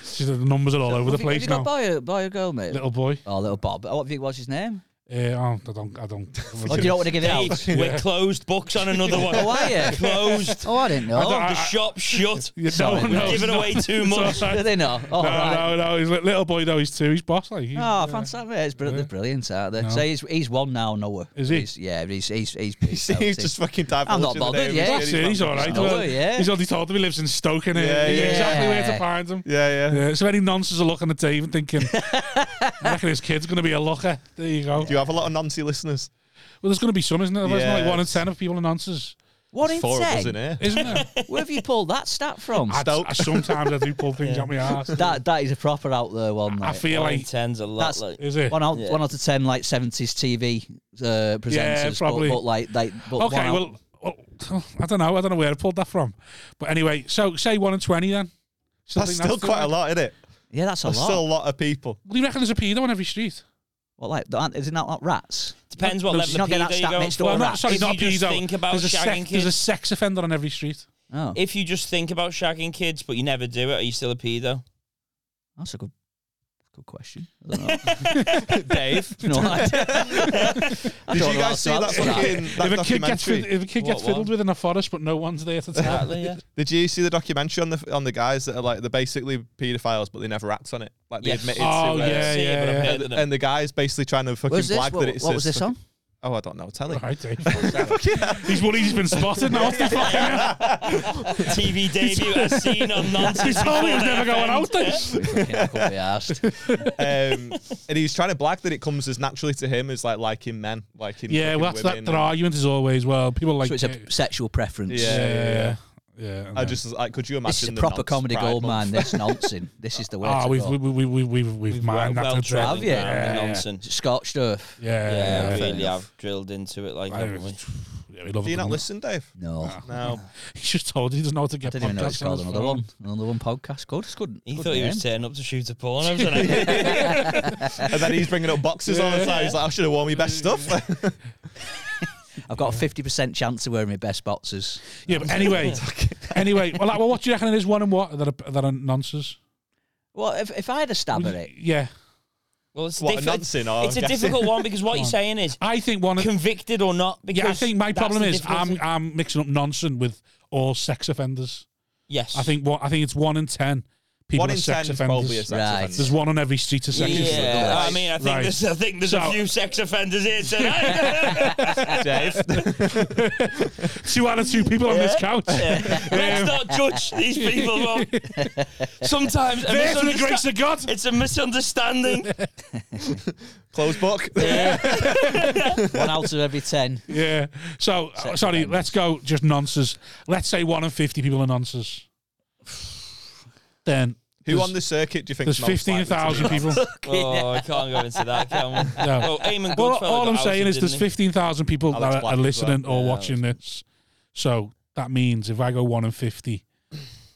A: She's, the numbers are all over the
E: have you-
A: place
E: have you
A: now.
E: got a boy, or- boy or girl, mate?
A: Little boy.
E: Oh, little Bob. Oh, What have you, what's his name?
A: Uh, oh, I don't. I don't.
E: Oh, do you not want to give it out?
B: Dave, we're closed books on another one.
E: Oh, are you?
B: Closed.
E: Oh, I didn't know.
A: don't- I-
B: the shop shut.
A: Yeah,
E: Sorry,
A: no,
E: mate.
A: no,
B: Giving
A: no.
B: away too
A: It's all
B: much.
A: right.
E: Do they not? Oh,
A: No, no,
E: right.
A: no. He's li- little boy though. He's two. He's boss. Like. He's,
E: Oh, fantastic! mate. It's brilliant,
A: Yeah.
E: they're brilliant, aren't they?
A: No.
E: So he's he's one now, Noah.
A: Is he?
E: He's, yeah, he's he's he's
D: He's
E: he's, healthy.
D: just fucking diving.
E: I'm not bothered, yeah.
A: That's it. He's all right.
E: No,
A: Well,
E: yeah.
A: He's already told him he lives in Stoke, and
D: Yeah,
A: he
D: yeah.
A: knows exactly where to find him.
D: Yeah, yeah.
A: Yeah, so any nonsense are looking at Dave and thinking, I reckon his er kid's going to be a locker. There you go.
D: Do you have a lot of Nancy listeners?
A: Well, there's going to be some, isn't there? There's like one in
D: Yes.
A: ten of people are nonsense,
E: One in
D: Four of us in
E: ten.
D: here.
A: isn't there?
E: Where have you pulled that stat from?
A: I,
D: Stoke.
A: I- sometimes I do pull things out my ass.
E: that that is a proper out there one. Mate.
A: I feel
B: One in
A: like,
B: ten's a lot.
E: That's-
B: like-
A: is it?
E: one out
B: Yeah.
E: one out of ten like seventies TV uh, presenters.
A: Yeah,
E: but-
A: probably.
E: But, like like but one
A: Okay,
E: out-
A: well, well, I don't know. I don't know where I pulled that from. But anyway, so say one in 20 then. Still
D: That's
A: think
D: still quite a lot, isn't it?
E: yeah, that's a
D: That's
E: lot.
D: still a lot of people.
A: Well, do you reckon there's a pedo on every street?
E: What like aren't- isn't that like rats?
B: Depends what
E: No, she's
B: level
E: not
B: of
E: getting
B: pedo you're
E: that stat
B: going
E: mixed
B: for.
E: up.
A: Well,
E: Or
A: no,
E: rats.
A: sorry,
B: If
A: not
B: you just
A: pedo.
B: think about
A: there's, a
B: shagging
A: sex, there's a
B: kids.
A: sex offender on every street.
E: Oh,
B: If you just think about shagging kids, but you never do it, are you still a pedo?
E: that's a good good question. I don't know.
D: Dave,
E: no idea. I
D: did
E: don't
D: you
E: know
D: guys see
E: how to
D: that
E: answer
D: fucking
A: if a kid gets,
D: that documentary?
A: fid- if a kid
B: What
A: gets
B: one?
A: fiddled with in a forest, but no one's there to tell.
B: Exactly, yeah.
D: Did you see the documentary on the on the guys that are like they're basically paedophiles, but they never act on it? Like they
B: Yes.
D: admitted
A: Oh,
D: to it.
A: yeah,
B: See it, but I've
A: yeah,
B: heard
D: And,
B: of
D: the-
B: them.
D: and the guy's basically trying to fucking
E: Where's this?
D: flag
E: What,
D: that it's
E: what was this on?
D: Oh, I don't know. Telly.
A: Right, Dave. he's worried he's been spotted now. What's the fucking-
B: TV debut as seen on
A: He
B: nonsense.
A: told me he was never going out there.
E: I couldn't be arsed.
D: um, and he's trying to blag that it comes as naturally to him as like liking men, liking
A: Yeah,
D: fucking
A: well, that's that,
D: women.
A: their argument is always, well, people like.
E: So it's a sexual preference.
D: Yeah,
A: yeah,
D: yeah,
A: yeah.
D: yeah.
A: yeah. and
D: I
A: then-
D: just like, could you imagine
E: This is a
D: the
E: proper
D: nonce
E: comedy
D: pride
E: gold
D: month?
E: mine. This noncing. This is the way
A: Ah,
E: to
A: we've
E: go.
A: we we we we we've we've mined that
B: well
A: to
B: drilled
A: death.
B: into
E: have you?
B: that
A: Yeah, yeah.
B: nonsense.
E: Scotch stuff.
A: Yeah,
B: Yeah,
A: yeah,
B: I
A: yeah.
B: think you have drilled into it like
A: I-
B: haven't we?
A: Yeah, we love
D: Do
A: it,
D: you not
A: don't we?
D: listen, Dave?
E: No.
D: No.
A: He just told you he doesn't know how to
E: I
A: get.
E: didn't even know it's
A: podcasts on
E: called
A: his
E: another
A: phone.
E: one. Another one podcast. Good. It's good.
B: He
E: good
B: thought he
E: name.
B: was turning up to shoot a porn. I was like,
D: and then he's bringing up boxes all the time. He's like, I should have worn my best stuff.
E: I've got a fifty percent chance of wearing my best boxers.
A: Yeah, but anyway, anyway. Well, like, well, what do you reckon it is? One and what that are, that are nonsense?
E: Well, if, if I had a stab at it,
A: Yeah,
B: well, it's,
D: What,
B: diffi-
D: nonsense, or
B: it's a
D: I'm guessing?
B: difficult one because what you're saying is
A: I think one.
B: convicted or not. Because
A: Yeah, I think my
B: that's
A: problem
B: the
A: is
B: difficulty.
A: I'm I'm mixing up nonsense with all sex offenders.
B: yes.
A: I think what I think it's one in ten people
D: One
A: are
D: in ten
A: sex
D: is probably a
A: offenders.
D: sex
E: Right.
D: offender.
A: There's one on every street of sex offenders.
B: Yeah, I mean, I think
A: Right.
B: there's, I think there's
A: So-
B: a few sex offenders here tonight.
D: Dave.
A: Two out of two people on this couch.
B: Let's not judge these people. Rob. Sometimes a
A: There, for the grace
B: misundersta-
A: of God.
B: it's a misunderstanding.
D: Close book.
E: one out of every ten.
A: Yeah. So uh, sorry,
E: offenders.
A: let's go just nonsense. Let's say one in fifty people are nonsense. Then
D: Who
A: there's-
D: on the circuit do you think
A: There's fifteen thousand people.
B: Oh, I can't go into that, can we?
A: No.
B: Well, Eamon
A: Well,
B: Goodfellow
A: all
B: got
A: I'm
B: outed,
A: saying is
B: didn't
A: there's
B: he?
A: 15,000 people
D: Alex
A: that are,
D: Black
A: are
D: as well.
A: listening or
B: Yeah,
A: watching this. So that means if I go 1 in 50,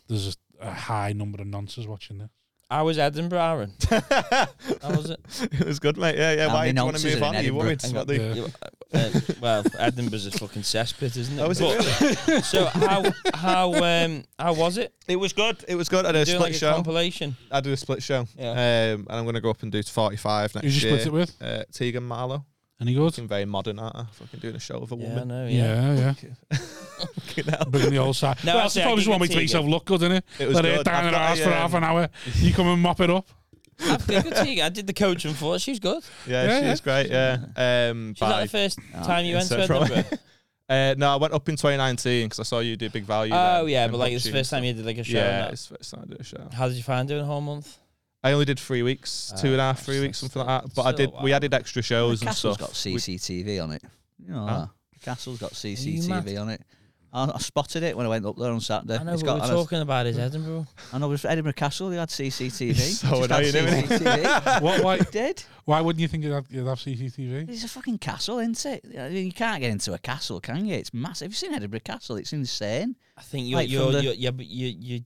A: there's a, a high number of nonsense watching this.
B: I was Edinburgh, Aaron. That was it.
D: It was good, mate. Yeah, yeah.
E: How
D: Why
E: many
D: do you want
E: nonces
D: to move
E: are in
D: on? Are you
E: Edinburgh?
D: worried?
E: Hang
D: What
E: on.
D: the-
A: Yeah.
B: Uh, well, Edinburgh's a fucking cesspit, isn't it?
D: Oh, is it
B: But- so how how um how was it?
D: It was good. It was good. I did a
B: Doing
D: split
B: like a
D: show.
B: compilation.
D: I did a split show.
B: Yeah.
D: Um, and I'm going to go up and do 45 next
A: Who did you
D: year.
A: split it with?
D: Uh, Tegan Marlowe.
A: Any good?
D: Fucking very modern, aren't I? Fucking doing a show with a
B: Yeah, I
D: woman.
B: know. Yeah.
A: Yeah, yeah.
D: Fucking hell.
A: Bringing the old side.
B: No,
A: well, I
B: actually, I
A: suppose
B: give
A: one
B: it
A: way to
B: to
A: make
B: you.
A: yourself look good, innit?
D: It was
A: Let
D: good.
A: it down
D: I've
A: her
D: got
A: ass
D: a,
A: for
D: um,
A: half an hour. You come and mop it up.
B: I, think good to you. I did the coaching for her. She was good.
D: Yeah,
A: Yeah,
D: she
A: yeah.
D: is great. Yeah. Um,
B: She's not
D: bye.
B: the first time you went
D: It's
B: to
D: a pro-
B: Edinburgh.
D: Uh, no, I went up in 2019 because I saw you do Big Value.
B: Oh
D: then,
B: yeah,
D: in
B: but like it's the
D: Botching.
B: first time you did like a show. and
D: Yeah,
B: that.
D: it's the first time I did a show.
B: How did you find doing a whole month?
D: I only did three weeks, two
B: Ah,
D: and a half,
B: that's-
D: three weeks,
B: that's
D: something like that. But I
B: still
D: did.
B: a
D: We
B: while.
D: added extra shows and
E: Castle's
D: stuff.
E: got
D: We-
E: CCTV on it. You know
D: Huh?
E: that? Castle's got
B: mad?
E: CCTV on it. I, I spotted it when I went up there on Saturday.
B: I know
E: It's
B: what
E: got-
B: we're
E: I know-
B: talking about is Edinburgh.
E: I know it was Edinburgh Castle. They had CCTV.
D: He's so
E: Just had
D: annoying, isn't he?
E: CCTV.
A: What, why,
E: It did.
A: why wouldn't you think you'd have, you'd have CCTV?
E: It's a fucking castle, isn't it? I mean, you can't get into a castle, can you? It's massive. Have you seen Edinburgh Castle? It's insane.
B: I think you're
E: Like,
B: you're,
E: from the-
B: you're yeah, but you you you.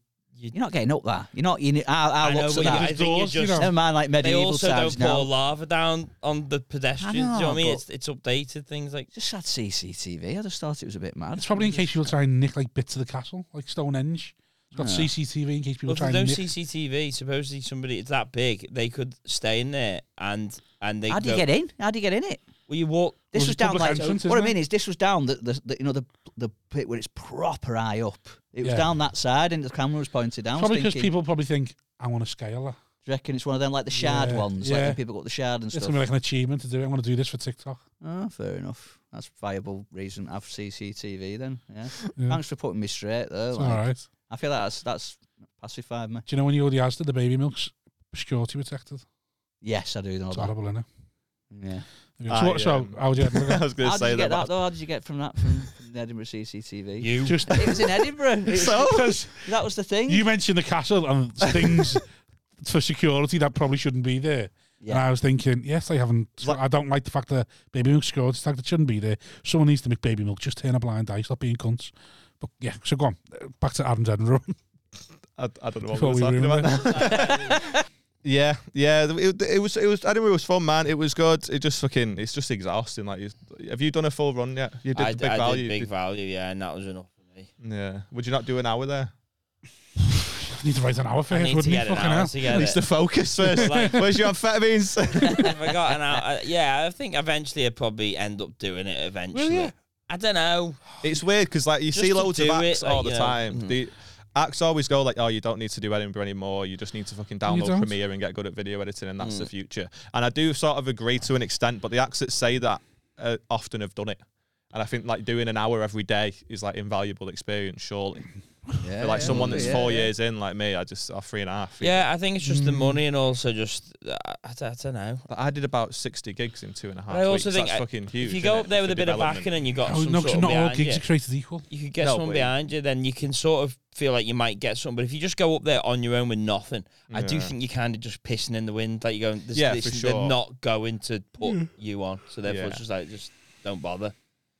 E: You're not getting up there. You're not. You need, I'll, I'll
B: I know,
E: look to
B: but you- I
E: that.
B: think you're
A: Doors, you
B: just
A: know.
E: Never mind, like
B: They
E: medieval
B: also
E: times
B: don't
E: now.
B: pour lava down on the pedestrians. do you know what I
E: know,
B: mean?
E: but-
B: It's it's updated things like
E: Just had CCTV. I just thought it was a bit mad.
A: It's probably in case people try and nick like bits of the castle, like Stonehenge. It's got
E: Yeah.
A: CCTV in case people
B: Well, if
A: try
B: there's
A: and
B: no
A: nick.
B: CCTV, supposedly somebody it's that big, they could stay in there and and they.
E: How do you
B: go-
E: get in? How do you get in it?
B: Well, you walk.
A: Well,
E: This was
A: there's
E: down
A: public
E: like
A: entrance,
E: what I
A: isn't
E: mean is this was down the, the, the you know the the pit where it's proper high up. It was
A: Yeah.
E: down that side, and the camera was pointed down. I was
A: Probably because
E: thinking,
A: people probably think, I want to scale that.
E: Do you reckon it's one of them like the shard
A: Yeah,
E: ones,
A: yeah.
E: like when people got the shard and
A: It's
E: stuff.
A: gonna be like an achievement to do. it. I want to do this for TikTok.
E: Oh, fair enough. That's a viable reason to have CCTV then. Yeah.
A: Yeah.
E: Thanks for putting me straight though.
A: It's
E: like,
A: all right.
E: I feel like that's that's pacified me.
A: Do you know when you already asked that the baby milk's security protected?
E: Yes, I do know
A: It's
E: that.
A: horrible, innit?
E: Yeah.
A: so,
D: Ah,
A: what, so
D: yeah.
A: how would you ever
D: I was going
E: How
D: to
E: did
D: say
E: you get that
D: that.
E: though? How did you get from that from, from the Edinburgh CCTV?
B: You.
A: just
E: It was in Edinburgh. It was-
D: So
E: that was the thing.
A: you mentioned the castle and things for security that probably shouldn't be there. And
E: yeah.
A: I was thinking, yes, they haven't.
D: Like-
A: I don't like the fact that baby milk scored. It's like that shouldn't be there. Someone needs to make baby milk. Just turn a blind eye. Stop being cunts. But yeah, so go on. Uh, Back to Adam's Edinburgh.
D: I, I don't know what
A: Before
D: we
A: we
D: we're talking
A: ruin
D: about. now. yeah, yeah. th- It, it was. It was. I it was fun, man. It was good. It just fucking. It's just exhausting. Like, you- have you done a full run yet? You did
B: I,
D: the
B: d-
D: big
B: I
D: value.
B: did big
D: did-
B: value, yeah, and that was enough for me.
D: yeah. Would you not do an hour there?
A: need to write an hour for
B: I
A: it,
B: need to
A: wouldn't you?
B: get an
A: Fucking
B: hour
A: hell.
B: to
D: At
B: get
D: least
B: it.
D: the focus first.
B: Like-
D: Where's your amphetamines?
B: If I got an hour, I- uh, yeah, I think eventually I'd probably end up doing it eventually.
A: you?
B: I don't know.
D: it's weird because like you
B: Just
D: see
B: to
D: loads of
B: do
D: acts
B: it, like,
D: all the
B: you know,
D: time.
B: mhm.
D: The acts always go like, "Oh, you don't need to do Edinburgh anymore. You just need to fucking
A: you
D: download
A: don't.
B: Mm.
D: Premiere and get good at video editing, and that's the future." And I do sort of agree to an extent, but the acts that say that uh, often have done it. And I think like doing an hour every day is like invaluable experience, surely.
E: Yeah,
D: But, like
E: yeah,
D: someone
E: yeah,
D: that's
E: yeah,
D: four
E: yeah.
D: years in, like me, I just oh, three and a half.
B: Yeah, I think it's
A: Mm.
B: just the money and also just I, I don't know.
D: Like, I did about sixty gigs in two and a half.
B: I also
D: weeks.
B: think
D: That's
B: I-
D: fucking huge.
B: if you
D: isn't
B: go
D: it,
B: up there with
D: for
B: a bit of
D: development?
B: backing and you got
A: Oh,
B: some
A: no, 'cause
B: sort of
A: not all
B: behind
A: gigs
B: you,
A: are created equal.
B: you could get
D: No,
B: someone
D: but-
B: behind you, then you can sort of feel like you might get something. But if you just go up there on your own with nothing, I do
D: Yeah.
B: think you're kind of just pissing in the wind. Like you're going, this,
D: Yeah,
B: this,
D: for
B: they're
D: sure.
B: not going to put
A: Mm.
B: you on. So therefore,
D: Yeah.
B: it's just like, just don't bother.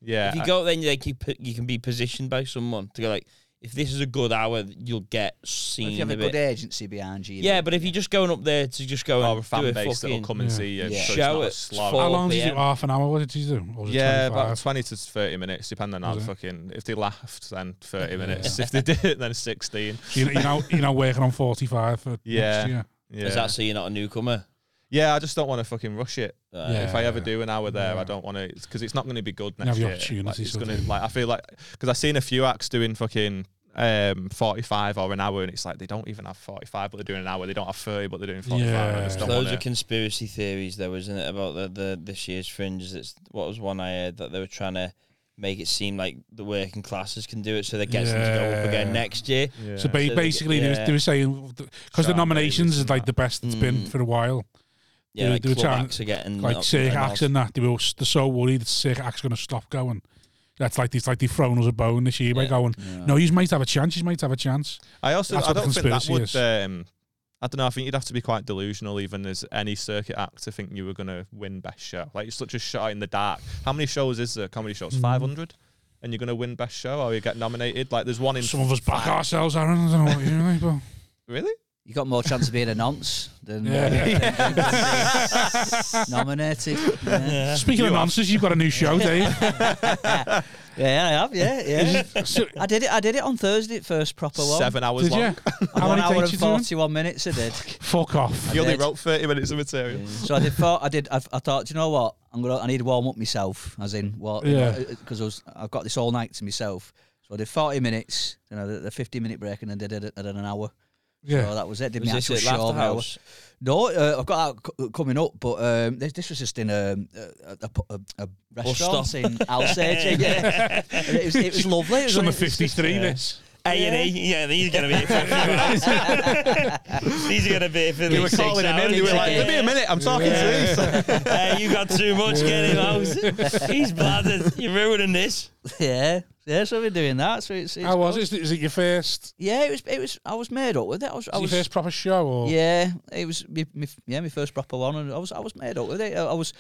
D: Yeah,
B: if you
D: I-
B: go up there, and you, like, you, pu- you can be positioned by someone to go like, if this is a good hour, you'll get
E: If you
B: seen
E: have
B: a
E: a good
B: bit.
E: agency behind you. you
B: Yeah,
E: know.
B: but if you're just going up there to just go
D: or
B: and do
D: a fan
B: a
D: base that'll
B: fucking
D: come and
A: Yeah.
D: see you.
E: Yeah.
D: So it's
B: Show
D: not
B: at
D: as slow.
B: four
A: How long did you
B: PM.
A: do? Half an hour? What did you do? Or was it
D: Yeah,
A: 25?
D: about twenty to thirty minutes, depending on
A: Was
D: the
A: it?
D: fucking. If they laughed, then thirty minutes. If they didn't, then sixteen.
A: you know, you know, you know, working on 45 for
D: Yeah.
A: next year.
D: Yeah,
B: Is that so you're not a newcomer?
D: yeah. I just don't want to fucking rush it.
B: Uh,
A: Yeah.
D: if I ever do an hour there, I don't want to because it's not going to be good
A: You
D: next
A: have the
D: year.
A: opportunity
D: Like, it's
A: sort
D: gonna,
A: of.
D: like I feel like because I've seen a few acts doing fucking um 45 or an hour, and it's like they don't even have 45, but they're doing an hour. They don't have 30, but they're doing 45. I just
A: Yeah.
D: don't
B: Those
D: wanna-
B: are conspiracy theories, though, isn't it? About the, the this year's fringe. That's what was one I heard that they were trying to make it seem like the working classes can do it, so that gets them to go up again
A: Yeah.
B: next year.
D: yeah.
A: So ba-
B: So they-
A: basically, they,
B: yeah.
A: was, they were saying because the
D: Sean
A: nominations
D: Davis
A: is
D: and
A: like
D: that.
A: the best it's been
B: Mm.
A: for a while.
B: Yeah,
A: They-
B: like
A: they were
B: club
A: trying-
B: acts are getting
A: Like
B: up
A: Cirque
B: and
A: Acts
B: off.
A: and that, they were s- they're so worried that Cirque Acts going to stop going. That's like it's like they've thrown us a bone this year by
B: Yeah.
A: going. No, you might have a chance. You might have a chance.
D: I also
A: That's
D: I
A: what the
D: don't think that
A: conspiracy
D: would.
A: is.
D: Um, I don't know. I think you'd have to be quite delusional, even as any circuit act, to think you were going to win best show. Like it's such a shot in the dark. How many shows is there? Comedy shows,
A: Hmm.
D: five hundred, and you're going to win best show, or you get nominated. Like there's one in
A: Some of us back ourselves, Aaron. I don't know what you mean, but
D: really.
E: you got more chance of being a nonce than uh, nominated. Yeah.
A: speaking of nonsense, you've got a new show, Dave.
E: yeah, I have. Yeah, yeah.
A: So-
E: I did it. I did it on Thursday. at First proper one.
D: Seven hours
A: did
D: long.
A: you? How
E: One
A: many
E: hour
A: takes
E: and
A: you doing?
E: forty-one minutes. I did.
A: Fuck off.
D: You only
E: did.
D: wrote thirty minutes of material.
E: So I did. Thought, I did. I, I thought. Do you know what? I'm gonna. I need to warm up myself. As in, what?
A: Yeah.
E: Because I was. I've got this all night to myself. So I did 40 minutes. You know, the, the 50 minute break, and then did it at an hour. So
A: Yeah.
E: that was it. Did
B: Was
E: my
B: this
E: actual
B: at
E: show.
B: Laughter
E: an hour.
B: House?
E: No, uh, I've got that c- coming up, but um, this, this was just in a a, a, pu- a, a restaurant
B: stop.
E: in Alsace. yeah, And it was, it was lovely. It was
A: Summer
E: it was just- uh,
A: 53, this.
B: A and E, yeah, he's gonna be here for a few hours. He's gonna be here for
D: We
B: the
D: were
B: six
D: calling him
B: hours.
D: in. We were like, "Give me a minute. I'm talking to you."
B: Hey, you got too much. Get him out. He's bladdered. You're ruining this.
E: Yeah, yeah. So we're doing that. So it's, it's
A: How was
E: good.
A: it? Is it your first?
E: Yeah, it was. It was. I was made up with it. I was. I
A: Is it your
E: was
A: first proper show? Or?
E: yeah, it was. Me, me, yeah, my first proper one, and I was. I was made up with it. I, I was.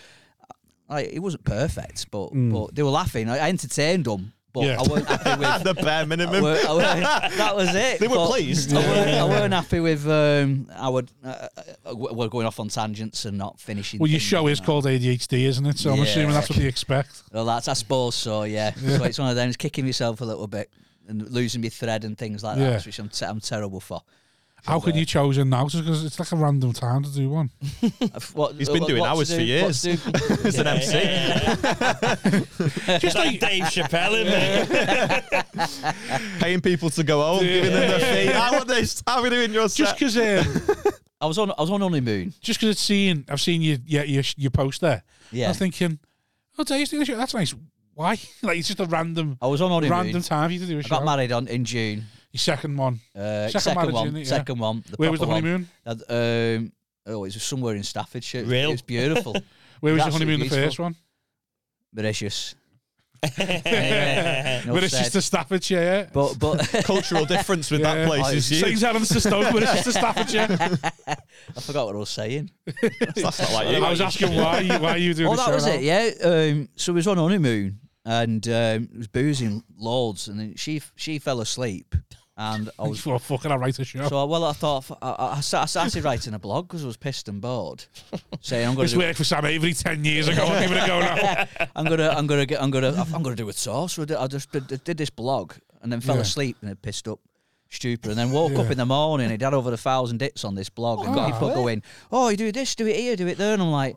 E: Like, it wasn't perfect, but
A: Hmm.
E: but they were laughing. I, I entertained them, but
A: Yeah.
E: I weren't happy with.
D: the bare
E: I
D: minimum.
E: weren't- I weren't- that was it.
D: They were
E: but-
D: pleased.
E: I weren't, I weren't happy with um, I would uh, uh, we're going off on tangents and not finishing.
A: Well, your
E: things
A: show
E: and
A: is
E: that.
A: called ADHD, isn't it? So I'm
E: Yeah.
A: assuming that's what you expect.
E: Well, that's I suppose so. Yeah. So it's one of them. It's kicking myself a little bit and losing my thread and things like
A: Yeah.
E: that, which I'm, te- I'm terrible for.
A: How could you chosen now? Because it's like a random time to do one.
E: I've- What,
D: He's been doing
E: what to
D: hours for
E: do- what to do-
D: It's an MC.
B: Just like Dave Chappelle, mate.
D: Paying people to go home, giving them the fee. How are they? How are they in your
A: Just
D: set?
A: because, um,
E: I was on. I was on honeymoon.
A: just because it's seen, I've seen your yeah your, your post there. I
E: Yeah.
A: was thinking, oh, Dave's doing a show. That's nice. Why? like it's just a random,
E: I was on honeymoon.
A: random time for you to do a
E: I
A: show.
E: got married on in June.
A: Your second one.
E: Uh,
A: Second
E: second,
A: marriage,
E: one.
A: isn't it? Yeah.
E: Second one. The
A: Where was the
E: proper one.
A: honeymoon?
E: At, um, oh, it was somewhere in Staffordshire.
B: Real?
E: It was beautiful.
A: Where was your
E: That's
A: honeymoon? The
E: beautiful.
A: first one.
E: Mauritius.
A: But it's just to Staffordshire. Yeah.
E: But but
D: Cultural difference with
A: Yeah.
D: that place is you.
A: St Helens to Stoke, but it's just to Staffordshire.
E: I forgot what I was saying.
D: That's not like you.
A: I was asking why you, why you doing
E: Oh,
A: the
E: that
A: show
E: was
A: now.
E: it. Yeah. Um, so we was on honeymoon and um, was boozing loads, and then she she fell asleep, and I was.
A: Well, fucking, I write a show.
E: So I, well, I thought I, I, I sta- I started writing a blog because I was pissed and bored, saying I'm going
A: This
E: to
A: worked for Sam Avery ten years ago. I'll give it a go now.
E: I'm gonna, I'm gonna get, I'm gonna, I'm gonna do a tour. So I did, I just did, did this blog and then fell
A: Yeah.
E: asleep and it pissed up, stupid, and then woke
A: Yeah.
E: up in the "Oh, morning and it had over a thousand hits on this blog and got people going, oh, you do this, do it here, do it there, and I'm like,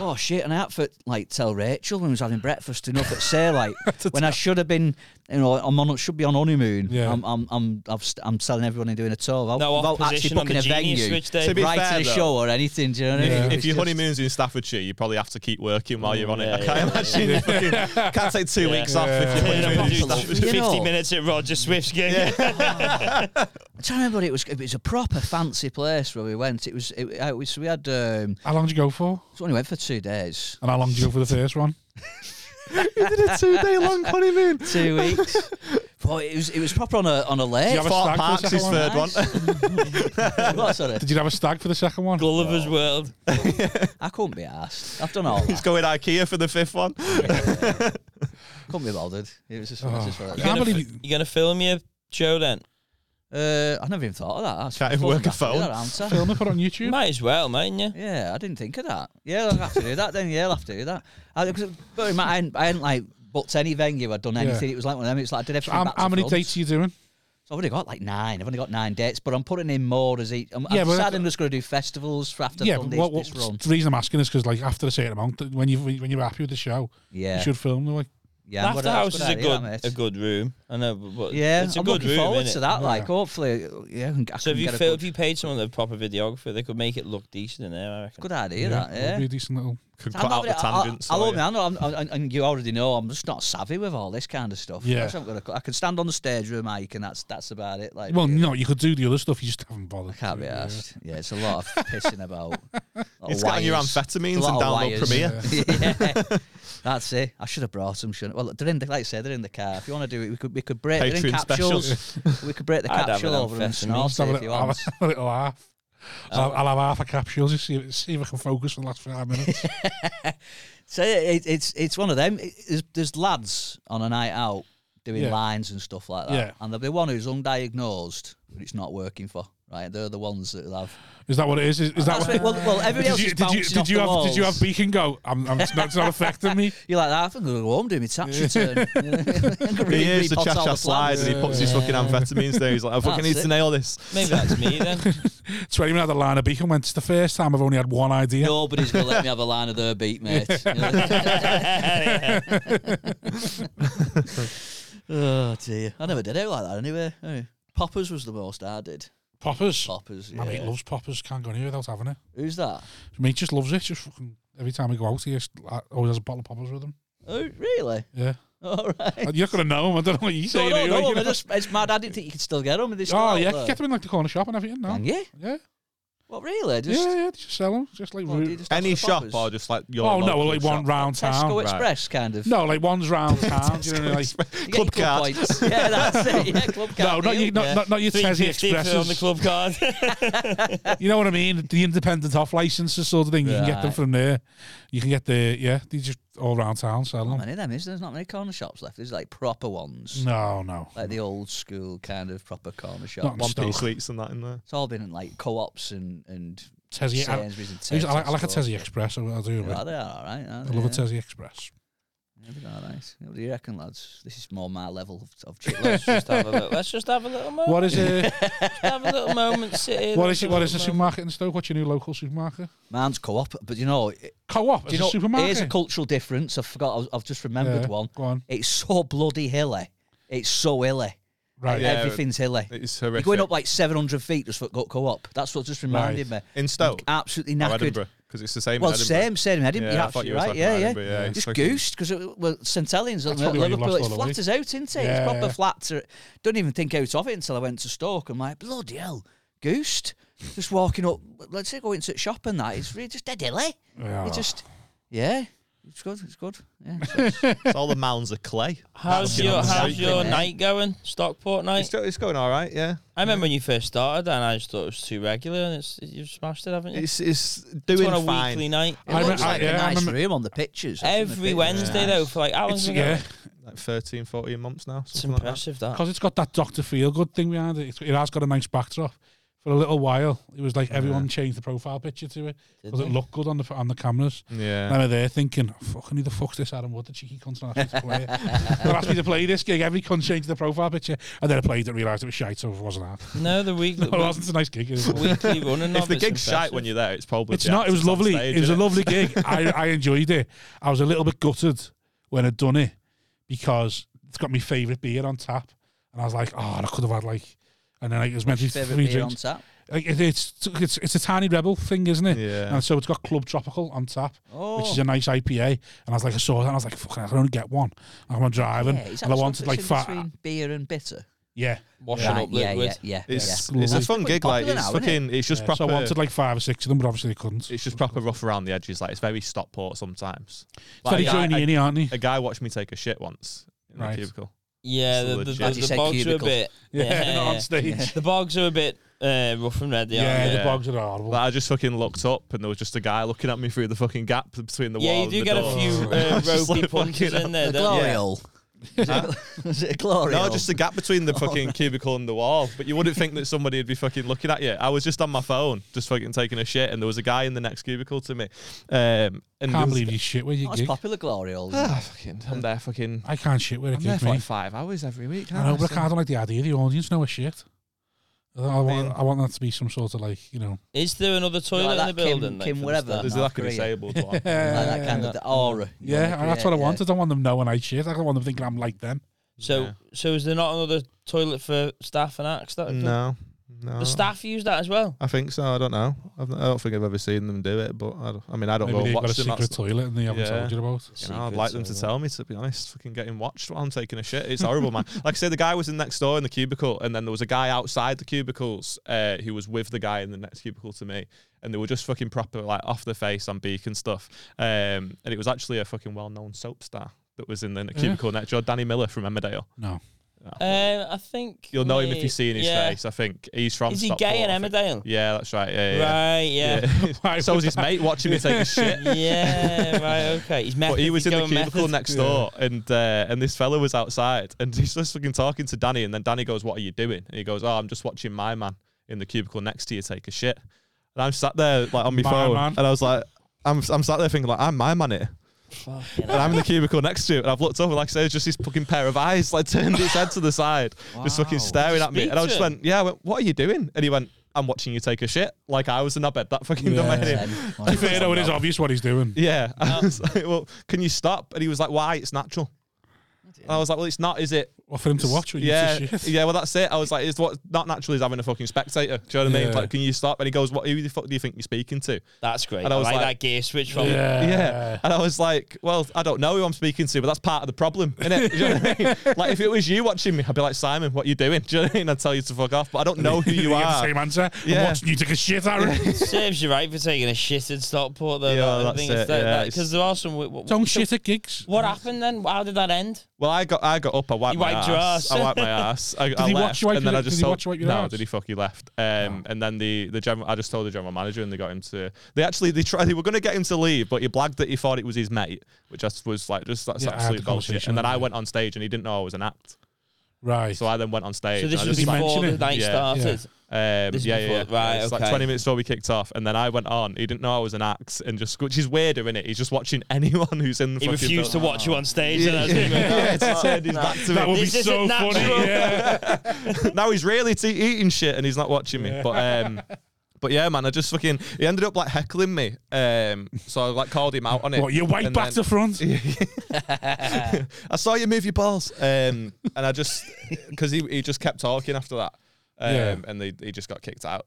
E: oh shit, and I had to like tell Rachel when we was having breakfast and up at say like when I should have been, you know, I'm on should be on honeymoon.
A: Yeah.
E: I'm I'm I'm I've, st- I'm telling everyone and doing a tour without,
B: No
E: without actually
B: opposition on
E: booking
B: the
E: a venue,
B: Genius Switch Day.
D: To be
E: right
D: fair,
E: to the
D: though,
E: show or anything. Do you know what I mean?
A: Yeah.
E: It's
D: If your
E: just-
D: honeymoon's in Staffordshire, you probably have to keep working while you're on it.
B: Yeah,
D: I can't imagine. you fucking- can't take two
B: Yeah.
D: weeks off if
B: Yeah.
D: you're
B: Yeah.
D: honeymoon in
B: Yeah.
D: Staffordshire.
E: You
B: 50
E: know.
B: minutes at Roger Swift's gig.
E: I'm trying to remember, it was it was a proper fancy place where we went. It was it, it was we had um,
A: How long did you go for?
E: we only went for two days,
A: And how long did you go for the first one?
D: You did a two day long honeymoon.
E: two weeks. But it was it was proper on a on a
A: Did
E: lake.
A: you have a
D: Fort
A: stag for the
D: Park's
A: second
D: his
A: one?
D: third one.
E: What, sorry?
A: Did you have a stag for the second one?
B: Gulliver's World.
E: I couldn't be asked. I've done all
D: He's
E: that.
D: going IKEA for the fifth one.
E: couldn't be bothered. It was just, it
A: Oh,
E: was just what
A: I
E: it
A: can't
E: was.
A: believe you-
B: You going to film your show then?
E: Uh, I never even thought of that. That's-
D: Can't even
E: I
D: work a
E: thought
D: phone.
E: I'd have to do that, haven't
A: film and put it on YouTube.
B: Might as well, mightn't you?
E: I? Yeah, I didn't think of that. Yeah, I'll have to do that then. Yeah, I'll have to do that. I, 'cause- but in mind, I hadn't, I hadn't like booked any venue. I'd done anything. It was like one of them. It's like I did everything.
A: How,
E: back to
A: how many
E: front.
A: dates are you doing?
E: So I've only got like nine. I've only got nine dates, but I'm putting in more as each. I'm,
A: Yeah,
E: I've
A: but
E: decided
A: that's-
E: I'm just going to do festivals for after
A: yeah,
E: done
A: but
E: this,
A: what, what,
E: this run.
A: the reason I'm asking is because like after a certain amount, when you when you're happy with the show,
E: Yeah,
A: you should film. Like,
E: yeah. I'm
B: After
E: gonna-
B: House
E: it's
B: is a
E: idea,
B: good
E: that, mate.
B: a good room. I know, but but
E: Yeah,
B: it's a
E: I'm
B: good
E: looking
B: room.
E: forward
B: innit?
E: to that. Like,
A: Yeah.
E: hopefully, yeah. I can, I
B: So
E: can
B: if you
E: get a
B: fil-
E: good-
B: if you paid someone a proper videographer, they could make it look decent in there. I reckon.
E: good idea, that.
A: it would
E: Yeah.
A: be a decent little.
D: Could
E: I'm
D: cut
E: not
D: out the
E: really- I-
D: tangents.
E: I,
D: for
E: I,
D: you.
E: I know, I'm, I'm, and you already know, I'm just not savvy with all this kind of stuff.
A: Yeah.
E: That's what I'm gonna- I can stand on the stage with a mic, and that's that's about it. Like,
A: Well,
E: yeah,
A: no, you could do the other stuff. You just haven't bothered.
E: I can't be asked. Yeah, it's a lot of pissing about.
D: It's got on your amphetamines and download Premiere.
E: Premiere. yeah. That's it. I should have brought them. Shouldn't? I? Well, they're in the like I said, they're in the car. If you want to do it, we could we could break they're
D: Patreon
E: in capsules. we could break the
B: I'd have
E: capsule
B: an
E: over and
B: amphetamine.
E: snort
A: I'll
E: it
A: have
E: if
A: a
E: you
A: little, I'll
E: want. Oh.
A: have a little half. So I'll, I'll have half a capsule just see if, see if I can focus for the last five minutes.
E: So yeah, it, it's it's one of them. It- There's, there's lads on a night out doing
A: Yeah.
E: lines and stuff like that,
A: Yeah.
E: and there'll be one who's undiagnosed, but it's not working for. Right, they're the ones that have.
A: Is that what it is? Is, is that
E: That's
A: what?
E: right. Well, well, everybody
A: did
E: else
A: you
E: is
A: did you did
E: bouncing
A: you
E: off the
A: have did you have
E: walls.
A: beacon go? I'm, I'm it's not, it's not affecting me.
E: You're like that. I think I'm gonna go home do my tax return.
D: He
E: he
D: hears the cha cha slides and he puts his fucking amphetamines there. He's like, I fucking
E: That's
D: need
E: it.
D: to nail this.
B: Maybe that's me then.
A: Twenty minutes out of the line of beacon went. It's the first time I've only had one idea.
E: Nobody's gonna let me have a line of their beat, mate. oh dear, I never did it like that anyway. Oh. Poppers was the most I did.
A: Poppers.
E: Poppers,
A: My mate
E: yeah.
A: loves poppers. Can't go anywhere without having it.
E: Who's that?
A: My mate just loves it. Just fucking every time we go out, he just, like, always has a bottle of poppers with him.
E: Oh, really?
A: Yeah,
E: All right.
A: you're not gonna know him. I don't know what you're
E: No,
A: saying.
E: no,
A: anyway,
E: no,
A: you
E: I
A: know?
E: just, it's mad. I didn't think you could still get them. They still
A: Oh
E: out
A: yeah,
B: eh,
E: there.
A: get them in like the corner shop and everything. No,
E: Can you?
A: yeah,
E: What really? Just,
A: yeah, yeah. They just sell them. Just like
B: Oh,
E: what,
A: root-
E: do you just
D: Any
E: have the
D: shop
E: poppers?
D: or just like your.
A: oh no,
D: local
A: well, like one
D: shop?
A: round
E: Tesco
A: town.
E: Express kind of.
A: No, like one's round town. you know, like
E: You get
D: Club
E: your
D: card.
E: points. yeah, that's it. Yeah, club card.
A: no, not,
E: deal.
A: you, not,
B: yeah.
A: not not your Tesco
B: 350 for on the
A: Expresses.
B: club card.
A: You know what I mean? The independent off licenses sort of thing. You can get them
E: Right.
A: from there. You can get the yeah. They just all round town
B: Oh,
A: sell
E: Not
A: them.
E: many of them is there? there's not many corner shops left. There's like proper ones,
A: No, no.
E: like the old school kind of proper corner shop.
A: Not in
D: One
A: Stoke.
D: piece sweets and that in there.
E: It's all been in like co-ops and and
A: Tessie. I,
E: Sainsbury's and
A: I, used- I like, I
E: Tesco's
A: like a
E: store.
A: Tessie Express. I, I do.
E: Yeah,
A: like-
E: they are all right.
A: I love a Tessie Express.
E: All right. What do you reckon, lads? This is more my level of, of chit
B: Let's just have a little. Let's just have a little moment.
A: What is it?
B: Just have a little moment. Sit here.
A: what
B: Let's
A: is it?
B: have
A: What
B: a
A: is the
B: little
A: supermarket in Stoke? What's your new local supermarket?
E: Mine's co-op, but you know, it-
A: Co-op.
E: do
A: Is a
E: you know, here's a
A: supermarket.
E: cultural difference. I forgot. I- I've just remembered
A: Yeah,
E: one.
A: Go on.
E: It's so bloody hilly. It's so hilly.
A: Right.
D: Yeah.
E: Everything's hilly.
D: It's
E: You're
D: horrific.
E: going up like 700 feet just for go- co-op. That's what just reminded me.
D: in Stoke
E: Absolutely
D: or
E: knackered.
D: Edinburgh because it's the same.
E: Well,
D: in Edinburgh.
E: same, same. I didn't.
D: Yeah,
E: you're
D: I thought you
E: absolutely
D: were
E: right.
D: talking
E: Yeah,
D: about Edinburgh,
E: yeah.
D: yeah, it's
E: Just
D: like-
E: goosed because well, St Helens.
A: That's probably
E: Liverpool,
A: where you've lost
E: it's
A: all the
E: flat
A: weight.
E: as out, isn't it?
A: Yeah,
E: it's proper
A: yeah.
E: flat. To, don't even think out of it until I went to Stoke. I'm like, bloody hell, goosed. Just walking up. Let's say going to the shop and that. It's really just dead hilly.
A: Yeah.
E: It just, yeah. It's good. It's good. Yeah.
D: It's all the mounds of clay.
B: How's
D: Fucking
B: your
D: amazing.
B: How's your
E: Yeah.
B: night going? Stockport night.
D: It's, go- it's going all right. Yeah,
B: I remember when you first started, and I just thought it was too regular, and it's you've smashed it, haven't you?
D: it's it's
B: It's
D: doing
B: on a
D: fine.
B: weekly night.
E: It
A: I
E: looks
A: remem- I-
E: like
A: yeah,
E: a
A: I
E: nice
A: remember-
E: room on the pictures. I've seen the
B: Every
E: pictures.
B: Wednesday though, for like how long?
A: It's,
B: have we got
A: yeah.
B: it?
D: Like 13, 14 months now.
B: it's
D: Something like that.
B: impressive that.
A: Because it's got that Doctor Feel good thing behind it. It's, it has got a nice backdrop. for a little while. It was like everyone changed the profile picture to it because it
B: they?
A: looked good on the on the cameras. And I
D: Yeah.
A: was there thinking, fucking who the fuck's this Adam Wood, the cheeky cunt's not asked me to play it. They asked me to play this gig, every cunt changed the profile picture. And then I played it and realised it was shite, so it wasn't that.
B: No, the week.
A: It wasn't a nice gig. it was-
B: Weekly running.
D: If the gig's shite when you're there, it's probably
A: It's
D: the
A: not. It was
D: actors on
A: lovely.
D: stage,
A: it was a
D: innit?
A: lovely gig. I, I enjoyed it. I was a little bit gutted when I'd done it because it's got my favourite beer on tap, and I was like, oh, I could have had like, and then like, it was meant to be
E: Favourite
A: three
E: beer on
A: drinks.
E: tap.
A: Like, it, it's it's it's a tiny rebel thing, isn't it?
D: Yeah.
A: And so it's got Club Tropical on tap, which
E: Oh.
A: is a nice IPA. And I was like, I saw that, and I was like, fucking, I can only get one. And I'm driving,
E: Yeah, is that
A: and I
E: something
A: wanted like
E: that's
A: fat.
E: in between beer and bitter.
A: Yeah.
B: washing
E: Right,
B: up
E: yeah,
B: liquid.
E: yeah, yeah, yeah.
D: It's,
A: Yeah.
D: it's a fun
E: Pretty
D: gig. Like
E: popular
D: it's
E: now, inn't it?
D: fucking. It's just
A: yeah. So I
D: proper.
A: wanted like five or six of them, but obviously they couldn't.
D: it's just proper rough around the edges. Like it's very Stockport sometimes.
A: It's very
D: Like, I- I-
A: zony, innit, aren't they?
D: a guy watched me take a shit once in
A: Right.
D: the cubicle.
B: Yeah, the,
D: It's the
B: the,
D: legit-
B: the,
E: As you
B: the
E: said,
B: bogs are a
E: cubicle.
B: bit.
A: Yeah, not on stage.
B: The bogs are a bit uh, rough and ready.
A: Yeah,
B: aren't
A: the
D: Yeah.
A: bogs are horrible.
D: Like I just fucking looked up and there was just a guy looking at me through the fucking gap between the
B: they? yeah
D: wall.
B: you do
D: and
B: get
D: the
B: a
D: door.
B: few
D: I
B: uh,
D: was just
B: ropey
D: like,
B: punches
D: fucking
B: in
D: hell.
B: there.
E: The
B: don't you?
E: glory hole. Is it a glory
D: Oh, No,
E: hole?
D: just the gap between the fucking cubicle and the wall. But you wouldn't think that somebody would be fucking looking at you. I was just on my phone, just fucking taking a shit, and there was a guy in the next cubicle to me. Um, and
A: can't believe you shit where you
E: That's
A: gig.
E: popular glory hole.
D: Ah, fucking, I'm there fucking.
A: I can't shit where it
D: I'm there
A: gives
D: for like
A: me.
D: five hours every week.
A: I know, but I can't I don't like the idea. The audience know a shit. I, I
D: mean-
A: want, I want that to be some sort of like, you know,
B: Is there another toilet
E: like
B: in the
E: that Kim-
B: building? like,
E: Kim
B: for the
E: whatever.
B: staff?
D: There's
E: North
D: like a
E: Korea.
D: disabled one.
E: like that kind of the aura. you
A: yeah,
E: wanna
A: and that's what I
E: create, yeah.
A: want. I don't want them knowing I shit. I don't want them thinking I'm like them.
B: So,
D: Yeah.
B: so is there not another toilet for staff and acts? That
D: No, no.
B: the staff use that as well.
D: I think so. I don't know. I've, I don't think I've ever seen them do it, but I, don't- I mean, I don't
A: Maybe
D: know.
A: they've got a
D: Watch them.
A: secret
D: that's-
A: toilet and they haven't
D: Yeah.
A: told you about.
D: You know, I'd like them to
B: Secrets
D: tell me, to be honest. Fucking getting watched while I'm taking a shit. It's horrible, man. Like I say, the guy was in next door in the cubicle, and then there was a guy outside the cubicles uh, who was with the guy in the next cubicle to me. And they were just fucking proper, like off the face on beak and stuff. Um, and it was actually a fucking well known soap star that was in the cubicle next door, Danny Miller from Emmerdale.
A: No.
B: Um, I think
D: You'll know him if
B: we-
D: you see in his
B: yeah.
D: face, I think. He's from
B: Is he
D: Stockport,
B: gay in
D: I think.
B: Emmerdale?
D: Yeah, that's right. Yeah, yeah.
B: Right. Yeah.
A: Why
D: yeah. so
A: would
D: was his
A: that-
D: mate watching me take a shit.
B: Yeah. right. Okay. He's method.
D: But he was
B: he's
D: in the
B: going
D: cubicle
B: method.
D: next door, and uh, and this fella was outside, and he's just fucking talking to Danny, and then Danny goes, "What are you doing?" And he goes, "Oh, I'm just watching my man in the cubicle next to you take a shit." And I'm sat there like on my,
A: My
D: phone,
A: man.
D: and I was like, "I'm I'm sat there thinking like I'm my man here,
B: Fucking
D: and I'm in the cubicle next to you, and I've looked over, like I say, it's just this fucking pair of eyes like turned its head to the side, just fucking staring at me,
B: speak
D: and I
B: to
D: just
B: him?
D: went, "Yeah, I went, what are you doing?" And he went, "I'm watching you take a shit." Like I was in that bed, that fucking
A: Yeah.
D: domain.
E: Ten.
A: To be fair, though, it is obvious what he's doing.
D: Yeah. I was like, well, can you stop? And he was like, why? It's natural. And I was like, well, it's not, is it?
A: What for him to watch when you
D: yeah,
A: eat shit.
D: yeah. Well, that's it. I was like, it's what not natural is having a fucking spectator. Do you know what I mean?
A: Yeah.
D: Like, can you stop? And he goes, what? Who the fuck do you think you're speaking to?
B: That's great.
D: And I
B: I,
D: was
B: like,
D: like-
B: that gear switch from.
A: Yeah.
D: And I was like, well, I don't know who I'm speaking to, but that's part of the problem, innit? Do you know what I mean? Like, if it was you watching me, I'd be like, Simon, what you doing? Do you know what I mean? I'd tell you to fuck off, but I don't know who you
A: get the
D: are.
A: same answer.
D: Yeah.
A: I'm watching you take a shit, Aaron.
B: Serves you right for taking a shit in Stockport, though.
D: Yeah,
B: that, I
D: that's
B: think
D: it,
B: it's that-
D: yeah,
B: that-
D: it's-
B: 'cause there are some. What,
A: Don't shit at gigs.
B: What happened then? How did that end?
D: Well, I got I got up. I wiped,
B: You
D: my
B: wiped
D: ass.
B: your ass.
D: I wiped my ass. I, I
A: he
D: left,
A: watch you wipe
D: and then
A: your-
D: I just
A: did he
D: told,
A: watch you wipe your
D: no,
A: ass?
D: did he fuck? He left. Um, and then the the general. I just told the general manager, and they got him to. They actually they tried. They were going to get him to leave, but he blagged that he thought it was his mate, which just was like just that's
A: Yeah, I had the
D: absolute bullshit.
A: conversation
D: And then
A: with
D: I
A: him.
D: went on stage, and he didn't know I was an act.
A: Right.
D: So I then went on stage.
B: So this
D: and I
B: was
D: just like,
B: before
A: mention
B: the
A: it.
B: night
D: Yeah.
B: started.
D: um,
B: this
D: yeah,
B: before-
D: yeah, yeah.
B: right,
D: It's
B: okay.
D: like 20 minutes before we kicked off, and then I went on. He didn't know I was an act, and just which is weirder, is it? He's just watching anyone who's in the
B: He
D: fucking
B: refused to
D: building.
B: watch you on stage. and I was like,
D: yeah, it's turned his back to me.
A: that would be
B: This
A: so
B: isn't
A: funny.
B: natural.
A: Yeah.
D: now he's really te- eating shit and he's not watching me. But um, but yeah, man, I just fucking he ended up like heckling me. Um, so I like called him out on it.
A: What, you white
D: And
A: back
D: then-
A: to front?
D: I saw you move your balls. Um, and I just because he he just kept talking after that. Um,
A: Yeah. Hmm.
D: and they, he just got kicked out.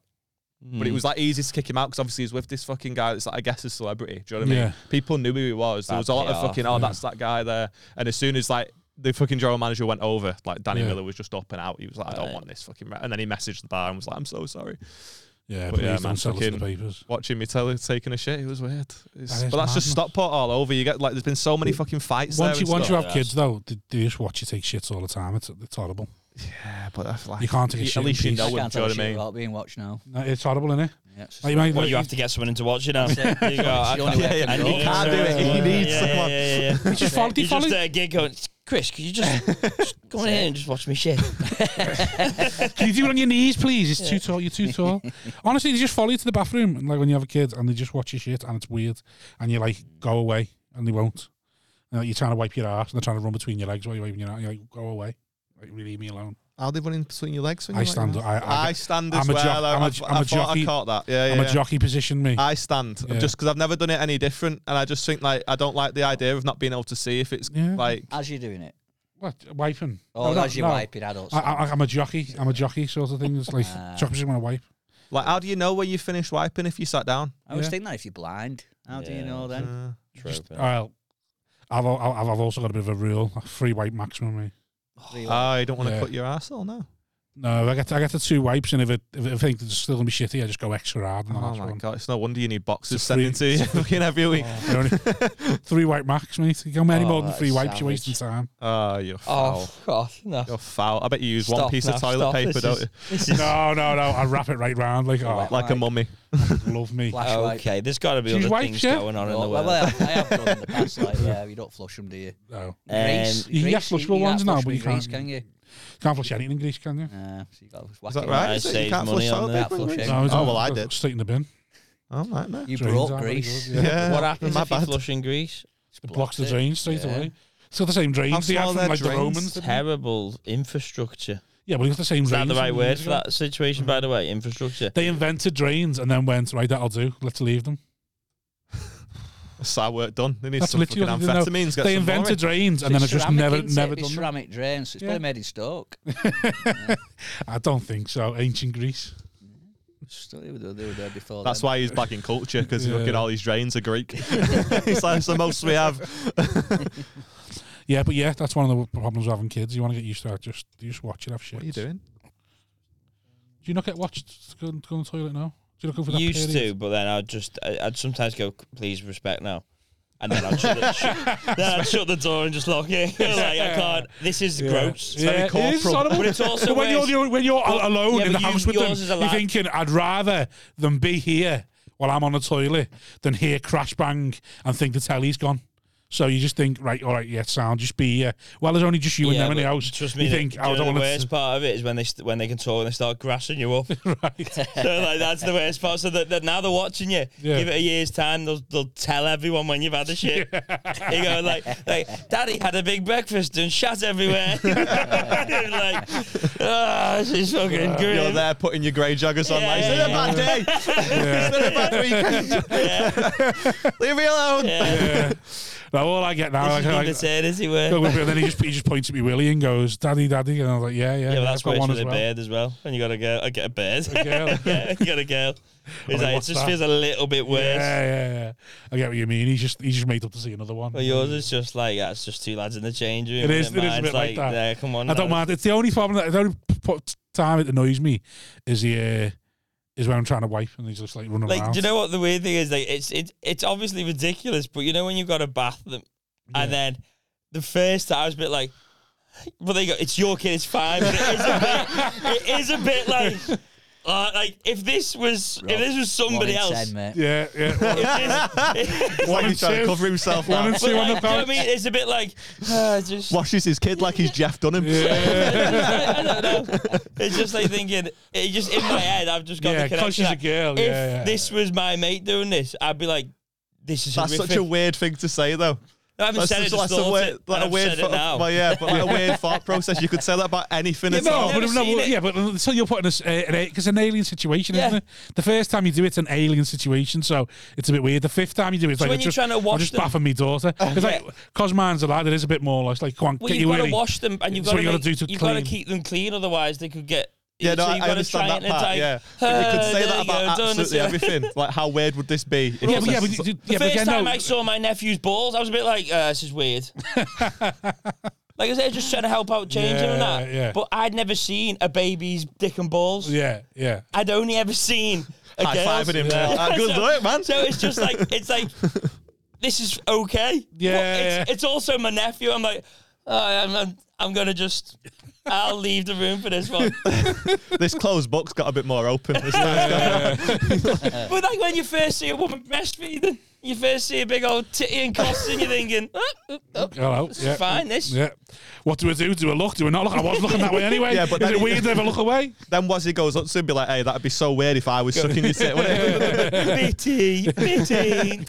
D: But it was like easy to kick him out because obviously he's with this fucking guy that's like I guess a celebrity. Do you know what I mean?
A: Yeah.
D: People knew who he was. There was a lot of
B: PR,
D: fucking oh that's that guy there. And as soon as like the fucking general manager went over, like Danny
A: Yeah.
D: Miller was just up and out. He was like I don't
B: Right.
D: want this fucking. Re-. And then he messaged the bar and was like I'm so sorry.
A: Yeah,
D: But
A: please
D: yeah, man,
A: don't sell us in the
D: fucking-
A: papers.
D: Watching me tell taking a shit, it was weird. It's-
A: That is
D: but that's just
A: madness.
D: Stockport all over. You get like there's been so many fucking fights
A: Once
D: there.
A: you, once you have
B: Yeah.
A: kids, though, they, they just watch you take shits all the time. It's, it's horrible.
D: yeah, but I feel like
A: You can't take a shit
D: At
A: in
D: least you
A: peace.
D: know
E: I
D: him.
E: can't
D: Do you know what
E: tell a
D: I
E: shit
D: mean?
E: about being watched now.
A: No, It's horrible, isn't it?
E: Yeah, it's just
A: Like, you might-
B: Well, you have to get someone in to watch it now.
E: That's
B: You go,
E: It's
B: I
E: the only way I
B: I
E: can
B: need
E: go.
D: Can't do it.
B: someone.
D: He needs
B: yeah,
D: someone.
B: Yeah, yeah, yeah.
A: It's just follow,
B: He's
A: follow,
B: just at a gig going, Chris, could you just, just come in here and just watch me shit?
A: Can you do it on your knees, please? It's too tall. You're too tall. Honestly, they just follow you to the bathroom, and like when you have a kid, and they just watch your shit, and it's weird, and you're like, go away, and they won't. And, like, you're trying to wipe your ass, and they're trying to run between your legs while you're wiping your ass. You're like, go away, like leave me alone.
D: How they running between your legs? When
A: I
D: you're like
A: stand.
D: that?
A: I, I,
D: I stand
A: I'm
D: as
A: a
D: well.
A: jock-
D: I-
A: I'm a-
D: I- I
A: I'm a
D: thought I
A: jockey.
D: caught that. Yeah, yeah.
A: am
D: yeah.
A: a jockey position. Me.
D: I stand
A: Yeah.
D: just because I've never done it any different, and I just think like I don't like the idea of not being able to see if it's
A: Yeah.
D: like
E: As you're doing it.
A: what wiping?
E: Oh,
A: No,
E: as you're
A: no.
E: wiping adults.
A: I, I, I'm a jockey. I'm a jockey sort of thing. It's like
E: Ah.
A: jockey position when I wipe.
D: like how do you know when you finished wiping if you sat down?
E: I always
A: Yeah.
E: think that if you're blind, how do you
B: Yeah.
E: know then?
D: Uh,
A: Just, well, I've, al- I've I've also got a bit of a rule: a free wipe maximum. Me.
E: Really?
D: oh, you don't want to
A: Yeah.
D: cut your arsehole, no.
A: No, I get I get the two wipes, and if it, if I think it's still gonna be shitty, I just go extra hard. And
D: Oh
A: that's
D: my
A: one.
D: god, it's no wonder you need boxes
A: It's a free-
D: sending to you fucking every week.
A: Oh, they're only- three white max, mate. You go many
B: Oh,
A: more than
B: that
A: three
B: is
A: wipes, you're
B: savage.
A: wasting time.
D: Oh, you're foul.
B: oh, God, no.
D: You're foul. I bet you use one
B: Stop
D: piece
B: now,
D: of toilet
B: stop.
D: paper,
B: This
D: don't
B: is-
D: you?
B: this is-
A: No, no, no. I wrap it right round. Like, oh,
D: Like a
E: Like-
D: mummy.
A: love me.
E: Flashlight.
B: Okay, there's got to be
A: Do you
B: other
A: wipe
B: things
A: shit?
B: going on in the
E: Well,
B: world.
E: well, I have done in the past, like, yeah, you don't flush them, do you?
A: No.
E: Grease,
B: Um,
A: You can get
E: grease,
A: flushable
E: can't
A: ones now,
E: flush
A: but
E: with
A: you can't-
E: grease, can you?
A: Can't flush anything in Greece, can you?
E: Uh, so you got to
D: Is that right? Is
B: I
D: it?
B: saved
D: You can't
B: money
D: flush
B: on
D: toilet
E: that
D: paper in
E: flushing.
D: Greece?
E: No,
A: it's
D: oh
A: not.
D: well, I did.
A: It's Straight in the bin.
D: Oh, nightmare.
E: You
A: Drains
E: broke
A: aren't very
E: grease.
A: good, yeah.
D: Yeah.
B: what happens
D: my
B: if you
D: bad.
B: flush in Greece?
A: It blocks the
E: Blocked it.
A: drains straight
E: Yeah.
A: away. It's got the same
D: How
A: drains they had
D: small
A: from
D: are
A: like the
D: their drains?
A: Romans. didn't it?
B: Terrible infrastructure.
A: Yeah, but it's got the same
B: Is that
A: drains.
B: the right
A: from
B: word
A: years
B: for
A: ago.
B: that situation, by the
A: Mm-hmm.
B: way? Infrastructure.
A: They invented drains and then went, right, that'll do. Let's leave them.
D: Side work done. They need
A: That's
D: some fucking
A: literally what they know.
D: amphetamines. Get
A: they
D: some more in.
A: invented drains and then I've just never, never
E: it's
A: done them.
E: ceramic drains. It's
A: Yeah.
E: probably made in Stoke.
A: I don't think so. Ancient Greece.
E: Still, they were there- they were there before.
D: That's
E: then.
D: why he's back in culture because
A: Yeah.
D: look at all these drains are Greek. it's like it's the most we have.
A: Yeah, but yeah, that's one of the problems with having kids. You want to get used to that. Just you just watch it have shit.
D: What are you doing?
A: Do you not get watched going go on the toilet now? Do you not go for that
B: Used
A: period?
B: to, but then I'd just, I- I'd sometimes go, please respect now. And then I'd, shut, the- shut- then I'd shut the door and just lock it. like, I can't, this is gross.
A: yeah,
D: very
A: it is
D: corporal.
A: horrible.
B: But it's also
A: But when
B: worse-
A: you're, you're when you're al- alone
B: yeah,
A: in the
B: but you-
A: house with them,
B: yours is a
A: you're
B: lad.
A: thinking, I'd rather than be here while I'm on the toilet than hear crash bang and think the telly's gone. So you just think, right, all right, yeah, sound, just be here. Well, there's only just you and
B: Yeah,
A: them in the
B: but
A: house.
B: Trust me,
A: you
B: the-
A: think, "Oh,
B: do
A: I
B: you know
A: don't
B: the
A: want
B: worst
A: to.
B: part of it is when they st- when they can talk and they start grassing you up. so like that's the worst part. So that, that now they're watching you.
A: Yeah.
B: Give it a year's time, they'll they'll tell everyone when you've had the shit. you go like like Daddy had a big breakfast and shat everywhere. like ah, this is fucking grim.
D: You're there putting your grey joggers on. like,
B: Yeah.
D: it's been a bad day. it's been a bad weekend. Leave me alone.
A: Yeah. Now, all I get now,
B: This
A: like,
B: is the
A: like,
B: maternity where.
A: go with me, and then he just he just points at me, Willie, and goes, "Daddy, daddy," and I was like, "Yeah, yeah."
B: Yeah, but
A: yeah,
B: that's
A: I've got
B: worse
A: one
B: with
A: as
B: a
A: well.
B: beard as well. And you got a girl, I get a beard.
A: girl.
B: yeah, you got a girl. It's
A: mean,
B: like, it
A: what's
B: just
A: that?
B: feels a little bit worse.
A: Yeah, yeah, yeah. I get what you mean. He's just he's just made up to see another one.
B: Well, yours is just like that's just two lads in the change room.
A: It is-
B: isn't
A: it is a
B: Mine's
A: bit like that.
B: "Yeah, come on,
A: I don't
B: lad."
A: mind. It's the only problem. That, the only p- p- time it annoys me is the uh, is when I'm trying to wipe and he's just like running
B: Like,
A: around.
B: do you know what the weird thing is? Like, it's it's it's obviously ridiculous, but you know when you've got a bathroom, and then the first time I was a bit like, but they go, it's your kid, it's fine. But it is a bit, it is a bit like, uh, like if this was if this was
E: One
B: somebody
E: in
B: else.
E: ten, mate.
A: yeah, yeah.
B: if this-
D: It's like
A: One
D: he's trying
A: and
D: to
A: two.
D: cover himself.
A: One
D: now.
A: and two
B: but
A: on the
B: like, do you know what I
A: pouch.
B: mean? It's a bit like, uh, just
D: Washes his kid like he's Jeff Dunham.
A: Yeah,
B: I don't know. It's just like thinking, it just in my head, I've just got
A: yeah.
B: the
A: Because
B: connection.
A: she's a
B: that
A: girl.
B: if
A: Oh, yeah, yeah.
B: this was my mate doing this, I'd be like, this is
D: That's
B: horrific.
D: such a weird thing to say, though.
B: No, I haven't
D: That's
B: said it,
D: such-
B: just
D: that's
B: thought
D: weird,
B: it,
D: like
B: and I've
D: weird
B: said
D: thought,
B: it now.
D: Well, yeah, but like a weird thought process. You could say that about anything at
B: but
A: no,
D: all.
B: I've
A: but
B: never seen
A: no,
B: it.
A: yeah, but so you're putting us because an alien situation,
B: Yeah.
A: isn't it? The first time you do it, it's an alien situation, so it's a bit weird. The fifth time you do it, it's
B: So
A: like
B: when
A: I'm
B: you're
A: just,
B: trying to
A: I'm
B: wash
A: just
B: them- Oh,
A: baffing me daughter. It's
B: Yeah.
A: like cause mine's a lad, it is a bit more. Like, it's like, come on,
B: Well,
A: get
B: you've
A: you
B: got
A: really.
B: to wash them, and you've
A: That's
B: got to
A: what you gotta do
B: make-
A: to
B: you've got to
A: clean.
B: keep them clean, otherwise they could get.
D: Yeah, no,
B: so
D: I,
B: you've
D: I
B: got to try
D: understand
B: it
D: that part.
B: and
D: Yeah,
B: it's
D: but
B: like,
D: you could say
B: "Uh,
D: that
B: there you
D: about
B: go, done,
D: absolutely
B: that's it."
D: everything. Like, how weird would this be? if it
A: Yeah,
D: was
A: but, yeah,
D: a-
A: but, you-
B: The
A: yeah, but
B: first
A: again,
B: time
A: no,
B: I saw my nephew's balls, I was a bit like, uh, this is weird. like I said, just trying to help out change him and
A: Yeah,
B: that.
A: yeah.
B: But I'd never seen a baby's dick and balls.
A: yeah, yeah.
B: I'd only ever seen a
D: high
B: girl's.
D: fiving him there. Ah, Good work, man.
B: So it's just like it's like this is okay. But
A: Yeah,
B: it's,
A: yeah.
B: it's also my nephew. I'm like, "Oh, I'm, I'm I'm gonna just I'll leave the room for this one.
D: This closed book's got a bit more open. This time.
B: but like when you first see a woman breastfeeding, You first see a big old titty and costs, and you're thinking, oh, oh, oh,
A: Hello.
B: this
A: Yeah.
B: is fine. This
A: Yeah. What do we do? Do we look? Do we not look? I was looking that way anyway.
D: Yeah, but
A: is
D: then
A: it
D: he-
A: weird to ever look away?
D: Then was he goes up to him, be like, "Hey, that'd be so weird if I was sucking your tit. wouldn't it?
B: bitty, bitty.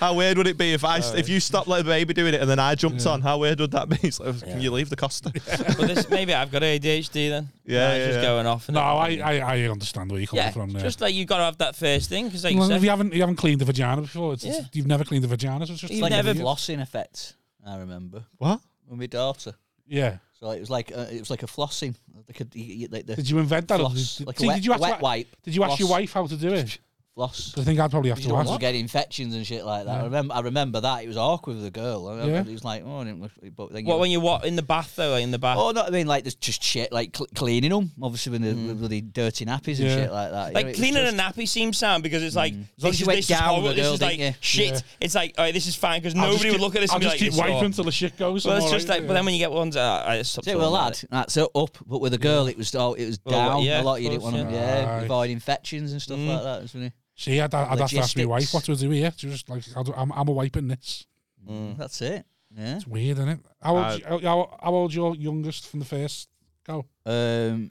D: How weird would it be if I if you stopped letting the baby doing it and then I jumped on? How weird would that be? It's like, Can you leave the Costa?
B: but this maybe I've got ADHD then.
D: Yeah,
B: Mine's
D: yeah,
B: just
D: yeah.
B: going off.
A: No, I, I, I understand where you're coming
B: yeah,
A: from there.
B: just like you got to have that first thing because like you
A: Well,
B: said,
A: you haven't you haven't cleaned the vagina before. It's, it's-
B: Yeah.
A: you've never cleaned the vagina. So it's just
B: You've
A: like
B: never
A: a-
E: flossing effect. I remember
D: What?
E: with my daughter.
A: Yeah.
E: So like, it was like uh, it was like a flossing. Like a, you- you- like the
A: Did you invent that? or
E: floss,
A: did,
E: like
A: see,
E: a wet,
A: did you ask,
E: wet wipe.
A: Did you ask your
E: floss,
A: wife how to do it?
E: Floss.
A: 'Cause I think I'd probably have
E: You
A: to
E: don't want
A: ask.
E: to get infections and shit like that. I remember, I remember that. It was awkward with the girl. I
A: Yeah.
E: remember It was like, oh, I didn't look, but then you
B: what when you what in the bath though, like in the bath.
E: Oh, no, I mean, like, there's just shit, like cl- cleaning them, obviously, with the, with bloody dirty nappies and
A: Yeah.
E: shit like that. you know,
B: Like
E: it was
B: cleaning
E: just-
B: a nappy seems sound because it's like
E: long as
B: this,
E: you
B: is,
E: went
B: this is
E: down with
B: horrible.
E: the
B: This
E: girl,
B: is
E: don't
B: like
E: you?
B: shit.
A: Yeah.
B: It's like all right, this is fine because
A: I'll just
B: nobody would
A: keep-
B: look at this
A: I'll
B: and be
A: just
B: like,
A: keep
B: this is
A: wiping
B: horrible.
A: until the shit goes.
B: Well,
A: I'm
B: it's
A: all
B: just
A: right,
B: like,
A: yeah.
B: but then when you get ones, uh, I stop.
E: See, with a lad, that's it, up. But with a girl, it was oh, it was
B: Well,
E: down
B: yeah,
E: a lot. You
B: of
E: didn't
B: course,
E: want to,
A: yeah.
E: yeah,
A: Right.
E: avoid infections and stuff like that. Isn't it?
A: See, I'd, I'd have to ask my wife
E: Logistics.
A: what to do here. She was just like, I'll do- I'm, I'm a wiping this.
E: That's it. Yeah.
A: It's weird, isn't it? How old?
D: Uh,
A: how, how old's your youngest from the first? Go.
E: Um,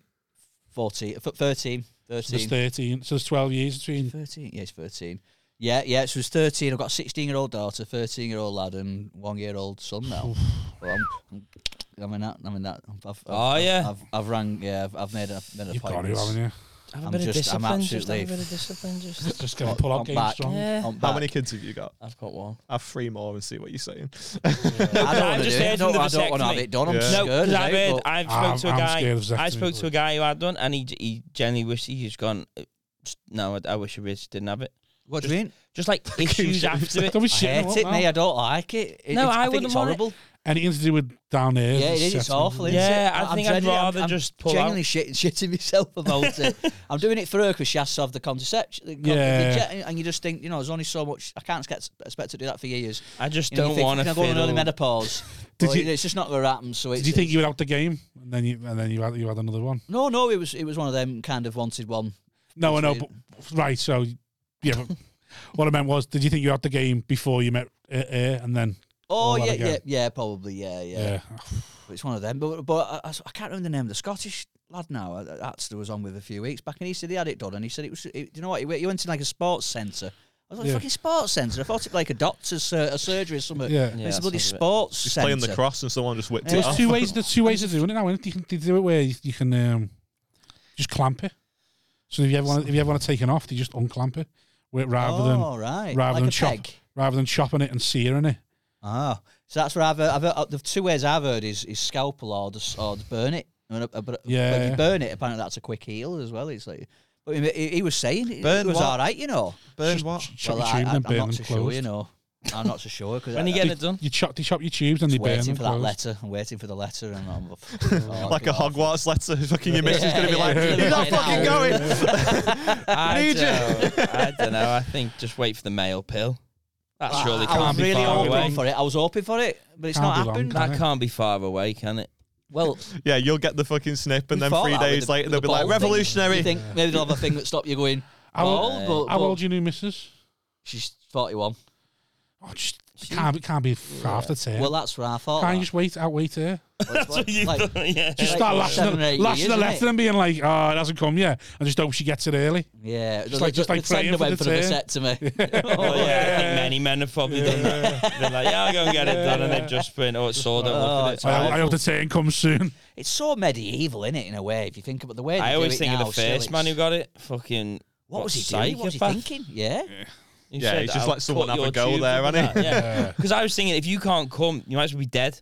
E: 14, f- 13,
A: So there's
E: 13.
A: thirteen. So there's twelve years between.
E: 13, yeah, it's 13. Yeah, yeah, so it's 13. I've got a 16 year old daughter, 13 year old lad, and one year old son now. Well, I'm, I'm, I'm in that. I'm in that. I've, I've,
B: Oh,
E: I've,
B: yeah.
E: I've, I've rang. Yeah, I've, I've made a, made an
A: You've got to,
E: appointment.
A: haven't you?
B: Have a
E: I'm
B: bit of
E: just- I'm
B: discipline. Just have a
E: absolutely-
B: bit of discipline. Just.
A: Just gonna pull out
E: I'm
A: game
E: back.
A: strong.
B: Yeah.
E: I'm
D: How
E: back.
D: many kids have you got?
B: I've got one.
D: Have three more and see what you're saying.
E: I
B: I'm
E: don't want to
B: just
E: do it. I
B: heard from
E: don't,
B: the
E: I don't want to have
B: vasectomy.
E: it done. I'm
D: Yeah.
B: No,
E: scared.
B: because
E: as
B: I've
E: hell,
B: heard,
E: but
B: I've
A: Ah, I'm-
B: spoke to a
A: I'm scared of
B: guy. I
A: vasectomy,
B: spoke to a
A: but-
B: guy who had one, and he he genuinely wished he just gone. "Uh, No, I, I wish I just didn't have it.
E: What do you mean?
B: Just like issues after it.
A: Don't be
E: I
A: shitting
E: hate
A: them up
E: it,
A: now.
E: mate. I don't like it. it
B: No,
E: it's-
B: I
E: think
B: wouldn't
E: it's
B: want it.
E: horrible.
A: Anything to do with down there.
E: Yeah, it is. It's awful, isn't
B: Yeah,
E: it?
B: I
E: I'm
B: think I'd
E: dreading it. I'm-
B: rather
E: I'm
B: just pull out.
E: genuinely shit- shitting myself about it. I'm doing it for her because she has to have the contraception. the con-
A: Yeah.
E: the jet- And you just think, you know, there's only so much. I can't expect, expect to do that for years.
B: I just
E: You know, you
B: don't
E: think,
B: want to
E: "Can I go on early
B: fiddle.
E: menopause.
A: Did
E: Well,
A: you-
E: you know, it's just not going to happen. So it's,
A: Did you think you were out the game, and then you and then you had you had another one?
E: No, no, it was it was one of them kind of wanted one.
A: No, I know.
E: That's
A: But, right, so yeah. But what I meant was, did you think you were out the game before you met uh, uh, and then?
E: Oh,
A: All that
E: yeah,
A: again.
E: yeah, yeah, probably, yeah, yeah.
A: Yeah,
E: It's one of them. But but I, I can't remember the name of the Scottish lad now. uh, that Atster was on with a few weeks back, and he said he had it done, and he said it was. It, you know what? He went, he went to like a sports centre. I was like,
A: Yeah.
E: fucking sports centre. I thought it was like a doctor's sur- a surgery or something.
A: Yeah.
E: And
B: Yeah,
E: it's
B: that
E: a bloody
B: sounds a bit-
E: sports
D: Just
E: centre.
D: playing the cross and someone just whipped it
A: there's
D: off.
E: Oh.
A: two ways. There's two ways of doing it now. Isn't it? You can do it where you, you can um, just clamp it. So if you ever want, if you ever want to take it off, you just unclamp it, Where- rather than
E: oh, right.
A: rather
E: like
A: than
E: a
A: chop-
E: peg.
A: rather than chopping it and searing it.
E: Ah, so that's where I've heard, I've heard uh, the two ways I've heard is, is scalpel or the, s- or the burn it. I mean, uh, but
A: Yeah.
E: when you burn it, apparently that's a quick heal as well. It's like, but he, he- he was saying it,
D: Burn
E: it was
D: what?
E: all right, you know.
D: Burn what?
A: Chop your
E: well, I,
A: tube
E: I,
A: and then burn
E: I'm not
A: them
E: so sure, you
A: closed.
E: know. I'm not so sure because
B: When you get it done,
A: You chop, you chop your tubes and they burn
E: waiting
A: them.
E: for that
A: closed.
E: letter. I'm waiting for the letter, and I'm oh,
D: Like a Hogwarts letter. Fucking your missus going to be
E: yeah,
D: like,
E: yeah.
D: you're not
E: Right now.
D: fucking going.
B: I
D: Need you.
B: don't, I don't know. I think just wait for the male pill. That surely
E: Ah, I
B: can't
E: was
B: be
E: really
B: far
E: hoping
B: away.
E: for it. I was hoping for it, but it's
A: Can't be
E: not
A: long,
E: happened.
A: can
B: That can't be far away, can it?
E: Well,
D: Yeah, you'll get the fucking snip and
E: we
D: then
E: thought
D: three
E: that with
D: days
E: the-
D: later
E: with
D: they'll
E: the
D: be like,
E: ball thing.
D: revolutionary.
E: You think maybe they'll have a thing that stop you going.
A: How old-
E: "Well, Oh, but,
A: How
E: but
A: old's your new missus?
E: She's 41.
A: Oh, just it can't be can't be f- after ten.
E: Well, that's what I thought.
A: Can't
E: that.
A: you just wait? Outwait her.
E: Well, it's like- like-
B: yeah.
A: Just
E: like
A: start lashing,
E: seven or
A: the,
E: eight
A: lashing
E: years,
A: the
E: isn't
A: letter
E: it?
A: and being like, "Oh, it hasn't come yet." I just hope she gets it early.
E: Yeah, just
A: like- just like praying for
E: went
A: the
E: for a
A: turn.
E: vasectomy.
B: Oh, yeah. I think many men have probably done that. They're like, yeah, I'll go and get it done. And they've just been, oh, it's sore, don't look at it.
E: it's
A: I, I hope the turn comes soon.
E: It's so medieval, is it? In a way, if you think about the way they
B: I
E: do
B: always
E: it
B: think
E: now,
B: of the
E: still,
B: first man
E: it's-
B: who got it. Fucking.
E: What was he
B: psychopath.
E: doing? What was he thinking? Yeah,
B: He
D: Yeah,
B: said,
D: he's just
B: "I'll
D: let someone
B: cut
D: have a
B: your
D: go
B: tube
D: there,
B: up
D: hasn't
B: and that." Yeah. Because I was thinking, if you can't come, you might as well be dead.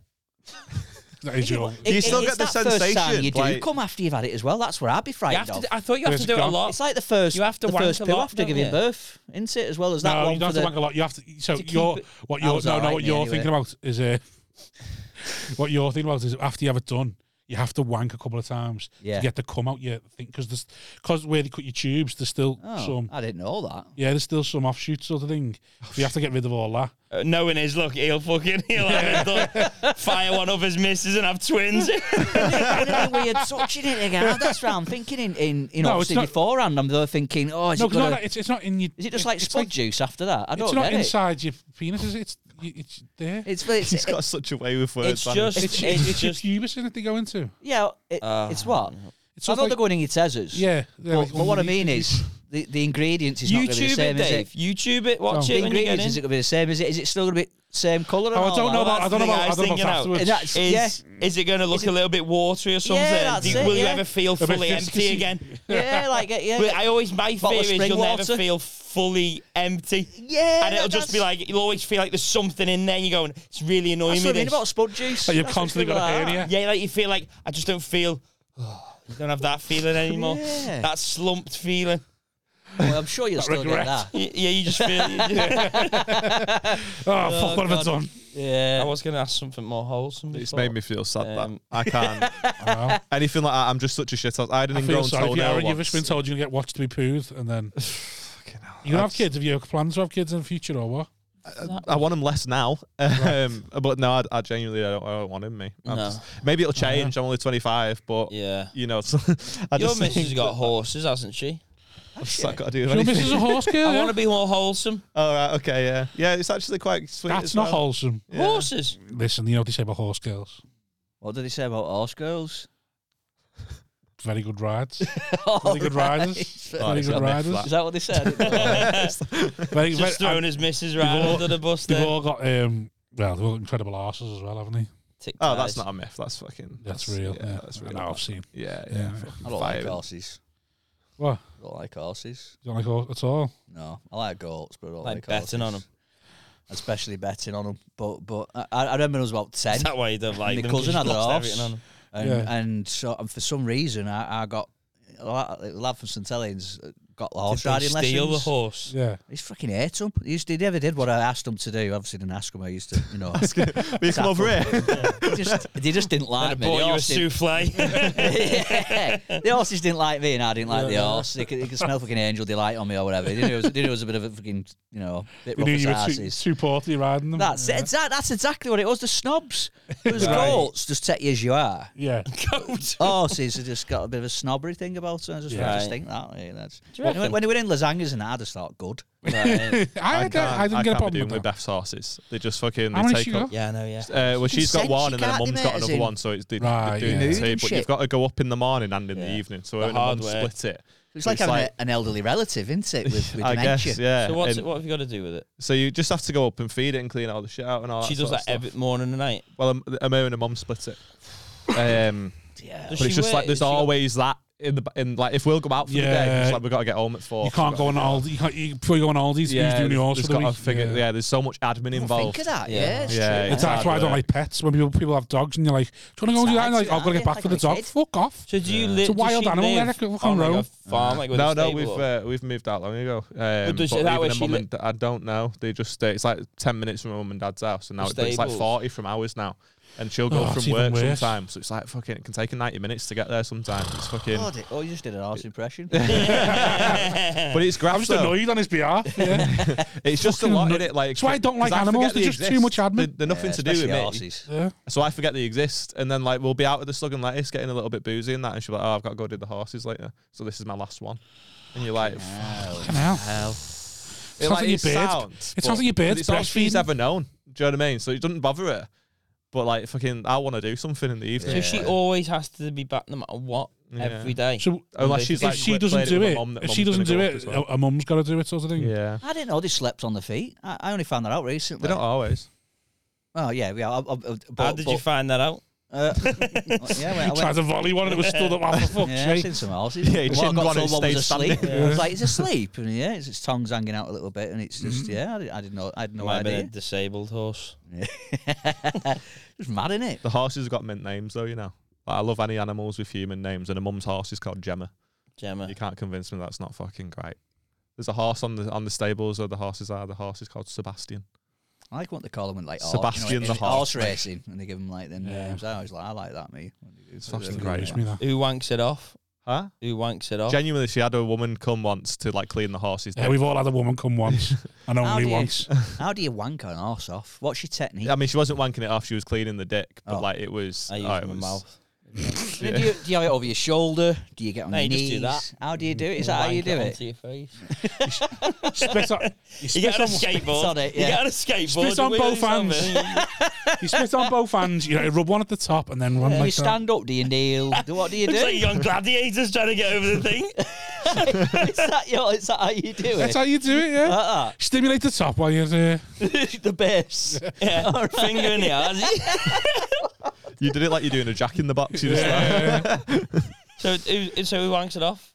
A: That is your.
E: It-
D: you
E: it-
D: still
E: it's
D: get the
E: that first time
D: sensation,
E: you do
D: like-
E: come after you've had it as well. That's where I'd be
B: You
E: frightened
B: have to,
E: of.
B: do- I thought you have
A: There's
B: to do it a
A: gone.
B: lot.
E: It's like the first.
B: You have to
E: the
B: wank
E: first
B: a
E: pill
B: lot,
E: after
B: don't
E: giving
B: you?
E: birth, isn't it? As well as that
A: No,
E: one
A: you don't
E: for
A: have to
E: the-
A: wank a lot. You have to. So
E: to keep
A: you're
E: it-
A: what
E: I
A: you're
E: was
A: no no
E: alright
A: what
E: me
A: you're
E: anyway.
A: thinking about is uh, what you're thinking about is after you have it done, you have to wank a couple of times
E: Yeah.
A: to get the cum out your thing because because where they cut your tubes, there's still
E: Oh,
A: some.
E: I Oh, didn't know that.
A: Yeah, there's still some offshoot sort of thing. So you have to get rid of all that.
B: Uh, knowing his look, he'll fucking he'll have it done. fire one of his misses and have twins.
E: and then we're touching it again. That's what I'm thinking. In, in you know,
A: No, it's
E: obviously
A: not-
E: beforehand, I'm there thinking, oh, is
A: No,
E: it
A: 'cause not
E: gonna-
A: that- it's, it's not in your.
E: is it just like
A: it's
E: spud juice after that? I don't
A: It's
E: get
A: not
E: it.
A: inside your penis, is it? It's, you- it's there. It's,
E: It's it's,
D: He's got such a way with words.
B: It's
D: man.
B: just-
A: it's,
B: it's
A: your
B: just-
A: pubis, isn't it, they go into?
E: yeah. It,
B: Uh,
E: it's what?
A: It's
E: I
A: sort
E: know
A: of
E: they're
A: like-
E: going in your tezzers.
A: Yeah.
E: But, but what I mean is the, the ingredients is not going to be the
B: YouTube it,
E: same, is
B: Dave.
E: it?
B: YouTube it.
A: Oh.
B: Watch it
E: The
B: when you get
E: ingredients is it
B: in.
E: going to be the same? Is it? Is it still going to be same colour? and
A: Oh, I
E: all
A: don't
E: that?
A: know about, I
B: that's
A: don't know
B: the
A: about,
B: thing I
A: I
B: was
A: don't know
B: thinking
A: about
B: out.
A: afterwards.
E: That's-
B: Is,
E: Yeah.
B: is it going to look a little bit watery or something?
E: that's
B: Do you-
E: it,
B: will you
E: yeah.
B: ever feel
A: bit
B: fully
A: viscous.
B: empty again?
E: Yeah, like it, yeah.
B: Well, I always my
E: Bottle
B: fear
E: of
B: is
E: spring
B: you'll never
E: water.
B: feel fully empty.
E: Yeah,
B: and it'll just be
E: that's-
B: like you'll always feel like there's something in there. and You're going, it's really annoying
E: That's
B: me.
E: what I mean
B: this."
E: about spud juice.
A: Like you've
E: That's
A: constantly
E: what
A: got a
E: I mean about
A: hernia.
B: yeah, like you feel like I just don't feel. oh, you don't have that feeling anymore.
E: Yeah.
B: That slumped feeling.
E: that. Well, I'm sure you'll still
A: regret.
E: get that.
B: Y- Yeah, you just feel. you-
A: Oh, fuck, what have I done?
E: Yeah.
B: I was going to ask something more wholesome.
D: It's
B: before.
D: made me feel sad
B: Um,
D: that I can't.
A: I know.
D: Anything like that, I'm just such a shit. I had an
A: I feel
D: ingrown
A: sorry for you,
D: toenail
A: Aaron. You've just
D: once.
A: been told you get watched to be pooed, and then you gonna have kids. Have you plans to have kids in the future or what?
D: I want him less now, um, but no, I, I genuinely don't, I don't want him. Me,
B: No.
D: I'm just- maybe it'll change. I'm only 25, but
B: Yeah.
D: you know, so I
B: Your
D: just
B: missus has
D: think
B: got
D: that-
B: horses, hasn't she?
D: I've just not got to do
A: Your
D: anything.
A: missus a horse girl.
B: I
A: yeah?
B: want to be more wholesome.
D: All right, okay, yeah, yeah. It's actually quite sweet.
A: That's
D: as
A: not
D: well.
A: wholesome.
D: Yeah.
B: Horses.
A: Listen, you know what they say about horse girls.
E: What did they say about horse girls?
A: Very good rides. Very good riders.
D: Oh,
A: Very
D: it's
A: good
D: a myth,
A: riders.
D: that.
E: Is that what they said?
A: Very, very,
D: uh,
B: Just throwing
A: and
B: his missus right
A: all-
B: under the bus
A: they've
B: there.
A: all got um. Well, they've all got incredible asses as well, haven't they?
B: Tick
D: Oh, that's
B: ties.
D: not a myth. That's fucking.
A: That's, real. Yeah,
D: that's
A: I
D: real.
A: know, I've seen.
D: Yeah,
A: Yeah.
D: yeah.
F: I don't like horses.
A: What?
F: I don't like horses.
A: You don't like horse at all?
F: No, I like goats, but I don't
B: Like
F: like,
B: betting on
F: horses. Especially betting on them. But but I, I remember when I was about ten,
B: Is that why you don't like
F: My
B: them?
F: cousin
B: 'Cause
F: had
B: you
F: a
B: lost
F: horse.
B: everything on 'em.
F: and,
A: Yeah.
F: and so and for some reason I, I got a la- a lad from St Helens uh, got
B: Did
F: horse
B: they
F: riding lessons.
B: steal the horse.
A: Yeah.
F: He's fucking ate him. He, used to, he never did what I asked him to do. Obviously, didn't ask him. I used to, you know,
D: Will you come over here?
F: He just, they just didn't like me.
B: Bought
F: The
B: you a
F: horse didn't-
B: souffle.
F: yeah. The horses didn't like me, and I didn't like
A: Yeah.
F: the horse. They could, they could smell fucking angel delight on me or whatever. They knew it was, they knew it was a bit of a fucking, you know, bit
A: You
F: rough
A: knew
F: as
A: you were too,
F: asses.
A: too portly riding them.
F: That's
A: yeah.
F: it. Exact, that's exactly what it was. The snobs. It was
A: Right.
F: goats just take you as you are. Oh,
A: Yeah.
B: Goat.
F: Horses have just got a bit of a snobbery thing about them. I just,
A: Yeah.
F: I just
B: Right.
F: think that. Yeah, that's,
B: Do you
F: when,
B: reckon?
F: when they were in lasagnas and that, I just thought, good.
B: Right.
A: I, had
D: can't,
A: that- I didn't get a
D: can't be
A: problem
D: doing
A: with
D: with
A: that.
D: Beth's horses. They just fucking
A: How
D: they
A: many she
D: take up.
A: got?
B: Yeah, I know, yeah.
D: Uh, well, she's got
F: Consent
D: one,
F: you
D: and then her
F: can't
D: mum's got
F: limit,
D: another
F: as in-
D: one, so it's they, they
A: Right,
D: do
A: yeah.
D: need
A: Mood
D: to,
F: and
D: but
F: shit.
D: you've got to go up in the morning and in the
B: Yeah.
D: evening. So
B: The
D: her and her mum
B: hard way.
D: split it.
F: It's
D: So
F: like having a, an elderly relative, isn't it? With, with
D: I
F: dementia.
D: guess, yeah.
B: So what's
D: And
B: it, what have you got to do with it?
D: so you just have to go up and feed it and clean all the shit out and all.
B: She
D: that
B: does
D: sort
B: that
D: of
B: every
D: stuff.
B: morning and night.
D: Well, um, her and her mum split it. Um,
F: Yeah.
B: Does
D: but it's
B: she
D: just
B: work-
D: like
B: has
D: there's
B: she got-
D: always that in the b- in like if we'll go out for the day,
A: Yeah.
D: it's like we've got to get home at four.
A: You can't go on Aldi. You can't, you, before you go on Aldi's, who's doing the horse
D: there's
A: for the
D: gotta
A: week?
D: Figure, yeah. there's so much admin
F: I didn't
D: involved.
F: Think of that.
B: Yeah.
F: Yeah. it's
D: Yeah,
F: true.
D: it's
A: It's that's why I don't
D: hard
A: like pets. When people, people have dogs and you're like, do you want to go and do that? And
F: Tied
A: they're like,
F: to
A: I've got to
F: that,
A: get
F: yeah,
A: back for the
F: like a
A: dog.
F: kid.
A: Fuck off.
B: So do you live?
A: It's a wild animal,
B: Live?
A: Eric, it fucking
B: on, like, a
A: roam.
B: farm, like with
D: No,
B: a
D: no,
B: stable
D: we've
B: up?
D: uh, we've moved out long ago. Um,
B: does-
D: but
B: is that
D: even
B: where
D: her
B: she
D: mum
B: li-
D: and d- I don't know. They just uh, it's like ten minutes from her mum and dad's house, and now
B: The
D: it, but it's like
B: stables.
D: forty from ours now. And she'll go
A: Oh, it's
D: from
A: even
D: work
A: worse.
D: sometimes, so it's like fucking. It can take her ninety minutes to get there sometimes. It's fucking.
F: Oh, di- oh, you just did an arse impression.
D: But it's
A: I'm
D: graft
A: just
D: though.
A: annoyed on his behalf. Yeah.
D: It's just a
A: fucking
D: lot in
A: annoyed.
D: it. Like
A: That's why I don't like
D: 'cause forget
A: animals,
D: they
A: they're just too
D: exist.
A: much admin.
D: They're, they're nothing to do with
F: Especially
D: me.
F: horses.
A: yeah.
D: So I forget they exist, and then like we'll be out with the slug and lettuce, getting a little bit boozy and that, and she'll be like, "Oh, I've got to go do the horses later, so this is my last one." And you're like,
A: Fucking hell.
F: Hell.
A: It sounds like your bird- it sounds
D: but
A: like your bird's
D: It's all she's
A: breastfeeding.
D: ever known. Do you know what I mean? So it doesn't bother her. But like, fucking, I want to do something in the evening.
B: So she always has to be back no matter what
D: Yeah.
B: every day.
A: So
D: Unless she's
A: if
D: Oh, like
A: she
D: played
A: doesn't
D: it
A: do
D: with her
A: it,
D: mum, that
A: if she
D: mum's
A: doesn't do
D: gonna
A: it,
D: go up as well.
A: a, a mum's got to do it, sort of thing.
D: yeah,
F: I didn't know they slept on the feet. I, I only found that out recently.
D: they don't always.
F: Oh yeah, yeah. I, I, I, but,
B: How did
F: but,
B: you find that out?
F: Uh, yeah, I went- I
A: Tried
F: went.
A: to volley one and it was stood up. Oh, for fuck's
F: Yeah, I've
A: sake.
F: seen some horses.
D: Yeah, he
F: Well, I
D: chinned
F: got
D: one
F: told
D: and
F: one was
D: stayed
F: asleep. I was like, "It's asleep," and yeah, it's its tongue's hanging out a little bit, and it's just yeah. I didn't, I didn't know. I had no
B: Hmm. Might have been a
F: idea.
B: disabled horse.
F: It's mad, isn't it?
D: The horses have got mint names though, you know. Like, I love any animals with human names, and a mum's horse is called Gemma.
B: Gemma.
D: You can't convince me that's not fucking great. There's a horse on the on the stables, or the horses are. The horse is called Sebastian.
F: I like what they call them when like horse-
D: Sebastian
F: you
D: the
F: know,
D: Horse.
F: horse racing, and they give them like their
A: Yeah.
F: names. I always like I like that me. when they do
D: It's
F: that.
D: fucking
F: Really
D: great.
A: Gives me that.
B: Who wanks it off?
D: Huh?
B: Who wanks it off?
D: Genuinely, she had a woman come once to like clean the horses.
A: Yeah, we've all had a woman come once and
F: How
A: only
F: do you-
A: once.
F: How do you wank an horse off? What's your technique?
D: I mean, she wasn't wanking it off; she was cleaning the dick. But
F: Oh.
D: like, it was.
B: I use
D: oh,
B: my
D: it was-
B: mouth.
F: I mean, do, you, do you have it over your shoulder? Do you get on
B: No,
F: your
B: you just
F: knees?
B: do that.
F: How do you do it? Is that how you
B: Wank
F: do it?
B: onto your face.
A: Spit on, you
B: You
A: spit
B: get on a
A: on-
B: skateboard.
F: on it,
B: You
F: yeah.
B: get on a skateboard.
A: Spit on
B: you
A: both
B: wheel
A: hands.
B: yourself in.
A: you spit on both hands. You know, you rub one at the top and then one
F: Do you
A: like that.
F: stand up? Do you kneel? Do, what do you do?
B: Looks like young gladiators trying to get over the thing.
F: is, that your, is that how you do it?
A: That's how you do it. Yeah.
D: Uh,
F: Uh-uh.
A: Stimulate the top while you're there.
F: the base.
B: Yeah. Finger in the ass.
D: You did it like you're doing a jack in the box. You just like-
A: Yeah.
B: so, who, so who wanks it off?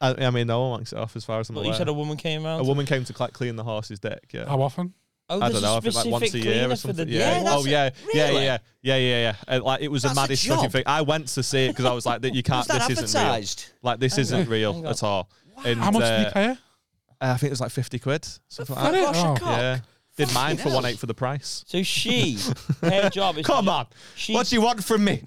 D: I, I mean, no one wanks it off as far as I'm
B: But you
D: aware.
B: said a woman came
D: a
B: around.
D: woman came to cl- clean the horse's dick. Yeah.
A: How often?
B: oh,
D: I
B: there's
D: don't know. I
B: a
D: think like
B: specific
D: once a year
B: cleaner
D: or
B: for the
D: something.
B: day.
D: Yeah. oh yeah. Yeah. Yeah. Yeah. Yeah. Yeah. Uh, like it was the
F: That's a
D: maddest fucking
F: job.
D: thing. I went to see it because I was like, that you can't.
F: Was that
D: this isn't real.
F: advertised?
D: Like this isn't
B: Hang
D: real
B: on.
D: at all. And,
A: How much did
D: uh,
A: you pay her?
D: I think it was like fifty quid. Something like
A: Did
D: that.
A: it?
F: Wash your
A: Oh.
F: cock.
D: Yeah. Did mine for
F: hell.
D: one eight for the price.
B: So she, her job is
D: Come on.
B: She,
D: What do you want from me?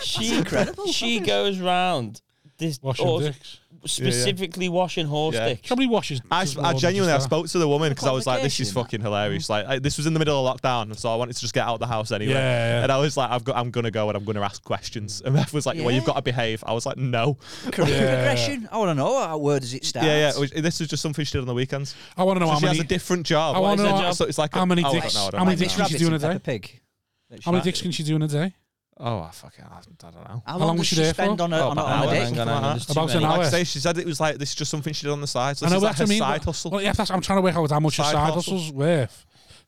B: she, she goes round this
A: Washing
B: or
A: dicks.
B: specifically washing horse
D: Yeah.
B: dicks.
A: Probably washes.
D: I,
A: just
D: sp-
A: more
D: I
A: than
D: genuinely I
A: just that. Mm.
D: spoke to the woman because I was like, this is
F: Complication.
D: fucking hilarious. Like I, this was in the middle of lockdown, so I wanted to just get out of the house anyway.
A: Yeah, yeah, yeah.
D: And I was like, I've got, I'm gonna go and I'm gonna ask questions. And Beth was like, well,
F: Yeah.
D: you've got to behave. I was like, no.
F: Career
A: Yeah.
F: progression. I want to know how, where does it start.
D: Yeah, yeah. it was- this is just something she did on the weekends.
A: I want to know
D: So
A: how
D: she
A: many.
D: has a different job.
A: I
D: What
A: wanna
D: is her
A: know
D: job?
A: how-
D: So it's like
A: how
D: a-
A: many
D: oh, I don't
A: dicks-
D: know, I don't
A: how
D: know.
A: many dicks
F: Miss
A: can she
F: Rabbit
A: do in a
F: and
A: day?
F: Peppa Pig.
A: How many dicks can she do in a day?
D: Oh, I fucking, I don't know.
F: How
A: How
F: long
A: long
F: does
A: was she
F: she
A: there
F: spend
A: for?
F: on a,
D: Oh,
F: on a,
D: about an
F: on a
D: hour.
F: date?
D: Something like that.
B: There's too
A: About
B: many.
A: an hour.
D: Like I say, she said it was like this is just something she did on the side. So this
A: I know
D: is
A: but
D: like
A: that's
D: her
A: what I mean.
D: side
A: but-
D: hustle.
A: Well, yeah, that's, I'm trying to work out how much a
D: Side
A: side
D: hustle.
A: hustle's worth.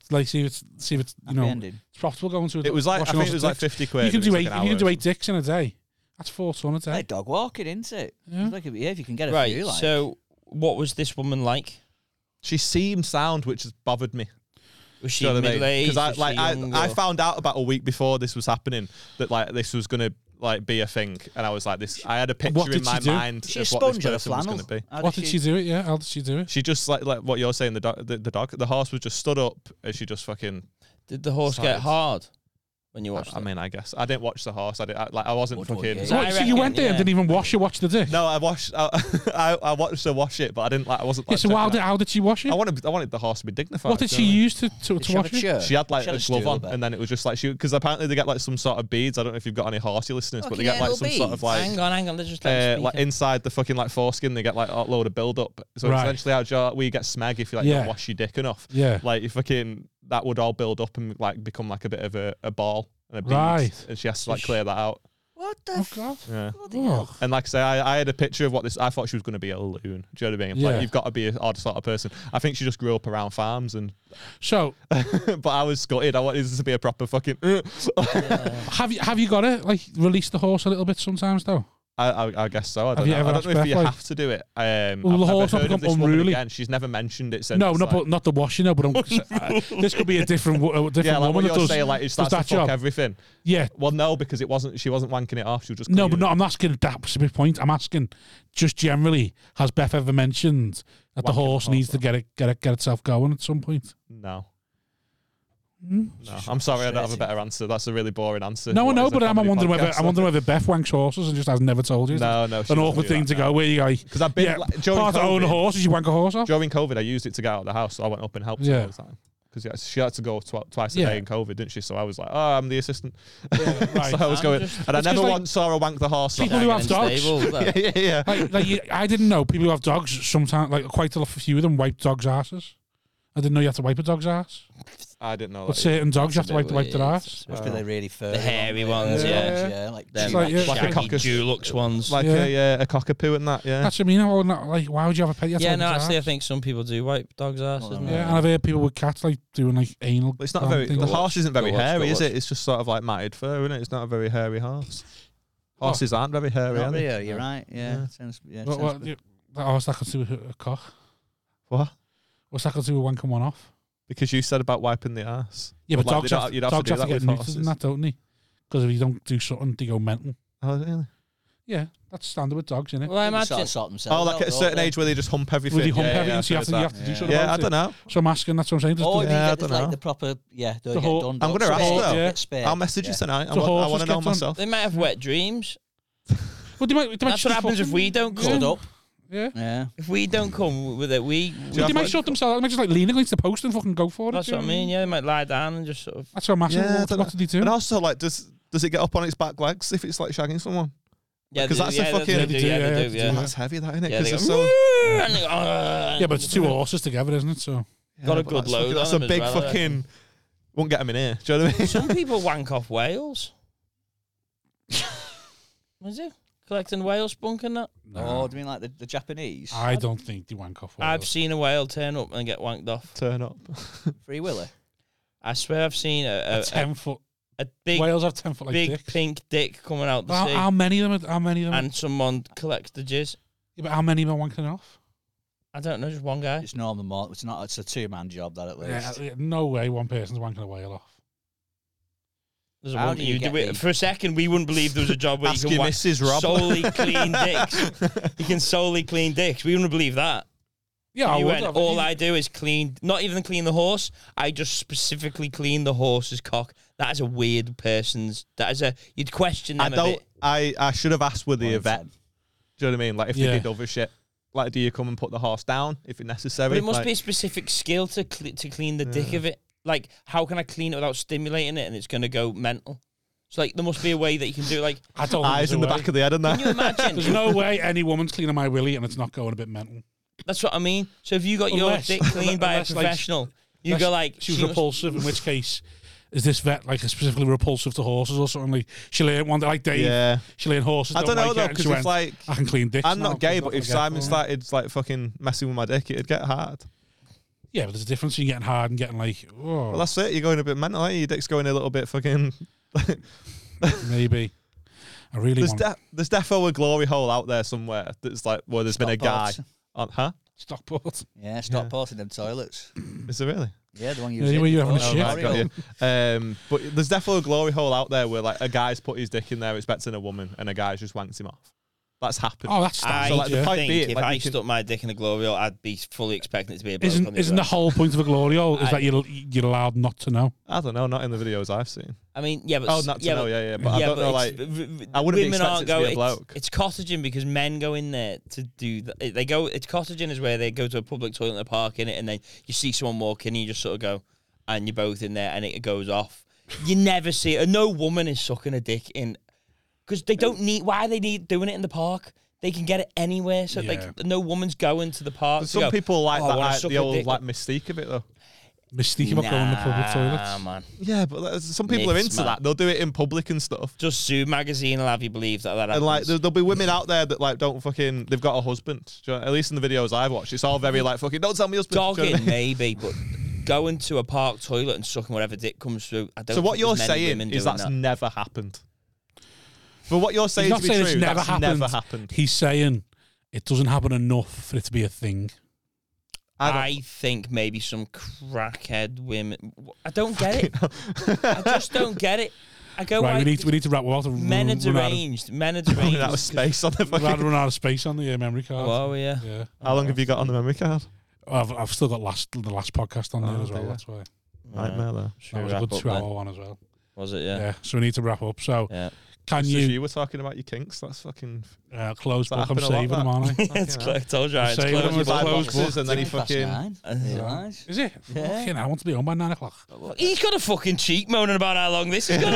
A: Like, see if it's see if it's you know
F: ending.
A: it's profitable going to. a-
D: It was like I
A: washing
D: think it
A: horses'
D: was like
A: dicks.
D: fifty quid.
A: You can
D: and it
A: do
D: was
A: eight.
D: like an
A: you
D: hour
A: can do
D: or
A: eight dicks in a day. That's four ton a day.
F: Like dog walking, isn't it?
A: Yeah.
F: It's Like if, yeah, if you can get a
B: Right.
F: few, like.
B: So what was this woman like?
D: She seemed sound, which has bothered me.
B: Was she
D: Do you know what I
B: middle
D: mean?
B: aged?
D: I like I, I found out about a week before this was happening that like this was gonna like be a thing, and I was like this. I had a picture
A: What did
D: in my
A: she do?
D: mind
F: Is she a
D: of what this
F: sponge or a
D: person was
F: flannel?
D: gonna be.
F: How
A: What
F: did
A: did she do it? Yeah, how did she do it?
D: She just like like what you're saying. The dog, the, the dog, the horse was just stood up, and she just fucking.
B: Did the horse
D: Sides.
B: get hard when you
D: I,
B: watched
D: I
B: it?
D: mean, I guess I didn't watch the horse. I did. I, like I wasn't
F: Would- would,
D: fucking.
F: yeah.
A: So,
B: I
A: what, so you
B: reckon,
A: went there and
B: yeah.
A: didn't even wash it. Watch the dick.
D: No, I watched. I, I, I watched her wash it, but I didn't like. I wasn't
A: Yeah,
D: like.
A: so how
D: checking
A: did,
D: it.
A: how did she wash it?
D: I wanted. I wanted the horse to be dignified.
A: What did
D: you
A: she
D: know I mean?
A: use to to,
F: Did
A: to
F: she have a
A: wash it?
F: shirt?
D: She had like
F: She had
D: a
F: a
D: glove
F: stool
D: on,
F: bit.
D: and then it was just like she because apparently they get like some sort of beads. I don't know if you've got any horsey listeners, but they
F: Fucking
D: get like
F: little
D: some sort of
F: beads.
D: like
B: hang on, hang on. Let's just
D: uh,
B: let
D: like inside the fucking like foreskin, they get like a load of build up. So
A: Right.
D: essentially, our jar we get smeg if you like you
A: Yeah.
D: don't wash your dick enough.
A: Yeah.
D: Like you fucking that would all build up and like become like a bit of a, a ball and a bead,
A: Right.
D: and she has to like clear that out.
F: What the
A: Oh
F: f-
A: god.
D: Yeah.
F: bloody hell?
A: Ugh.
D: And like I say, I, I had a picture of what this. I thought she was going to be a loon. Do you know what I mean?
A: Yeah.
D: Like you've got to be an odd sort of person. I think she just grew up around farms, and
A: So
D: but I was gutted. I wanted this to be a proper fucking. "Uh."
A: have you have you got it? Like release the horse a little bit sometimes though.
D: I, I, I guess so. I
A: Have
D: don't
A: you
D: know.
A: ever
D: I
A: asked
D: don't know
A: Beth,
D: if you
A: like-
D: have to do it. Um,
A: Will the
D: I've never
A: horse not
D: heard of
A: become
D: this woman
A: unruly?
D: again. She's never mentioned it since.
A: No, not
D: like-
A: but not the washing though. But I'm, uh, this could be a different wo- a different
D: yeah,
A: woman
D: like what
A: that
D: you're
A: does,
D: saying, like it's
A: does
D: that
A: that
D: fuck
A: job.
D: everything.
A: yeah.
D: Well, no, because it wasn't. She wasn't wanking it off. She was just
A: No,
D: cleaning
A: but no,
D: it.
A: I'm not asking that specific point. I'm asking just generally. Has Beth ever mentioned that the
D: Wanking
A: horse
D: the
A: needs to
D: horse
A: get it get it get itself going at some point?
D: No.
A: Hmm?
D: No, I'm sorry, I don't have a better answer. That's a really boring answer.
A: No,
D: What
A: no,
D: is a
A: but I'm
D: comedy
A: wondering whether
D: podcast?
A: I'm wondering whether Beth wanks horses and just has never told you.
D: No, no,
A: It's an awkward thing to go where you go.
D: Because I've been
A: yeah,
D: like, during
A: Part to own a
D: COVID,
A: horse is you wank a horse off.
D: during COVID, I used it to get out of the house, so I went up and helped
A: Yeah.
D: her all the time. Because she had to go tw- twice a
A: Yeah.
D: day in COVID, didn't she? So I was like, oh, I'm the assistant.
A: right.
D: so I was
B: I'm
D: going,
B: just-
D: and I
A: It's
D: never
A: 'cause, like,
D: once saw her wank the horse. off.
A: people who have dogs.
D: yeah, yeah, yeah.
A: like, like you, I didn't know people who have dogs sometimes, like quite a lot, few of them wipe dogs' asses. I didn't know you had to wipe a dog's ass.
D: I didn't know
A: But
D: that.
A: certain dogs, you have to wipe, wipe their ass.
F: Must be
D: Wow.
F: the really furry,
B: The hairy
F: ones,
B: ones,
A: Yeah.
B: yeah.
F: yeah, like
B: Them,
A: It's
F: chew-
A: like,
B: like,
A: yeah.
D: Like a
B: shaggy
D: cockers-
B: Dulux ones.
D: Like
A: Yeah.
D: a, yeah, a cockapoo and that, yeah.
A: That's what I mean. I wouldn't- like, why would you have a pet? You have to
B: yeah,
A: wipe
B: no,
A: its
B: actually, I
A: ass.
B: think some people do wipe dogs' ass,
F: Well,
B: isn't
F: no.
A: Yeah,
B: it?
A: and I've heard people with cats like doing like anal.
D: But it's not a
A: um,
D: very.
A: thing.
D: The horse isn't very
B: Go watch,
D: hairy,
B: go watch.
D: is it? It's just sort of like matted fur, isn't it? It's not a very hairy horse.
A: Oh.
D: Horses aren't very hairy, are
F: Not
D: they?
F: really, You're right. Yeah,
D: Yeah.
F: sounds. Yeah,
A: What,
F: sounds
A: what, you- that horse that could do with a cock.
D: What?
A: What's that could do with wanking one off?
D: Because you said about wiping the ass.
A: Yeah, but
D: Well, like,
A: dogs
D: they don't-
A: have,
D: you'd have to
A: dogs
D: do
A: have to
D: that
A: get
D: with
A: neutered
D: horses.
A: and that, don't they? Because if you don't do something, they go mental.
D: Oh, really?
A: Yeah, that's standard with dogs, isn't it?
B: Well, I
F: They sort
B: imagine.
F: of sort themselves
D: Oh, like
F: out,
D: at a
F: don't
D: certain
F: they?
D: age where they just hump everything.
A: Well, they hump
D: yeah,
A: everything,
D: yeah,
A: so you have to, you have to do
D: yeah.
A: something
D: I
A: about
D: don't
A: it.
D: know.
A: So I'm asking, that's what I'm saying. Just
F: Oh,
A: do-
F: if
D: Yeah, I
F: you get the,
D: don't
F: like
D: know.
F: the proper, yeah, don't
A: The
F: get
A: whole-
F: done.
D: I'm gonna ask
A: though. Yeah.
D: I'll message you tonight. I
A: So
D: want, I
A: horses
D: want to
A: get
D: know
A: on.
D: myself.
B: They might have wet dreams.
A: well, they might, they might
B: That's
A: just
B: what
A: be
B: happens if
A: fucking-
B: we don't
A: Yeah.
B: come.
F: up.
A: Yeah.
F: Yeah.
B: If we don't come with it, we. we-
D: you
A: They
D: have
A: might
D: to-
A: shut themselves out. They might just like lean against the post and fucking go for it.
B: that's
A: do you
B: what I
A: know what
B: mean. Yeah, they might lie down and just sort of.
A: That's what I'm asking.
D: Yeah, I
A: what,
D: don't
A: what
D: know.
A: did they do?
D: And also, like, does does it get up on its back legs if it's like shagging someone?
B: Yeah,
D: Because
B: they-
D: that's a
B: yeah, they-
D: fucking-
B: They do, yeah, they do,
D: Well,
B: yeah.
D: that's heavy, that isn't it?
B: Yeah, they
D: Because
B: go,
D: it's so.
B: "Woo!" and they go, "Ah."
A: Yeah, but it's two horses together, isn't it? So
B: Got a
D: but
B: good
D: that's
B: load
D: fucking-
B: on
D: That's
B: them
D: a
B: as
D: big
B: well, I reckon.
D: fucking. Won't get them in here. Do you know what I mean?
B: Some people wank off whales. Was it collecting whale spunk and that?
F: Oh, do you mean like the, the Japanese?
A: I don't think they wank off.
B: I've seen a whale turn up and get wanked off.
D: Turn up.
F: Free Willy.
B: I swear I've seen a
A: a
B: a, a,
A: ten foot.
B: a big
A: Whales have ten foot like
B: big
A: dicks.
B: pink dick coming out the
A: How,
B: sea,
A: how many of them? Are, how many of them?
B: and someone collects the jizz.
A: yeah, but how many of them are wanking off?
B: I don't know, just one guy.
F: It's normal. More, it's not. It's a two man job. That at least.
A: Yeah, yeah, no way, one person's wanking a whale off.
B: There's a
F: How
B: one,
F: do
B: you
F: you
B: do
F: get
B: it
F: these?
B: for a second. We wouldn't believe there was a job where you
D: Ask
B: can
D: your
B: wank
D: missus, Rob.
B: solely clean dicks. You can solely clean dicks. We wouldn't believe that.
A: Yeah, I
B: You
A: would.
B: went,
A: have.
B: all
A: You-
B: I do is clean, not even clean the horse. I just specifically clean the horse's cock. That is a weird person's. That is a you'd question
D: I
B: them a
D: don't.
B: bit.
D: I, I should have asked with the
F: One
D: vet.
F: ten.
D: Do you know what I mean? Like if
A: Yeah.
D: they did other shit, like do you come and put the horse down if necessary?
B: But it must
D: Like,
B: be a specific skill to cle to clean the dick of it. Like, how can I clean it without stimulating it, and it's gonna go mental? So like, there must be a way that you can do. it. Like,
A: I don't. think
D: eyes
A: there's a
D: in the
A: way.
D: back of the head and
B: can you
D: that.
A: There's
B: imagine?
A: no way any woman's cleaning my willy and it's not going a bit mental.
B: That's what I mean. So if you got your
A: Unless-
B: dick cleaned by a
A: unless, like,
B: professional, you
A: Unless
B: go like
A: she was
B: she must-
A: repulsive, in which case is this vet like specifically repulsive to horses or something? Like she learned one day like Dave,
D: Yeah.
A: she learned horses.
D: I don't know
A: like
D: though
A: it, and she
D: because
A: went,
D: it's like
A: I can clean dicks.
D: I'm
A: now,
D: not gay,
A: I'm
D: but
A: gonna
D: if
A: get
D: Simon
A: one."
D: started like fucking messing with my dick, it'd get hard.
A: yeah, but there's a difference between getting hard and getting like, oh,
D: Well, that's it. You're going a bit mental. Ain't you? Your dick's going a little bit fucking.
A: maybe. I really
D: There's
A: want to
D: de- there's defo a glory hole out there somewhere that's like where there's been a guy.
F: Stockport.
D: On, huh?
A: Stockport.
F: Yeah, stop posting them toilets.
D: Is there really?
F: Yeah, the one you
A: Yeah,
F: was
A: where
F: in
A: you're having
F: before.
A: a shit.
F: Oh,
A: Right,
D: Got you.
F: Oriel.
D: Um, but there's definitely a glory hole out there where like a guy's put his dick in there expecting a woman, and a guy's just wanked him off. That's happened.
A: Oh, that's
B: I
D: So, like, the
A: yeah.
D: pipe
B: think
D: beat,
B: if
D: like,
B: I
D: you can-
B: stuck my dick in a glory hole, I'd be fully expecting it to be a bloke on
A: Isn't
B: the
A: isn't the
B: other end.
A: whole point of a glory hole is
B: I-
A: that you're you're allowed not to know?
D: I don't know. Not in the videos I've seen.
B: I mean, yeah, but
D: Oh,
B: s-
D: not to
B: yeah,
D: know.
B: but-
D: Yeah, yeah. But I don't know.
B: it's-
D: Like,
B: v- v-
D: I wouldn't be
B: women
D: expecting
B: aren't
D: it to be a
B: it's-
D: bloke.
B: It's, cottaging because men go in there to do. Th- they go. It's cottaging is where they go to a public toilet in the park in it, and then you see someone walk in, and you just sort of go, and you're both in there, and it goes off. You never see it. No woman is sucking a dick in because they don't need. Why they need doing it in the park? They can get it anywhere. So
A: Yeah.
B: like, no woman's going to the park. to
D: some
B: go,
D: people like
B: "Oh, I
D: that.
B: wanna
D: like,
B: suck
D: the
B: a
D: old
B: dick."
D: like mystique of it though.
A: Mystique about going to public
B: Nah,
A: toilets.
B: man.
D: Yeah, but like, some people are
B: Myths,
D: into
B: man.
D: that. They'll do it in public and stuff.
B: Just Zoo magazine will have you believe that that happens.
D: And like, there- there'll be women out there that like don't fucking. They've got a husband. Do you know- at least in the videos I've watched, it's all very like fucking. Don't tell me husband. Do you know what I
B: Dogging,
D: mean?
B: maybe, but going to a park toilet and sucking whatever dick comes through. I don't.
D: So what
B: think
D: you're
B: there's many
D: saying
B: women
D: is
B: doing
D: that's
B: that.
D: never happened. But what you're saying
A: He's not
D: to be
A: saying
D: true,
A: it's never
D: that's
A: happened.
D: never happened.
A: He's saying it doesn't happen enough for it to be a thing.
D: I don't-
B: I, think maybe some crackhead women. I don't get it. I just don't get it. I go
A: right,
B: like,
A: we need to, we need to wrap well. to
B: men are
A: run, run out of,
B: deranged. Men are
D: I mean, that was
B: deranged.
D: space on the
A: we're about
D: fucking.
A: to run out of space on the uh, memory card.
B: Oh yeah.
A: Yeah,
D: How long have you got on the memory card?
A: I've, I've still got last the last podcast on there
D: Oh,
A: as well.
D: dear.
A: That's why
D: Nightmare though.
A: that
B: Should
A: was
B: we
A: a
B: wrap
A: good
B: up
A: two
B: then?
A: hour one as well.
B: Was it?
A: Yeah.
B: Yeah.
A: so we need to wrap up. So
B: Yeah.
A: can
D: It's just
A: you
D: you were talking about your kinks. That's fucking.
A: uh, close
D: That
A: book? I'm
D: happened a lot,
A: saving them,
D: that.
A: aren't I?
B: it's
D: Fucking
B: cl- I told you.
A: hell.
B: It's
A: Say
B: closed
A: them was
D: You
B: with
D: buy
A: a closed
D: boxes and then he
F: Ten past
D: fucking.
F: nine.
B: Uh,
F: Nice.
A: Is it?
F: Yeah.
A: Fucking, hell, I want to be home by nine o'clock.
B: He's got a fucking cheek moaning about how long this is going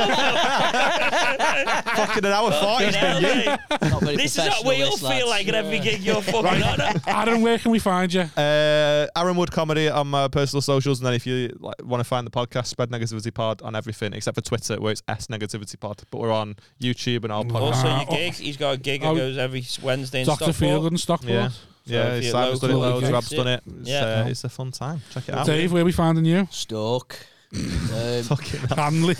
D: Fucking an hour forty. It's been you.
B: to be.
F: Not very
B: This is what we
F: professional,
B: all
F: this, lads.
B: feel like at every gig you're fucking on.
A: Adam, where can we find you?
D: Uh, Aaron Wood comedy on my personal socials, and then if you like, want to find the podcast, spread negativity pod on everything except for Twitter, where it's s negativity pod. But we're on YouTube and all.
A: Mm.
D: pod-
B: Also,
A: Uh,
B: your gig. He's got a gig that
A: oh,
B: goes every Wednesday in
A: Doctor Feelgood
B: Stockport.
A: and Stockport.
D: Yeah, yeah.
B: if you
D: Simon's done it
B: local
D: loads.
A: gigs,
D: Rob's done it. It's,
B: yeah.
D: uh, it's a fun time. Check it out.
A: Dave, where are we finding you?
F: Stoke. Um,
D: Fucking hell.
A: Hanley.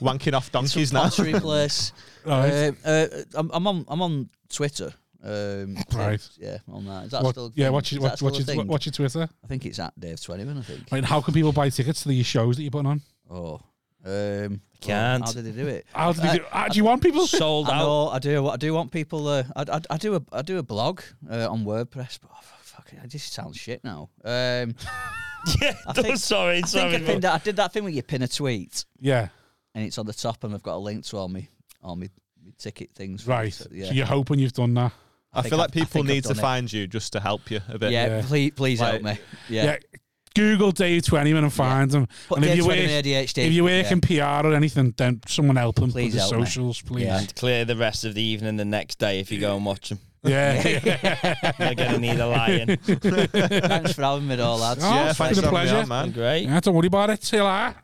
D: wanking off donkeys now.
F: pottery place.
A: Right.
F: Um, uh, I'm, I'm on. I'm on Twitter. Um,
A: Right.
F: Yeah, on that. Is that
A: What-
F: still? a
A: yeah,
F: thing?
A: watch your,
F: Is that
A: watch,
F: still
A: watch,
F: a
A: your,
F: thing?
A: watch your Twitter.
F: I think it's at Dave Twentyman. I think.
A: Right, and how can people buy tickets to the shows that you're putting on?
F: Oh,
E: Um,
B: Can't.
E: How did they do it? Uh,
A: How do they do? Ah, do you want people?
B: Sold
E: I
B: out.
E: know, I do. I do want people. Uh, I, I, I do a I do a blog uh, on WordPress, but oh, fuck it, this sounds shit now. Um,
B: Yeah,
E: think-
B: sorry,
E: I think
B: sorry.
E: I, pinned, I did that thing where you pin a tweet
A: Yeah,
E: and it's on the top, and I've got a link to all my all my, my ticket things. for
A: right.
E: it, so, yeah.
A: So you're hoping you've done that.
D: I,
E: think
D: feel like
E: I've- I
D: people
E: think I've
D: need to
E: done it.
D: find you just to help you a bit.
E: yeah,
A: Yeah.
E: Please, please
D: Like-
E: help me. Yeah.
A: Yeah. Google Dave Twentyman and find him.
E: Put
A: and if
E: Dave
A: you
E: Twentyman
A: work,
E: ADHD,
A: if you work
E: yeah.
A: in PR or anything, then someone help him.
E: Please
A: Please his
E: help me.
A: socials, please.
E: Yeah.
A: Yeah.
B: And clear the rest of the evening the next day if you go and watch them. You're going to need a lion.
E: Thanks for having me, all lads.
A: Oh,
D: Yeah,
A: it's
D: thanks
A: been a
E: Oh,
D: for having
A: pleasure.
D: me on, man.
B: Great.
A: Yeah, don't worry about it. Till I.